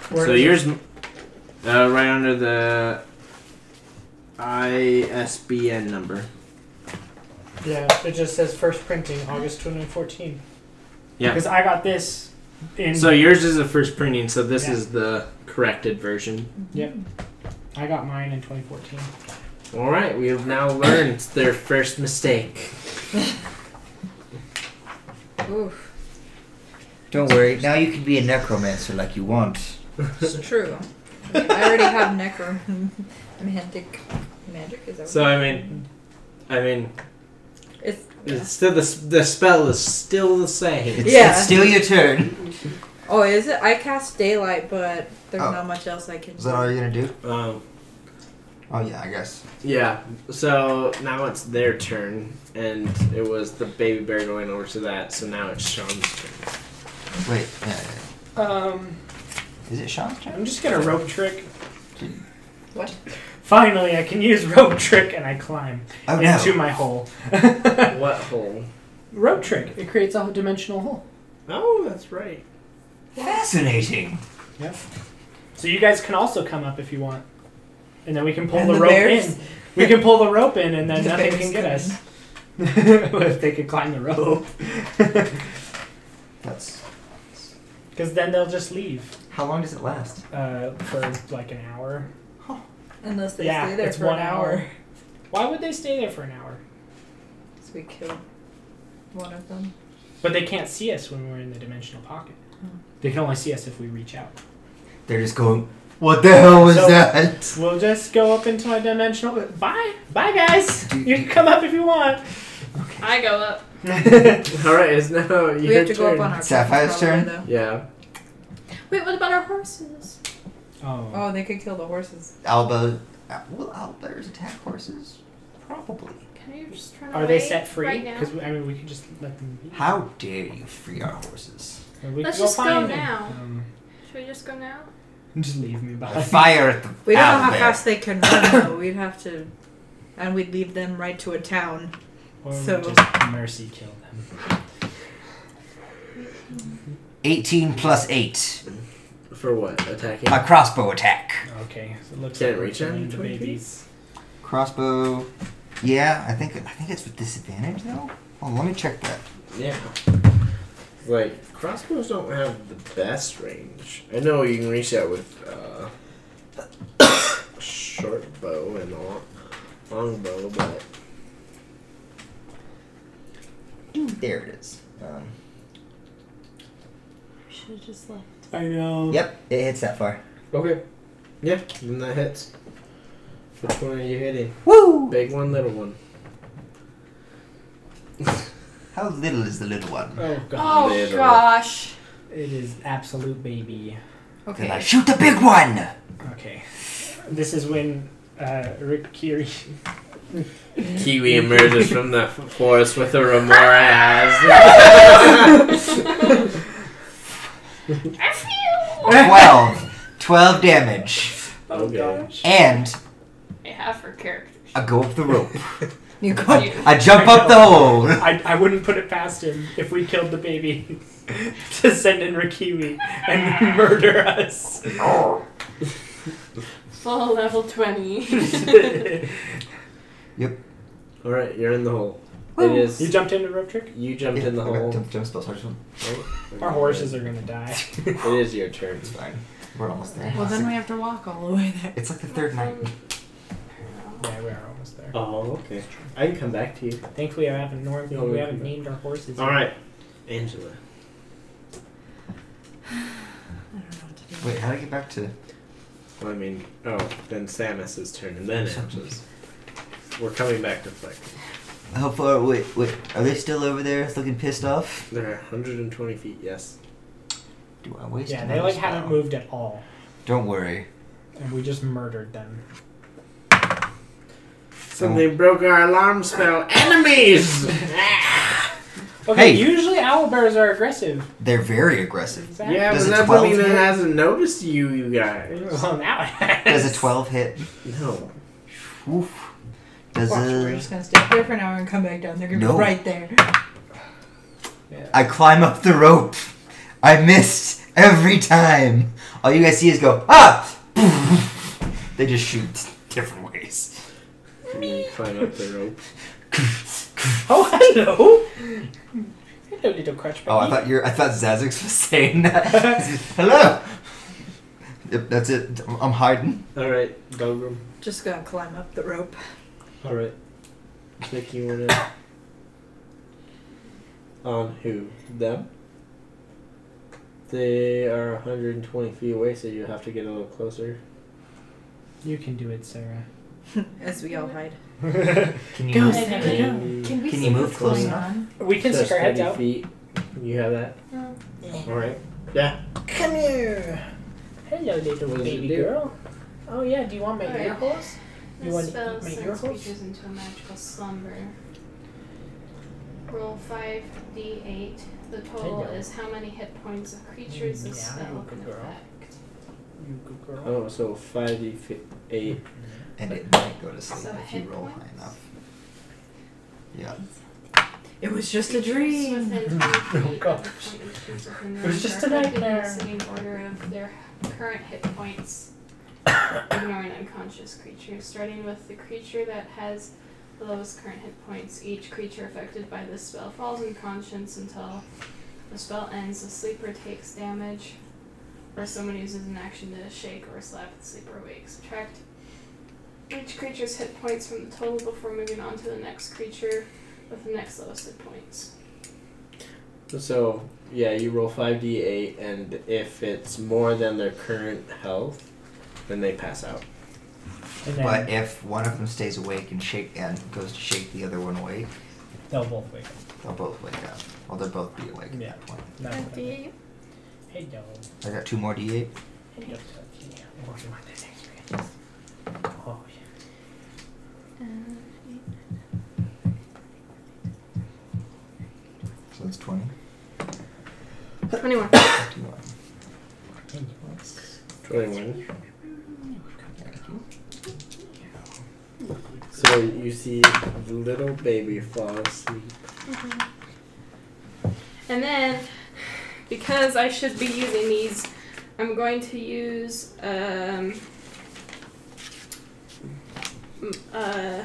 Where
so
is it?
yours, uh, right under the ISBN number.
Yeah, it just says first printing August 2014.
Yeah.
Because I got this in.
So yours is the first printing. So this
Mm-hmm. Yeah.
is the corrected version.
I got mine in 2014.
All right, we have now learned their first mistake.
Oof.
Don't worry, now you can be a necromancer like you want.
It's true. I, mean, I already have necromantic magic. Is that
So I mean, I mean,
what- it's
it's still the s- the spell is still the same.
It's,
Yeah.
it's still your turn.
Oh, is it? I cast daylight, but there's
Oh.
not much else I can.
Is that all you're gonna do?
Um,
Oh yeah, I guess.
Yeah. So now it's their turn, and it was the baby bear going over to that. So now it's Sean's turn.
Wait, yeah, yeah, yeah.
Um,
is it Sean's
I'm
turn?
just gonna rope trick.
What?
Finally, I can use rope trick and I climb
Oh
into
no.
my hole.
What hole?
rope trick. It creates a dimensional hole.
Oh, that's right.
Fascinating.
So you guys can also come up if you want. and then we can pull
And
the,
the
rope
bears.
in. We can pull the rope in, and then
The
nothing
bears
can get
come
us.
Oh.
if they could climb the rope,
That's
because then they'll just leave
how long does it last?
uh, for like an hour.
Unless they
yeah,
stay there
it's
for
one
an hour.
hour. Why would they stay there for an hour?
So we killed one of them.
But they can't see us when we're in the dimensional pocket.
Hmm.
They can only see us if we reach out.
They're just going. What the hell was
So-
that?
We'll just go up into my dimensional. Bye, bye, guys. You can come up if you want.
I go up.
All right, it's now your
We have to go
turn.
up on our
Sapphire's
probably,
turn?
though.
Yeah.
Wait, what about our horses?
Oh,
Oh, they could kill the horses.
Alba. uh, Will owlbears attack horses? Probably.
Can you just turn
are they
away
set free?
right now?
Because I mean, we can just let them be.
How dare you free our horses?
Or we
Let's
can
just go
find them.
now.
Um,
Should we just go now?
just leave me
Or
behind.
Fire at the
We don't know how
owlbear.
fast they can run, though. We'd have to. And we'd leave them right to a town.
Or we
So-
just mercy kill them.
18 plus 8.
For what? Attacking?
A crossbow attack.
Okay, so it looks
Can't
like we're
reach out
killing
to
the
20 feet?
babies.
Crossbow. Yeah, I think I think it's with disadvantage though. Well, let me check that.
Yeah. Like crossbows don't have the best range. I know you can reach out with uh, short bow and long, long bow, but
There it is. Um,
Should have just left.
I know.
yep, it hits that far.
okay. Yeah, then that hits. Which one are you hitting?
Woo!
Big one, little one.
How little is the little one?
Oh god.
Oh,
Little.
gosh.
It is absolute baby.
Then I
Okay.
shoot the big one.
Okay. This is when uh, Rick Curie
Kiwi emerges from the forest with a remora ass.
Twelve. Twelve damage.
oh gosh.
And
I have her character.
I go up the rope.
You go
You-
I jump up the hole.
I, I wouldn't put it past him if we killed the baby to send in Rikiwi and murder us.
Full level 20.
you
All right, you're in the hole.
Woo.
It is you,
jumped into rope trick?
jumped in the
Yeah,
hole.
Jump, jump spell search one.
Our horses are gonna die.
It is your turn.
It's fine. We're almost there.
Well, then we have to walk all the way there.
It's like the third night.
Yeah, we are almost there.
Oh, okay. I can come back to you.
Thankfully, I haven't normed,
No,
we
Oh, we
haven't
can-
named our horses.
All right, Angela.
I don't know what to do.
Wait, how do I get back to?
Well, I mean, oh, then Samus's turn, and then Angela's. We're coming back to Flick.
How far? Wait, wait. Are they still over there? Looking pissed off?
They're 120 feet. Yes.
Do I waste?
Yeah, they
another
like
spell?
haven't moved at all,
Don't worry.
and we just murdered them.
Something broke our alarm spell. Enemies.
Okay,
Hey.
usually owl bears are aggressive.
They're very aggressive.
Exactly.
yeah,
Does
but
a
that
12
doesn't mean it
hit?
hasn't noticed you, you guys.
Well, now it has.
Does a twelve hit?
No.
Oof. Does
Watch, we're
a?
just gonna stay up there for an hour and come back down. They're gonna
Uh, No.
be right there.
I climb up the rope. I missed every time. All you guys see is go ah. They just shoot different ways.
You climb up the rope.
Oh, hello! Hello, little crutch
Oh, I
buddy.
thought you're. I thought Zazix was saying that. Hello. Yep, that's it. I'm I'm hiding.
All right, Belgrim.
Just gonna climb up the rope.
All right. Nick, you wanna on who? Them. They are 120 feet away, so you have to get a little closer.
You can do it, Sarah.
As we all hide.
Can you?
Go,
move-
Sarah,
can you-
Can
we Can see you move what's close going enough?
We can
Says
stick our heads
30
out. Eh.
Feet. You have that. All right. Yeah.
Come here. Hello, little
What does it
baby
do?
girl. Oh yeah, do you want my
Alright.
ear holes? You
This
want to
spell
eat my ear
sends
holes?
creatures into a magical slumber. Roll 5d8. The total
Hello.
is how many hit points a creature is
Yeah,
a spell
good
can
girl.
affect.
You good girl.
Oh, so 5d fi- 8.
And it might go to sleep
So
if you
hit
roll high
points?
enough. Yeah.
It was just a
Creatures
dream.
within 20 feet of the
gosh.
point of truth within
It was
range
just
are
a
affected in
nightmare.
ascending order of their current hit points. ignoring unconscious creatures, starting with the creature that has the lowest current hit points. Each creature affected by this spell falls unconscious until the spell ends. The sleeper takes damage, or someone uses an action to shake or slap the sleeper awake. Subtract each creature's hit points from the total before moving on to the next creature with the next lowest hit points.
So yeah, you roll five d eight, and if it's more than their current health, then they pass out.
And then
But if one of them stays awake and shake and goes to shake the other one awake,
They'll both wake up.
they'll both wake up. Well, they'll both be awake at
Yeah.
that point.
That's what I meant.
D8.
Hey, no.
I got two more d8.
Hey, no. Yeah, we're working on that next round. Oh, yeah.
So that's 20.
21.
21.
Twenty one. So you see the little baby fall asleep.
And then, because I should be using these, I'm going to use um, m- uh,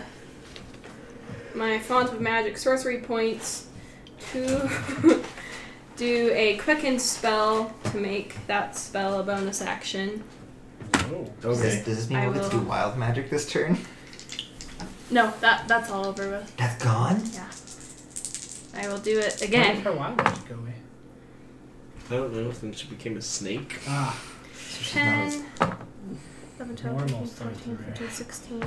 my font of magic sorcery points to do a quicken spell to make that spell a bonus action.
Oh.
Does this, does this mean
I
we'll get to do
will-
wild magic this turn?
No, that that's all over with.
That's gone?
I will do it
I don't
again.
care why I let it go away.
I don't know if then she became a snake.
ah,
10, 11, 12,
Normal
13, 14,
sorcerer.
15, 16,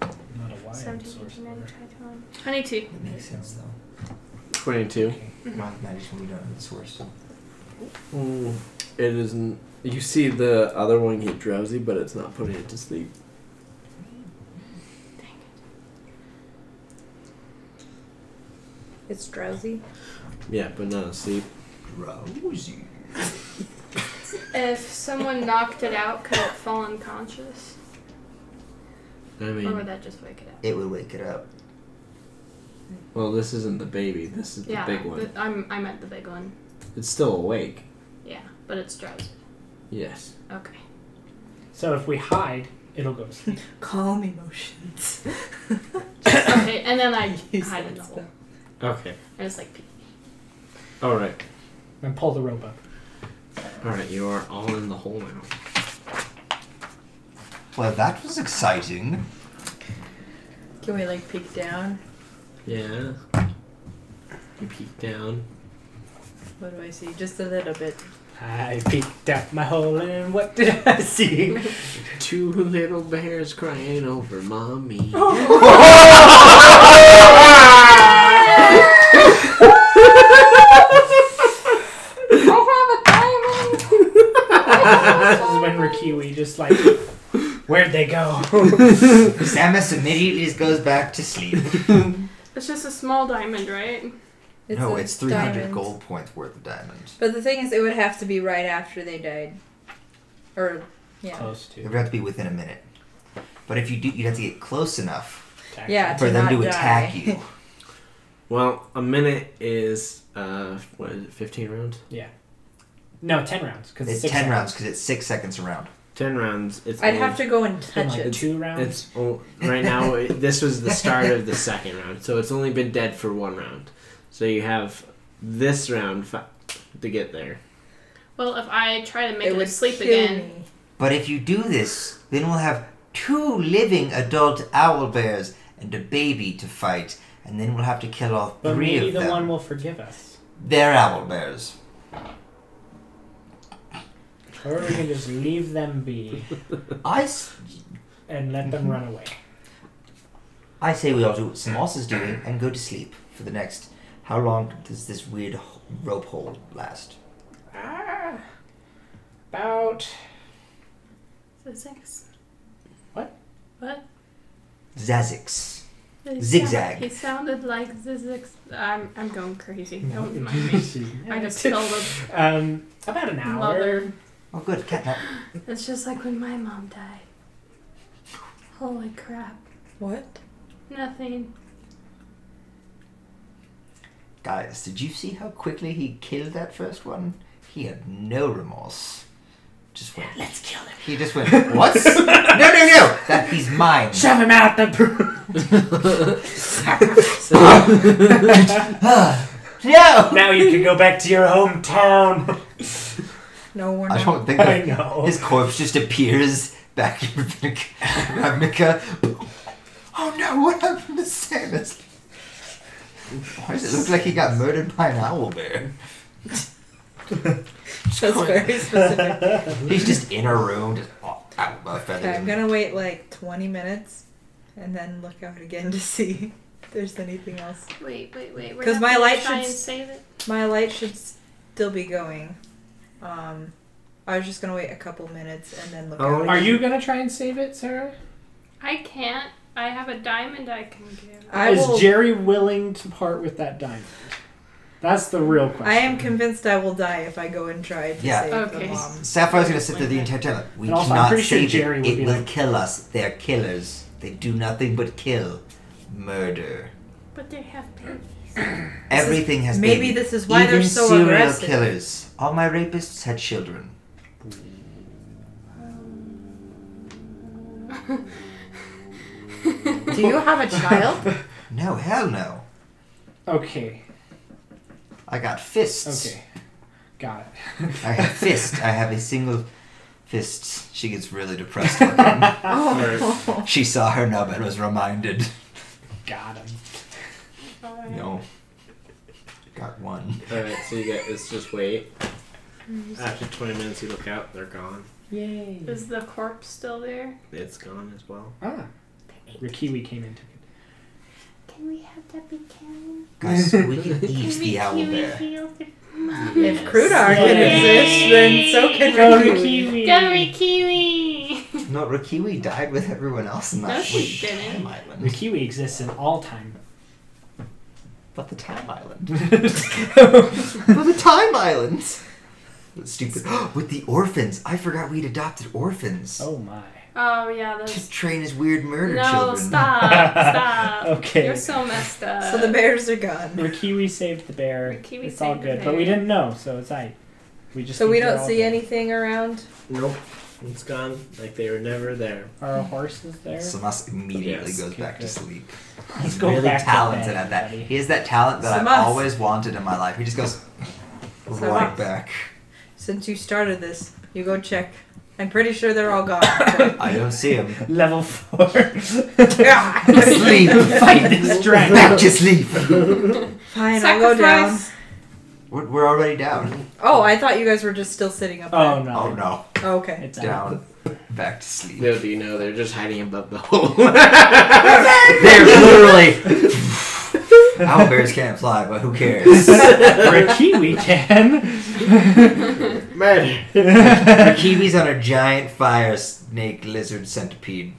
not a wild
17, 18,
sorcerer.
19, 22.
That makes sense though.
Twenty two.
Wild magic when we don't know the source.
Mm, it isn't. You see the other one get drowsy, but it's not putting it to sleep.
It's drowsy.
Yeah, but not asleep.
Drowsy.
If someone knocked it out, could it fall unconscious?
I
Or would
mean,
that just wake it up?
It would wake it up.
well, this isn't the baby. This is
yeah,
the big one.
th- I'm, I meant the big one.
It's still awake.
Yeah, but it's drowsy.
Yes.
Okay.
So if we hide, it'll go to sleep.
Calm emotions.
okay, and then I
Use
hide in
that
the hole.
Okay.
I just like pee.
All right.
and pull the rope up.
All right. You are all in the hole now.
Well, that was exciting.
Can we like peek down?
Yeah. You peek down.
What do I see? Just a little bit.
I peeked out my hole and what did I see?
Two little bears crying over mommy.
this is when Rikiwi just like, where'd they go?
Samus immediately just goes back to sleep.
It's just a small diamond, right?
no,
a
it's 300
diamond.
gold points worth of diamonds.
But the thing is, it would have to be right after they died, or yeah,
Close to.
It would have to be within a minute. But if you do, you'd have to get close enough
attack.
yeah,
for
to
them
not
to
die.
attack you.
Well, a minute is uh, what is it? Fifteen rounds.
No, 10 rounds. Cause
It's
six
10 rounds because it's six seconds around.
Ten rounds. It's.
I'd
only-
have to go and
Been
touch
like
it.
two rounds.
It's o- right now. it- this was the start of the second round, so it's only been dead for one round. So you have this round fi- to get there.
Well, if I try to make
It
it,
would
sleep
kill
again,
me.
But if you do this, then we'll have two living adult owl bears and a baby to fight, and then we'll have to kill all
but
three
maybe
of
the
them.
one will forgive us.
They're owl bears.
Or we can just leave them be
I, s-
and let them run away.
I say we all do what Samos is doing and go to sleep for the next. How long does this weird h- rope hole last?
Ah, about.
So six.
What?
What?
Zazix.
He
Zigzag.
sound- He sounded like zigzag. I'm, I'm going crazy. Don't mind me. I just killed a
Um, about an hour.
mother.
Oh, good. Catnap.
It's just like when my mom died. Holy crap.
What?
Nothing.
Guys, did you see how quickly he killed that first one? He had no remorse. Just went. Let's kill him. He just went. What? no, no, no. That he's mine.
Shove him out the.
no.
now you can go back to your hometown.
No we're
I
not.
don't think
I
that
know.
his corpse just appears back in Ravnica. Ravnica. Oh no! What happened to Samus? Why does it look like he got murdered by an owl bear?
That's very specific.
He's just in a room, just oh, ow, my feathers.
Okay, I'm gonna wait like 20 minutes and then look out again to see if there's anything else.
Wait, wait, wait. we're
'Cause
not
my
gonna
light
try
should
and
s-
save it.
My light should still be going. Um, I was just gonna wait a couple minutes and then look
Oh,
out.
Are you gonna try and save it, Sarah?
I can't. I have a diamond I can give.
I
Is
will.
Jerry willing to part with that diamond? That's the real question.
I am convinced I will die if I go and try to
Yeah.
save
Okay.
the mom.
Sapphire's gonna sit there the entire time. Like, we
And also, I'm
cannot
pretty sure
save
Jerry
it.
would
It
be
will
like-
kill us. They're killers. They do nothing but kill, murder.
But they have babies.
Everything has
Maybe
babies.
this is why
Even
they're so
serial
aggressive.
killers. All my rapists had children.
Do you have a child?
No, hell no.
Okay.
I got fists.
Okay. Got it.
I have fist. I have a single fist. She gets really depressed. looking.
oh.
she saw her nub and was reminded.
Got him.
No. Got one.
All right, so you get it's just wait.
Mm-hmm.
After twenty minutes, you look out. They're gone.
Yay.
Is the corpse still there?
It's gone as well.
Ah. Rikiwi came into it.
Can we have that be canon?
Gus, we can
Can
ease the owl
Kiwi
bear.
heal the
If Krudar can
Yay.
exist, then so can
Go
Rikiwi.
Rikiwi.
Gummy kiwi.
No, Rakiwi died with everyone else in that
No, she
week.
didn't.
Time Island.
Rikiwi exists in all time.
But the Time Island. but the Time Island. Stupid. with the orphans. I forgot we'd adopted orphans.
Oh my.
Oh yeah,
To
that's
train his weird murder
no.
children.
Stop, stop.
Okay.
You're so messed up.
So the bears are gone.
Rikiwi saved the bear.
Rikiwi
it's all
saved the
good, but we
bear.
didn't know, so it's like we just.
So
think
we
they're
don't
all
see
dead.
anything around.
Nope, it's gone. Like they were never there.
Are our horses there?
Samas immediately
Yes,
goes
okay,
back to
good.
sleep.
Let's
He's
go
really
back to
talented
bed,
at that.
everybody.
He has that talent that
Samas.
I've always wanted in my life. He just goes right
Samas.
back.
Since you started this, you go check. I'm pretty sure they're all gone. but-
I don't see him.
Level four.
Sleep.
Fight this
Back
dragon.
to sleep.
Fine, I'll go down.
Sacrifice.
We're, we're already down.
Oh, I thought you guys were just still sitting up
Oh
there.
no.
Oh no.
Oh, okay.
It's out.
Down. Back to sleep.
Little do you know, they're just hiding above the hole.
They're literally. Owlbears can't fly, but who cares?
We're a kiwi can.
Murder.
The kiwi's on a giant fire snake lizard centipede.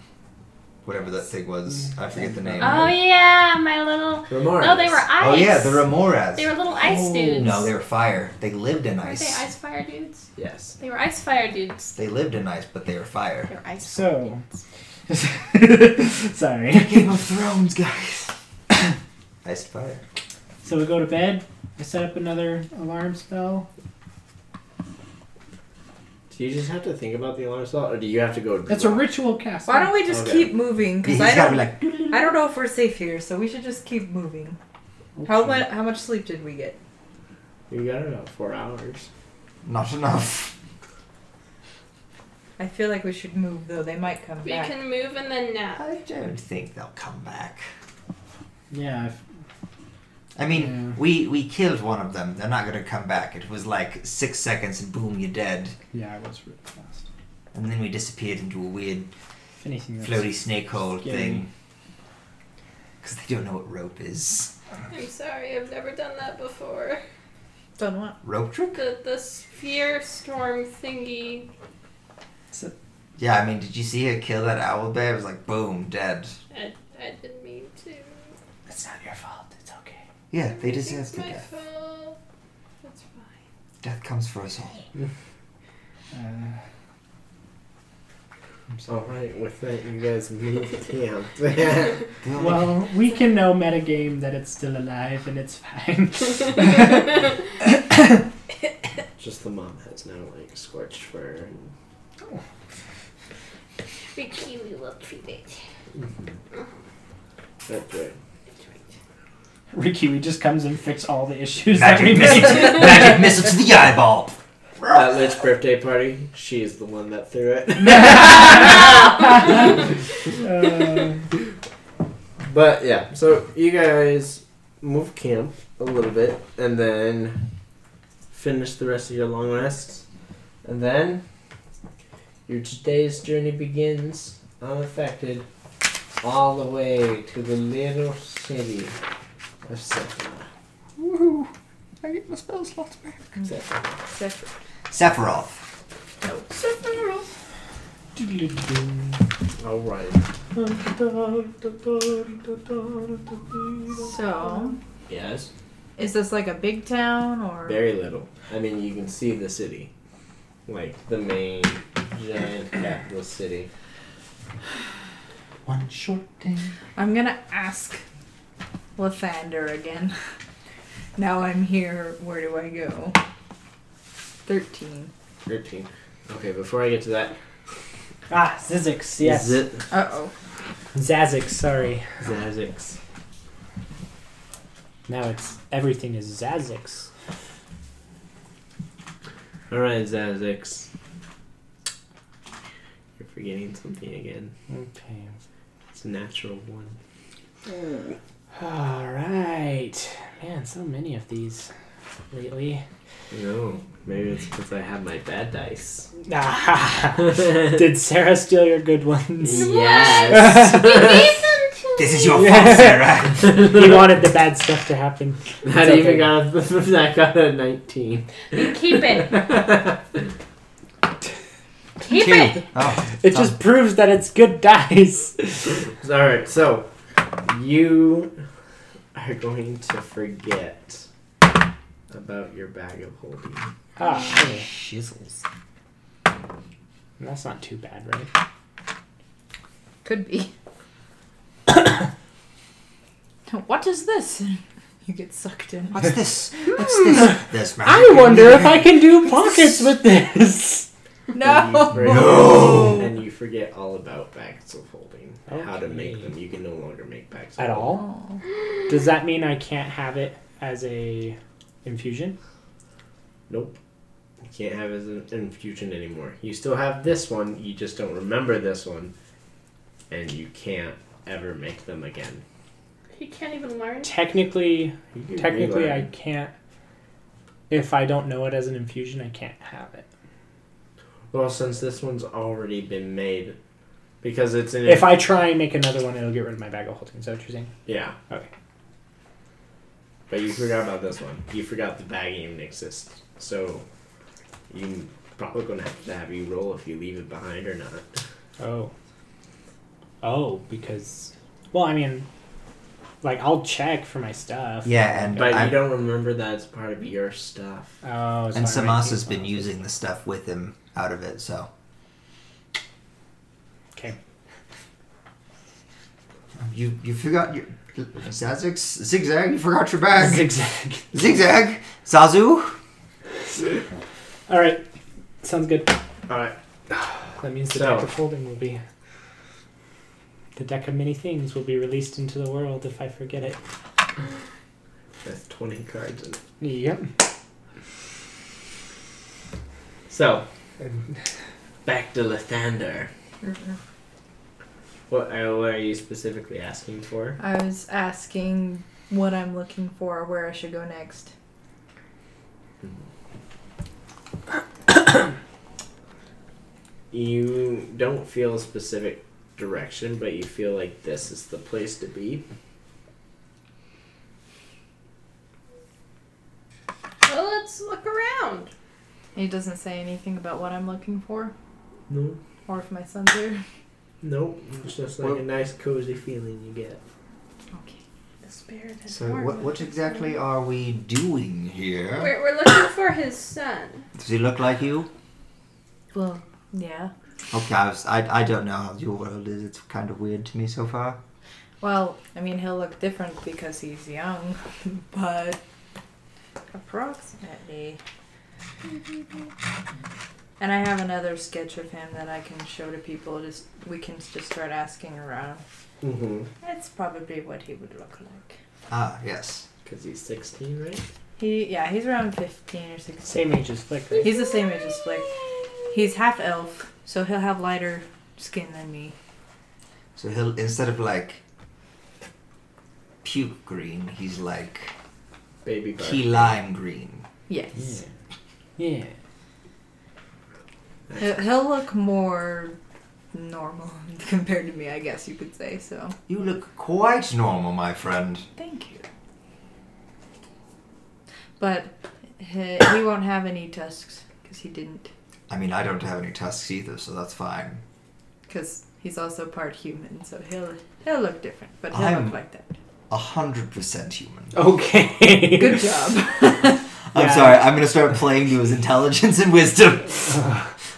Whatever that thing was. I forget the name.
Oh yeah, my little.
Remorse.
No, they were ice.
Oh, yeah, the remoras.
They were little ice
Oh,
dudes.
No, they were fire. They lived in
Were they
ice.
ice fire dudes?
Yes.
They were ice fire dudes.
They lived in ice, but they were fire.
They were ice.
So. Sorry.
Game of Thrones, guys. ice fire.
So we go to bed. I set up another alarm spell.
Do you just have to think about the alarm spell, or do you have to go?
It's a ritual cast.
Why don't we just
Okay.
keep moving?
He's
Because I
gotta be
don't,
like,
I don't know if we're safe here, so we should just keep moving. How much, how much sleep did we get?
You got about four hours.
not enough.
I feel like we should move though. They might come
We
back.
can move and then nap.
I don't think they'll come back.
Yeah. if-
I mean,
Yeah.
we we killed one of them. They're not gonna come back. It was like six seconds and boom, you're dead.
Yeah, I was really fast.
And then we disappeared into a weird
If anything. that's-
floaty snake hole
Scary.
thing. Because they don't know what rope is.
I'm sorry, I've never done that before.
Done what?
Rope trick?
The the sphere storm thingy.
Yeah, I mean, did you see her kill that owl bear? It was like, boom, dead.
I, I didn't mean to.
It's not your fault. It's okay.
Yeah, they deserve
It's
the
my
death.
fault. That's fine.
Death comes for us all.
Uh, I'm
All
sorry.
right, with that, you guys move camp.
The only-
Well, we can know metagame that it's still alive and it's fine.
just the mom has now like scorched fur and
The kiwi will treat it.
That's right.
Ricky we just comes and fix all the issues that we
Magic missile,
made.
magic missile to the eyeball.
At Lit's birthday party, she is the one that threw it.
Uh,
But yeah, so you guys move camp a little bit and then finish the rest of your long rests. And then your today's journey begins unaffected all the way to the little city of Sephiroth.
woohoo! I get my spell slots back.
Sephiroth.
Seph-
Sephiroth.
Alright.
So,
Yes.
is this like a big town or?
Very little. I mean, you can see the city. Like the main giant capital city.
One short thing.
I'm gonna ask Lathander again. Now I'm here, where do I go? 13.
13. Okay, before I get to that,
Ah, Zizix, yes.
zit
Uh oh.
Zazix, sorry.
Zazix.
Now it's everything is Zazix.
Alright, Zazix. You're forgetting something again.
Okay.
It's a natural one.
All right. Man, so many of these lately.
No, maybe it's because I have my bad dice.
Ah, did Sarah steal your good ones?
yes!
You gave them to
This
me.
is your fault, Sarah.
he wanted the bad stuff to happen.
That
It's
even
okay.
got a, that got a 19.
Keep it. Keep it.
Two. Oh,
It just proves that it's good dice.
Alright, so you are going to forget about your bag of holding.
Ah, okay.
shizzles.
That's not too bad, right?
Could be. what is this? You get sucked in.
What's this? What's this? This magic.
I wonder if I can do pockets with this.
And you
No!
forget-
No.
And you forget all about bags of holding. How to make
Okay.
them. You can no longer make bags of
At
holding.
all? Does that mean I can't have it as a infusion?
Nope. You can't have it as an infusion anymore. You still have this one, you just don't remember this one. And you can't ever make them again.
He can't even learn.
Technically,
You can
technically I
relearn.
can't. If I don't know it as an infusion, I can't have it.
Well, since this one's already been made, because it's an.
If I try and make another one, it'll get rid of my bag of holding. Is that what you're saying?
Yeah.
Okay.
But you forgot about this one. You forgot the bag even exists. So, you probably gonna have to have you roll if you leave it behind or not.
Oh. Oh, because. Well, I mean, like, I'll check for my stuff.
Yeah, and
But
I,
you don't remember that it's part of your stuff.
Oh, so
and
I might
Samas has
keep
been
those.
using the stuff with him out of it, so
Okay.
you you forgot your Zazix zigzag. You forgot your bag.
Zigzag.
zigzag. Zazu.
All right. Sounds good.
Alright.
That means the
So-
deck of holding will be. The deck of many things will be released into the world if I forget it.
That's 20 cards in it.
Yep.
So, back to Lathander. Mm-hmm. What, uh, what are you specifically asking for?
I was asking what I'm looking for, where I should go next.
You don't feel a specific direction, but you feel like this is the place to be.
Well, let's look around.
He doesn't say anything about what I'm looking for,
No,
or if my son's there.
nope. It's just like
Well-
a nice, cozy feeling you get.
Okay.
The spirit is
So
warm.
what what exactly are we doing here?
We're, we're looking for his son.
Does he look like you?
Well, yeah.
Okay, I, was, I I don't know how your world is. It's kind of weird to me so far.
Well, I mean, he'll look different because he's young, but approximately. And I have another sketch of him that I can show to people. Just we can just start asking around.
Mm-hmm.
That's probably what he would look like.
Ah, yes.
Because he's 16, right?
He yeah, he's around fifteen or sixteen.
Same age as Flick, right?
He's the same age as Flick. He's half elf, so he'll have lighter skin than me.
So he'll instead of like puke green, he's like
Baby Bart.
key lime green.
Yes.
Yeah.
He'll, he'll look more normal compared to me, I guess you could say. So
You look quite normal, my friend.
thank you. But he, he won't have any tusks because he didn't.
I mean, I don't have any tusks either, so that's fine.
Because he's also part human, so he'll he'll look different, but he'll
I'm-
look like that.
A hundred percent human.
Okay.
Good job.
I'm
Yeah.
sorry. I'm gonna start playing to his intelligence and wisdom.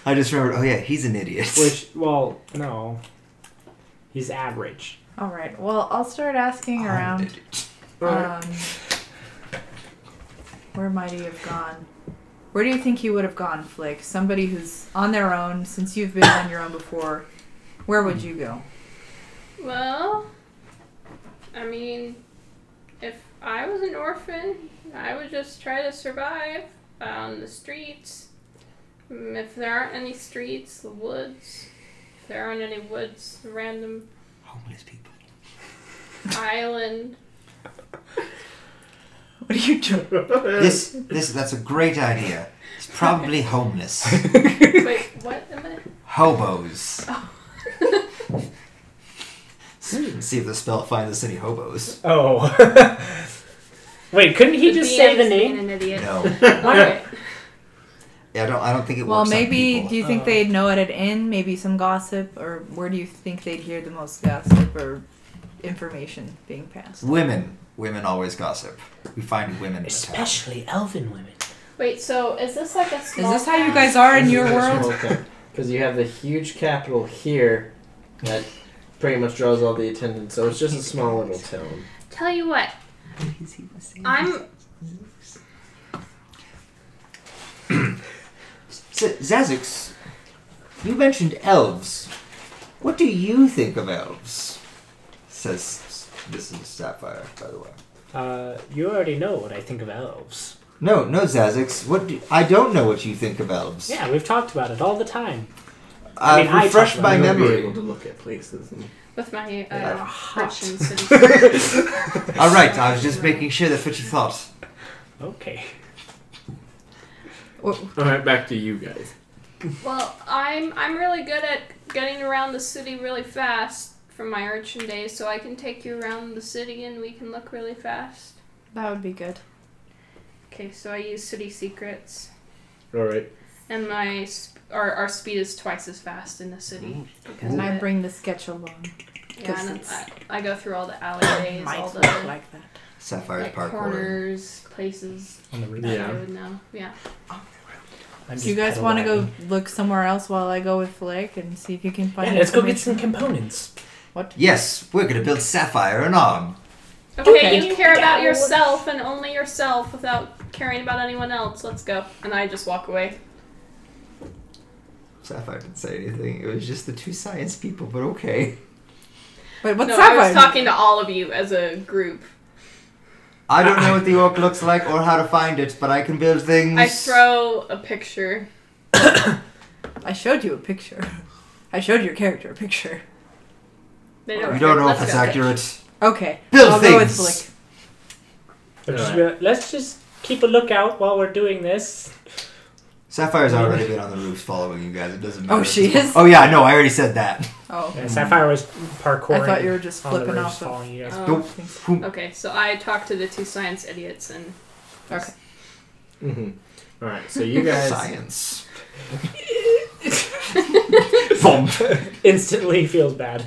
I just remembered. Oh yeah, he's an idiot.
Which, well, no. He's average.
All right. Well, I'll start asking
I'm an
around.
idiot.
Um, where might he have gone? Where do you think he would have gone, Flick? Somebody who's on their own, since you've been on your own before, where would you go?
Well, I mean, if I was an orphan, I would just try to survive on the streets. Mm, If there aren't any streets, the woods. If there aren't any woods, random
Homeless people.
island.
What are you doing?
This, this, that's a great idea. He's probably homeless.
Wait, what am I?
Hobos. See if the spell finds us any hobos.
Oh. Wait, couldn't he just say the
DM's being
name?
An idiot.
No,
Alright.
yeah, I don't. I don't think it
Well,
works. on
maybe.
people. Oh.
Do you think they'd know at an inn? Maybe some gossip, or where do you think they'd hear the most gossip or information being passed?
women. Women always gossip. We find women. in the town.
Especially elven women.
Wait, so is this like a
Is
small
this how you
town?
guys are in your world?
Because you have the huge capital here that pretty much draws all the attendance, so it's just a small little town.
Tell you what. I'm
So, Zazix, you mentioned elves. What do you think of elves? Says this is Sapphire, by the way.
Uh, you already know what I think of elves.
No, no, Zazix. What do, I don't know what you think of elves.
Yeah, we've talked about it all the time.
uh,
I mean, I
refresh
talk about it.
my
You'll be
memory.
able to look at places. And...
with my uh,
Yeah,
hot.
Russian citizen.
All right, I was just making sure that's what you thought.
Okay.
Or-
All right, back to you guys.
Well, I'm I'm really good at getting around the city really fast from my urchin days, so I can take you around the city and we can look really fast.
That would be good.
Okay, so I use city secrets,
All right.
and my sp- our our speed is twice as fast in the city.
Mm.
Because
And I
I,
bring the sketch along.
yeah, and
because
I, I go through all the alleyways, all
Might
the
look like that.
Sapphire's
like,
parkour.
corners, places.
On the roof.
that
Yeah.
I would know. Yeah.
I'm just
Do you guys
pedal
want to go
wagging.
look somewhere else while I go with Flick and see if you can find
Yeah, let's go get
information?
some components.
What?
Yes, we're gonna build Sapphire an arm.
Okay,
Okay.
you care about yourself and only yourself without caring about anyone else. Let's go. And I just walk away.
Sapphire didn't say anything. It was just the two science people, but okay.
Wait, what's
no,
that?
I was
one?
talking to all of you as a group.
I don't know what the orc looks like or how to find it, but I can build things.
I throw a picture.
I showed you a picture. I showed your character a picture.
They
You don't know if
Let's
it's
go.
accurate.
Okay.
Build
I'll go with
things.
Flick.
Just be like, Let's just keep a lookout while we're doing this. Uh,
Sapphire's already been on the roofs following you guys. It doesn't matter.
Oh, she is?
Oh yeah, no, I already said that.
Oh.
Yeah, Sapphire was parkouring.
I thought you were just
on the
flipping
roofs
off of.
following you guys.
Um,
Nope. Who-
Okay, so I talk to the two science idiots and
Okay.
Mm-hmm. All right, so you guys.
Science. Thump.
Oh.
Instantly feels bad.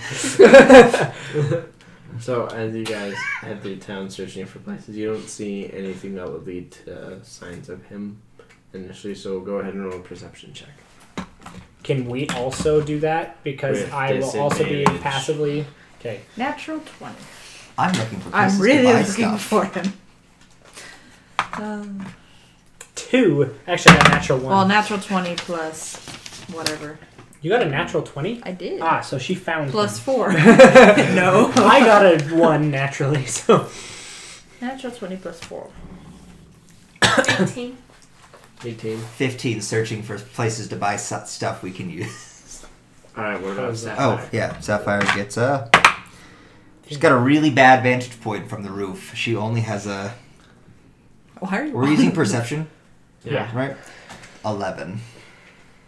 So as you guys head through town searching for places, you don't see anything that would lead to uh, signs of him initially. So go ahead and roll a perception check.
Can we also do that? Because
With
I will also be
disadvantage.
passively. Okay.
Natural 20.
I'm looking for places
I'm really
to buy
looking
stuff.
for him. Um,
two. Actually, I got a natural one.
Well, natural 20 plus whatever.
you got a natural 20?
I did.
Ah, so she found
plus
him.
4.
no. I got a one naturally, so.
natural 20 plus 4.
18.
18.
15 searching for places to buy su- stuff we can use.
Alright, what about Sapphire?
Oh, yeah. Sapphire gets a. She's got a really bad vantage point from the roof. She only has a.
Why are you
We're using perception,
Yeah.
right? 11.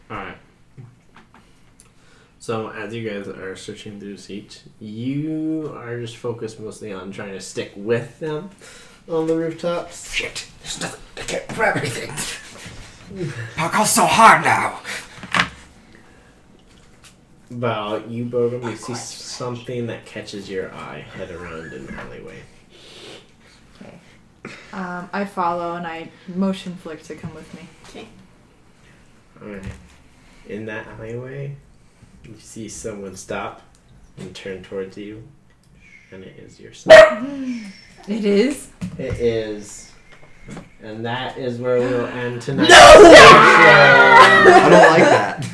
Alright. So, as you guys are searching through seats, you are just focused mostly on trying to stick with them on the rooftops.
Shit. There's nothing. I can't grab anything. Parkour's so hard now.
But you, Bogum, you see something that catches your eye head around an alleyway.
Um, I follow and I motion Flick to come with me.
Alright. In that alleyway, you see someone stop and turn towards you, and it is yourself.
It is?
it is. And that is where we'll end tonight. No!
I don't like that.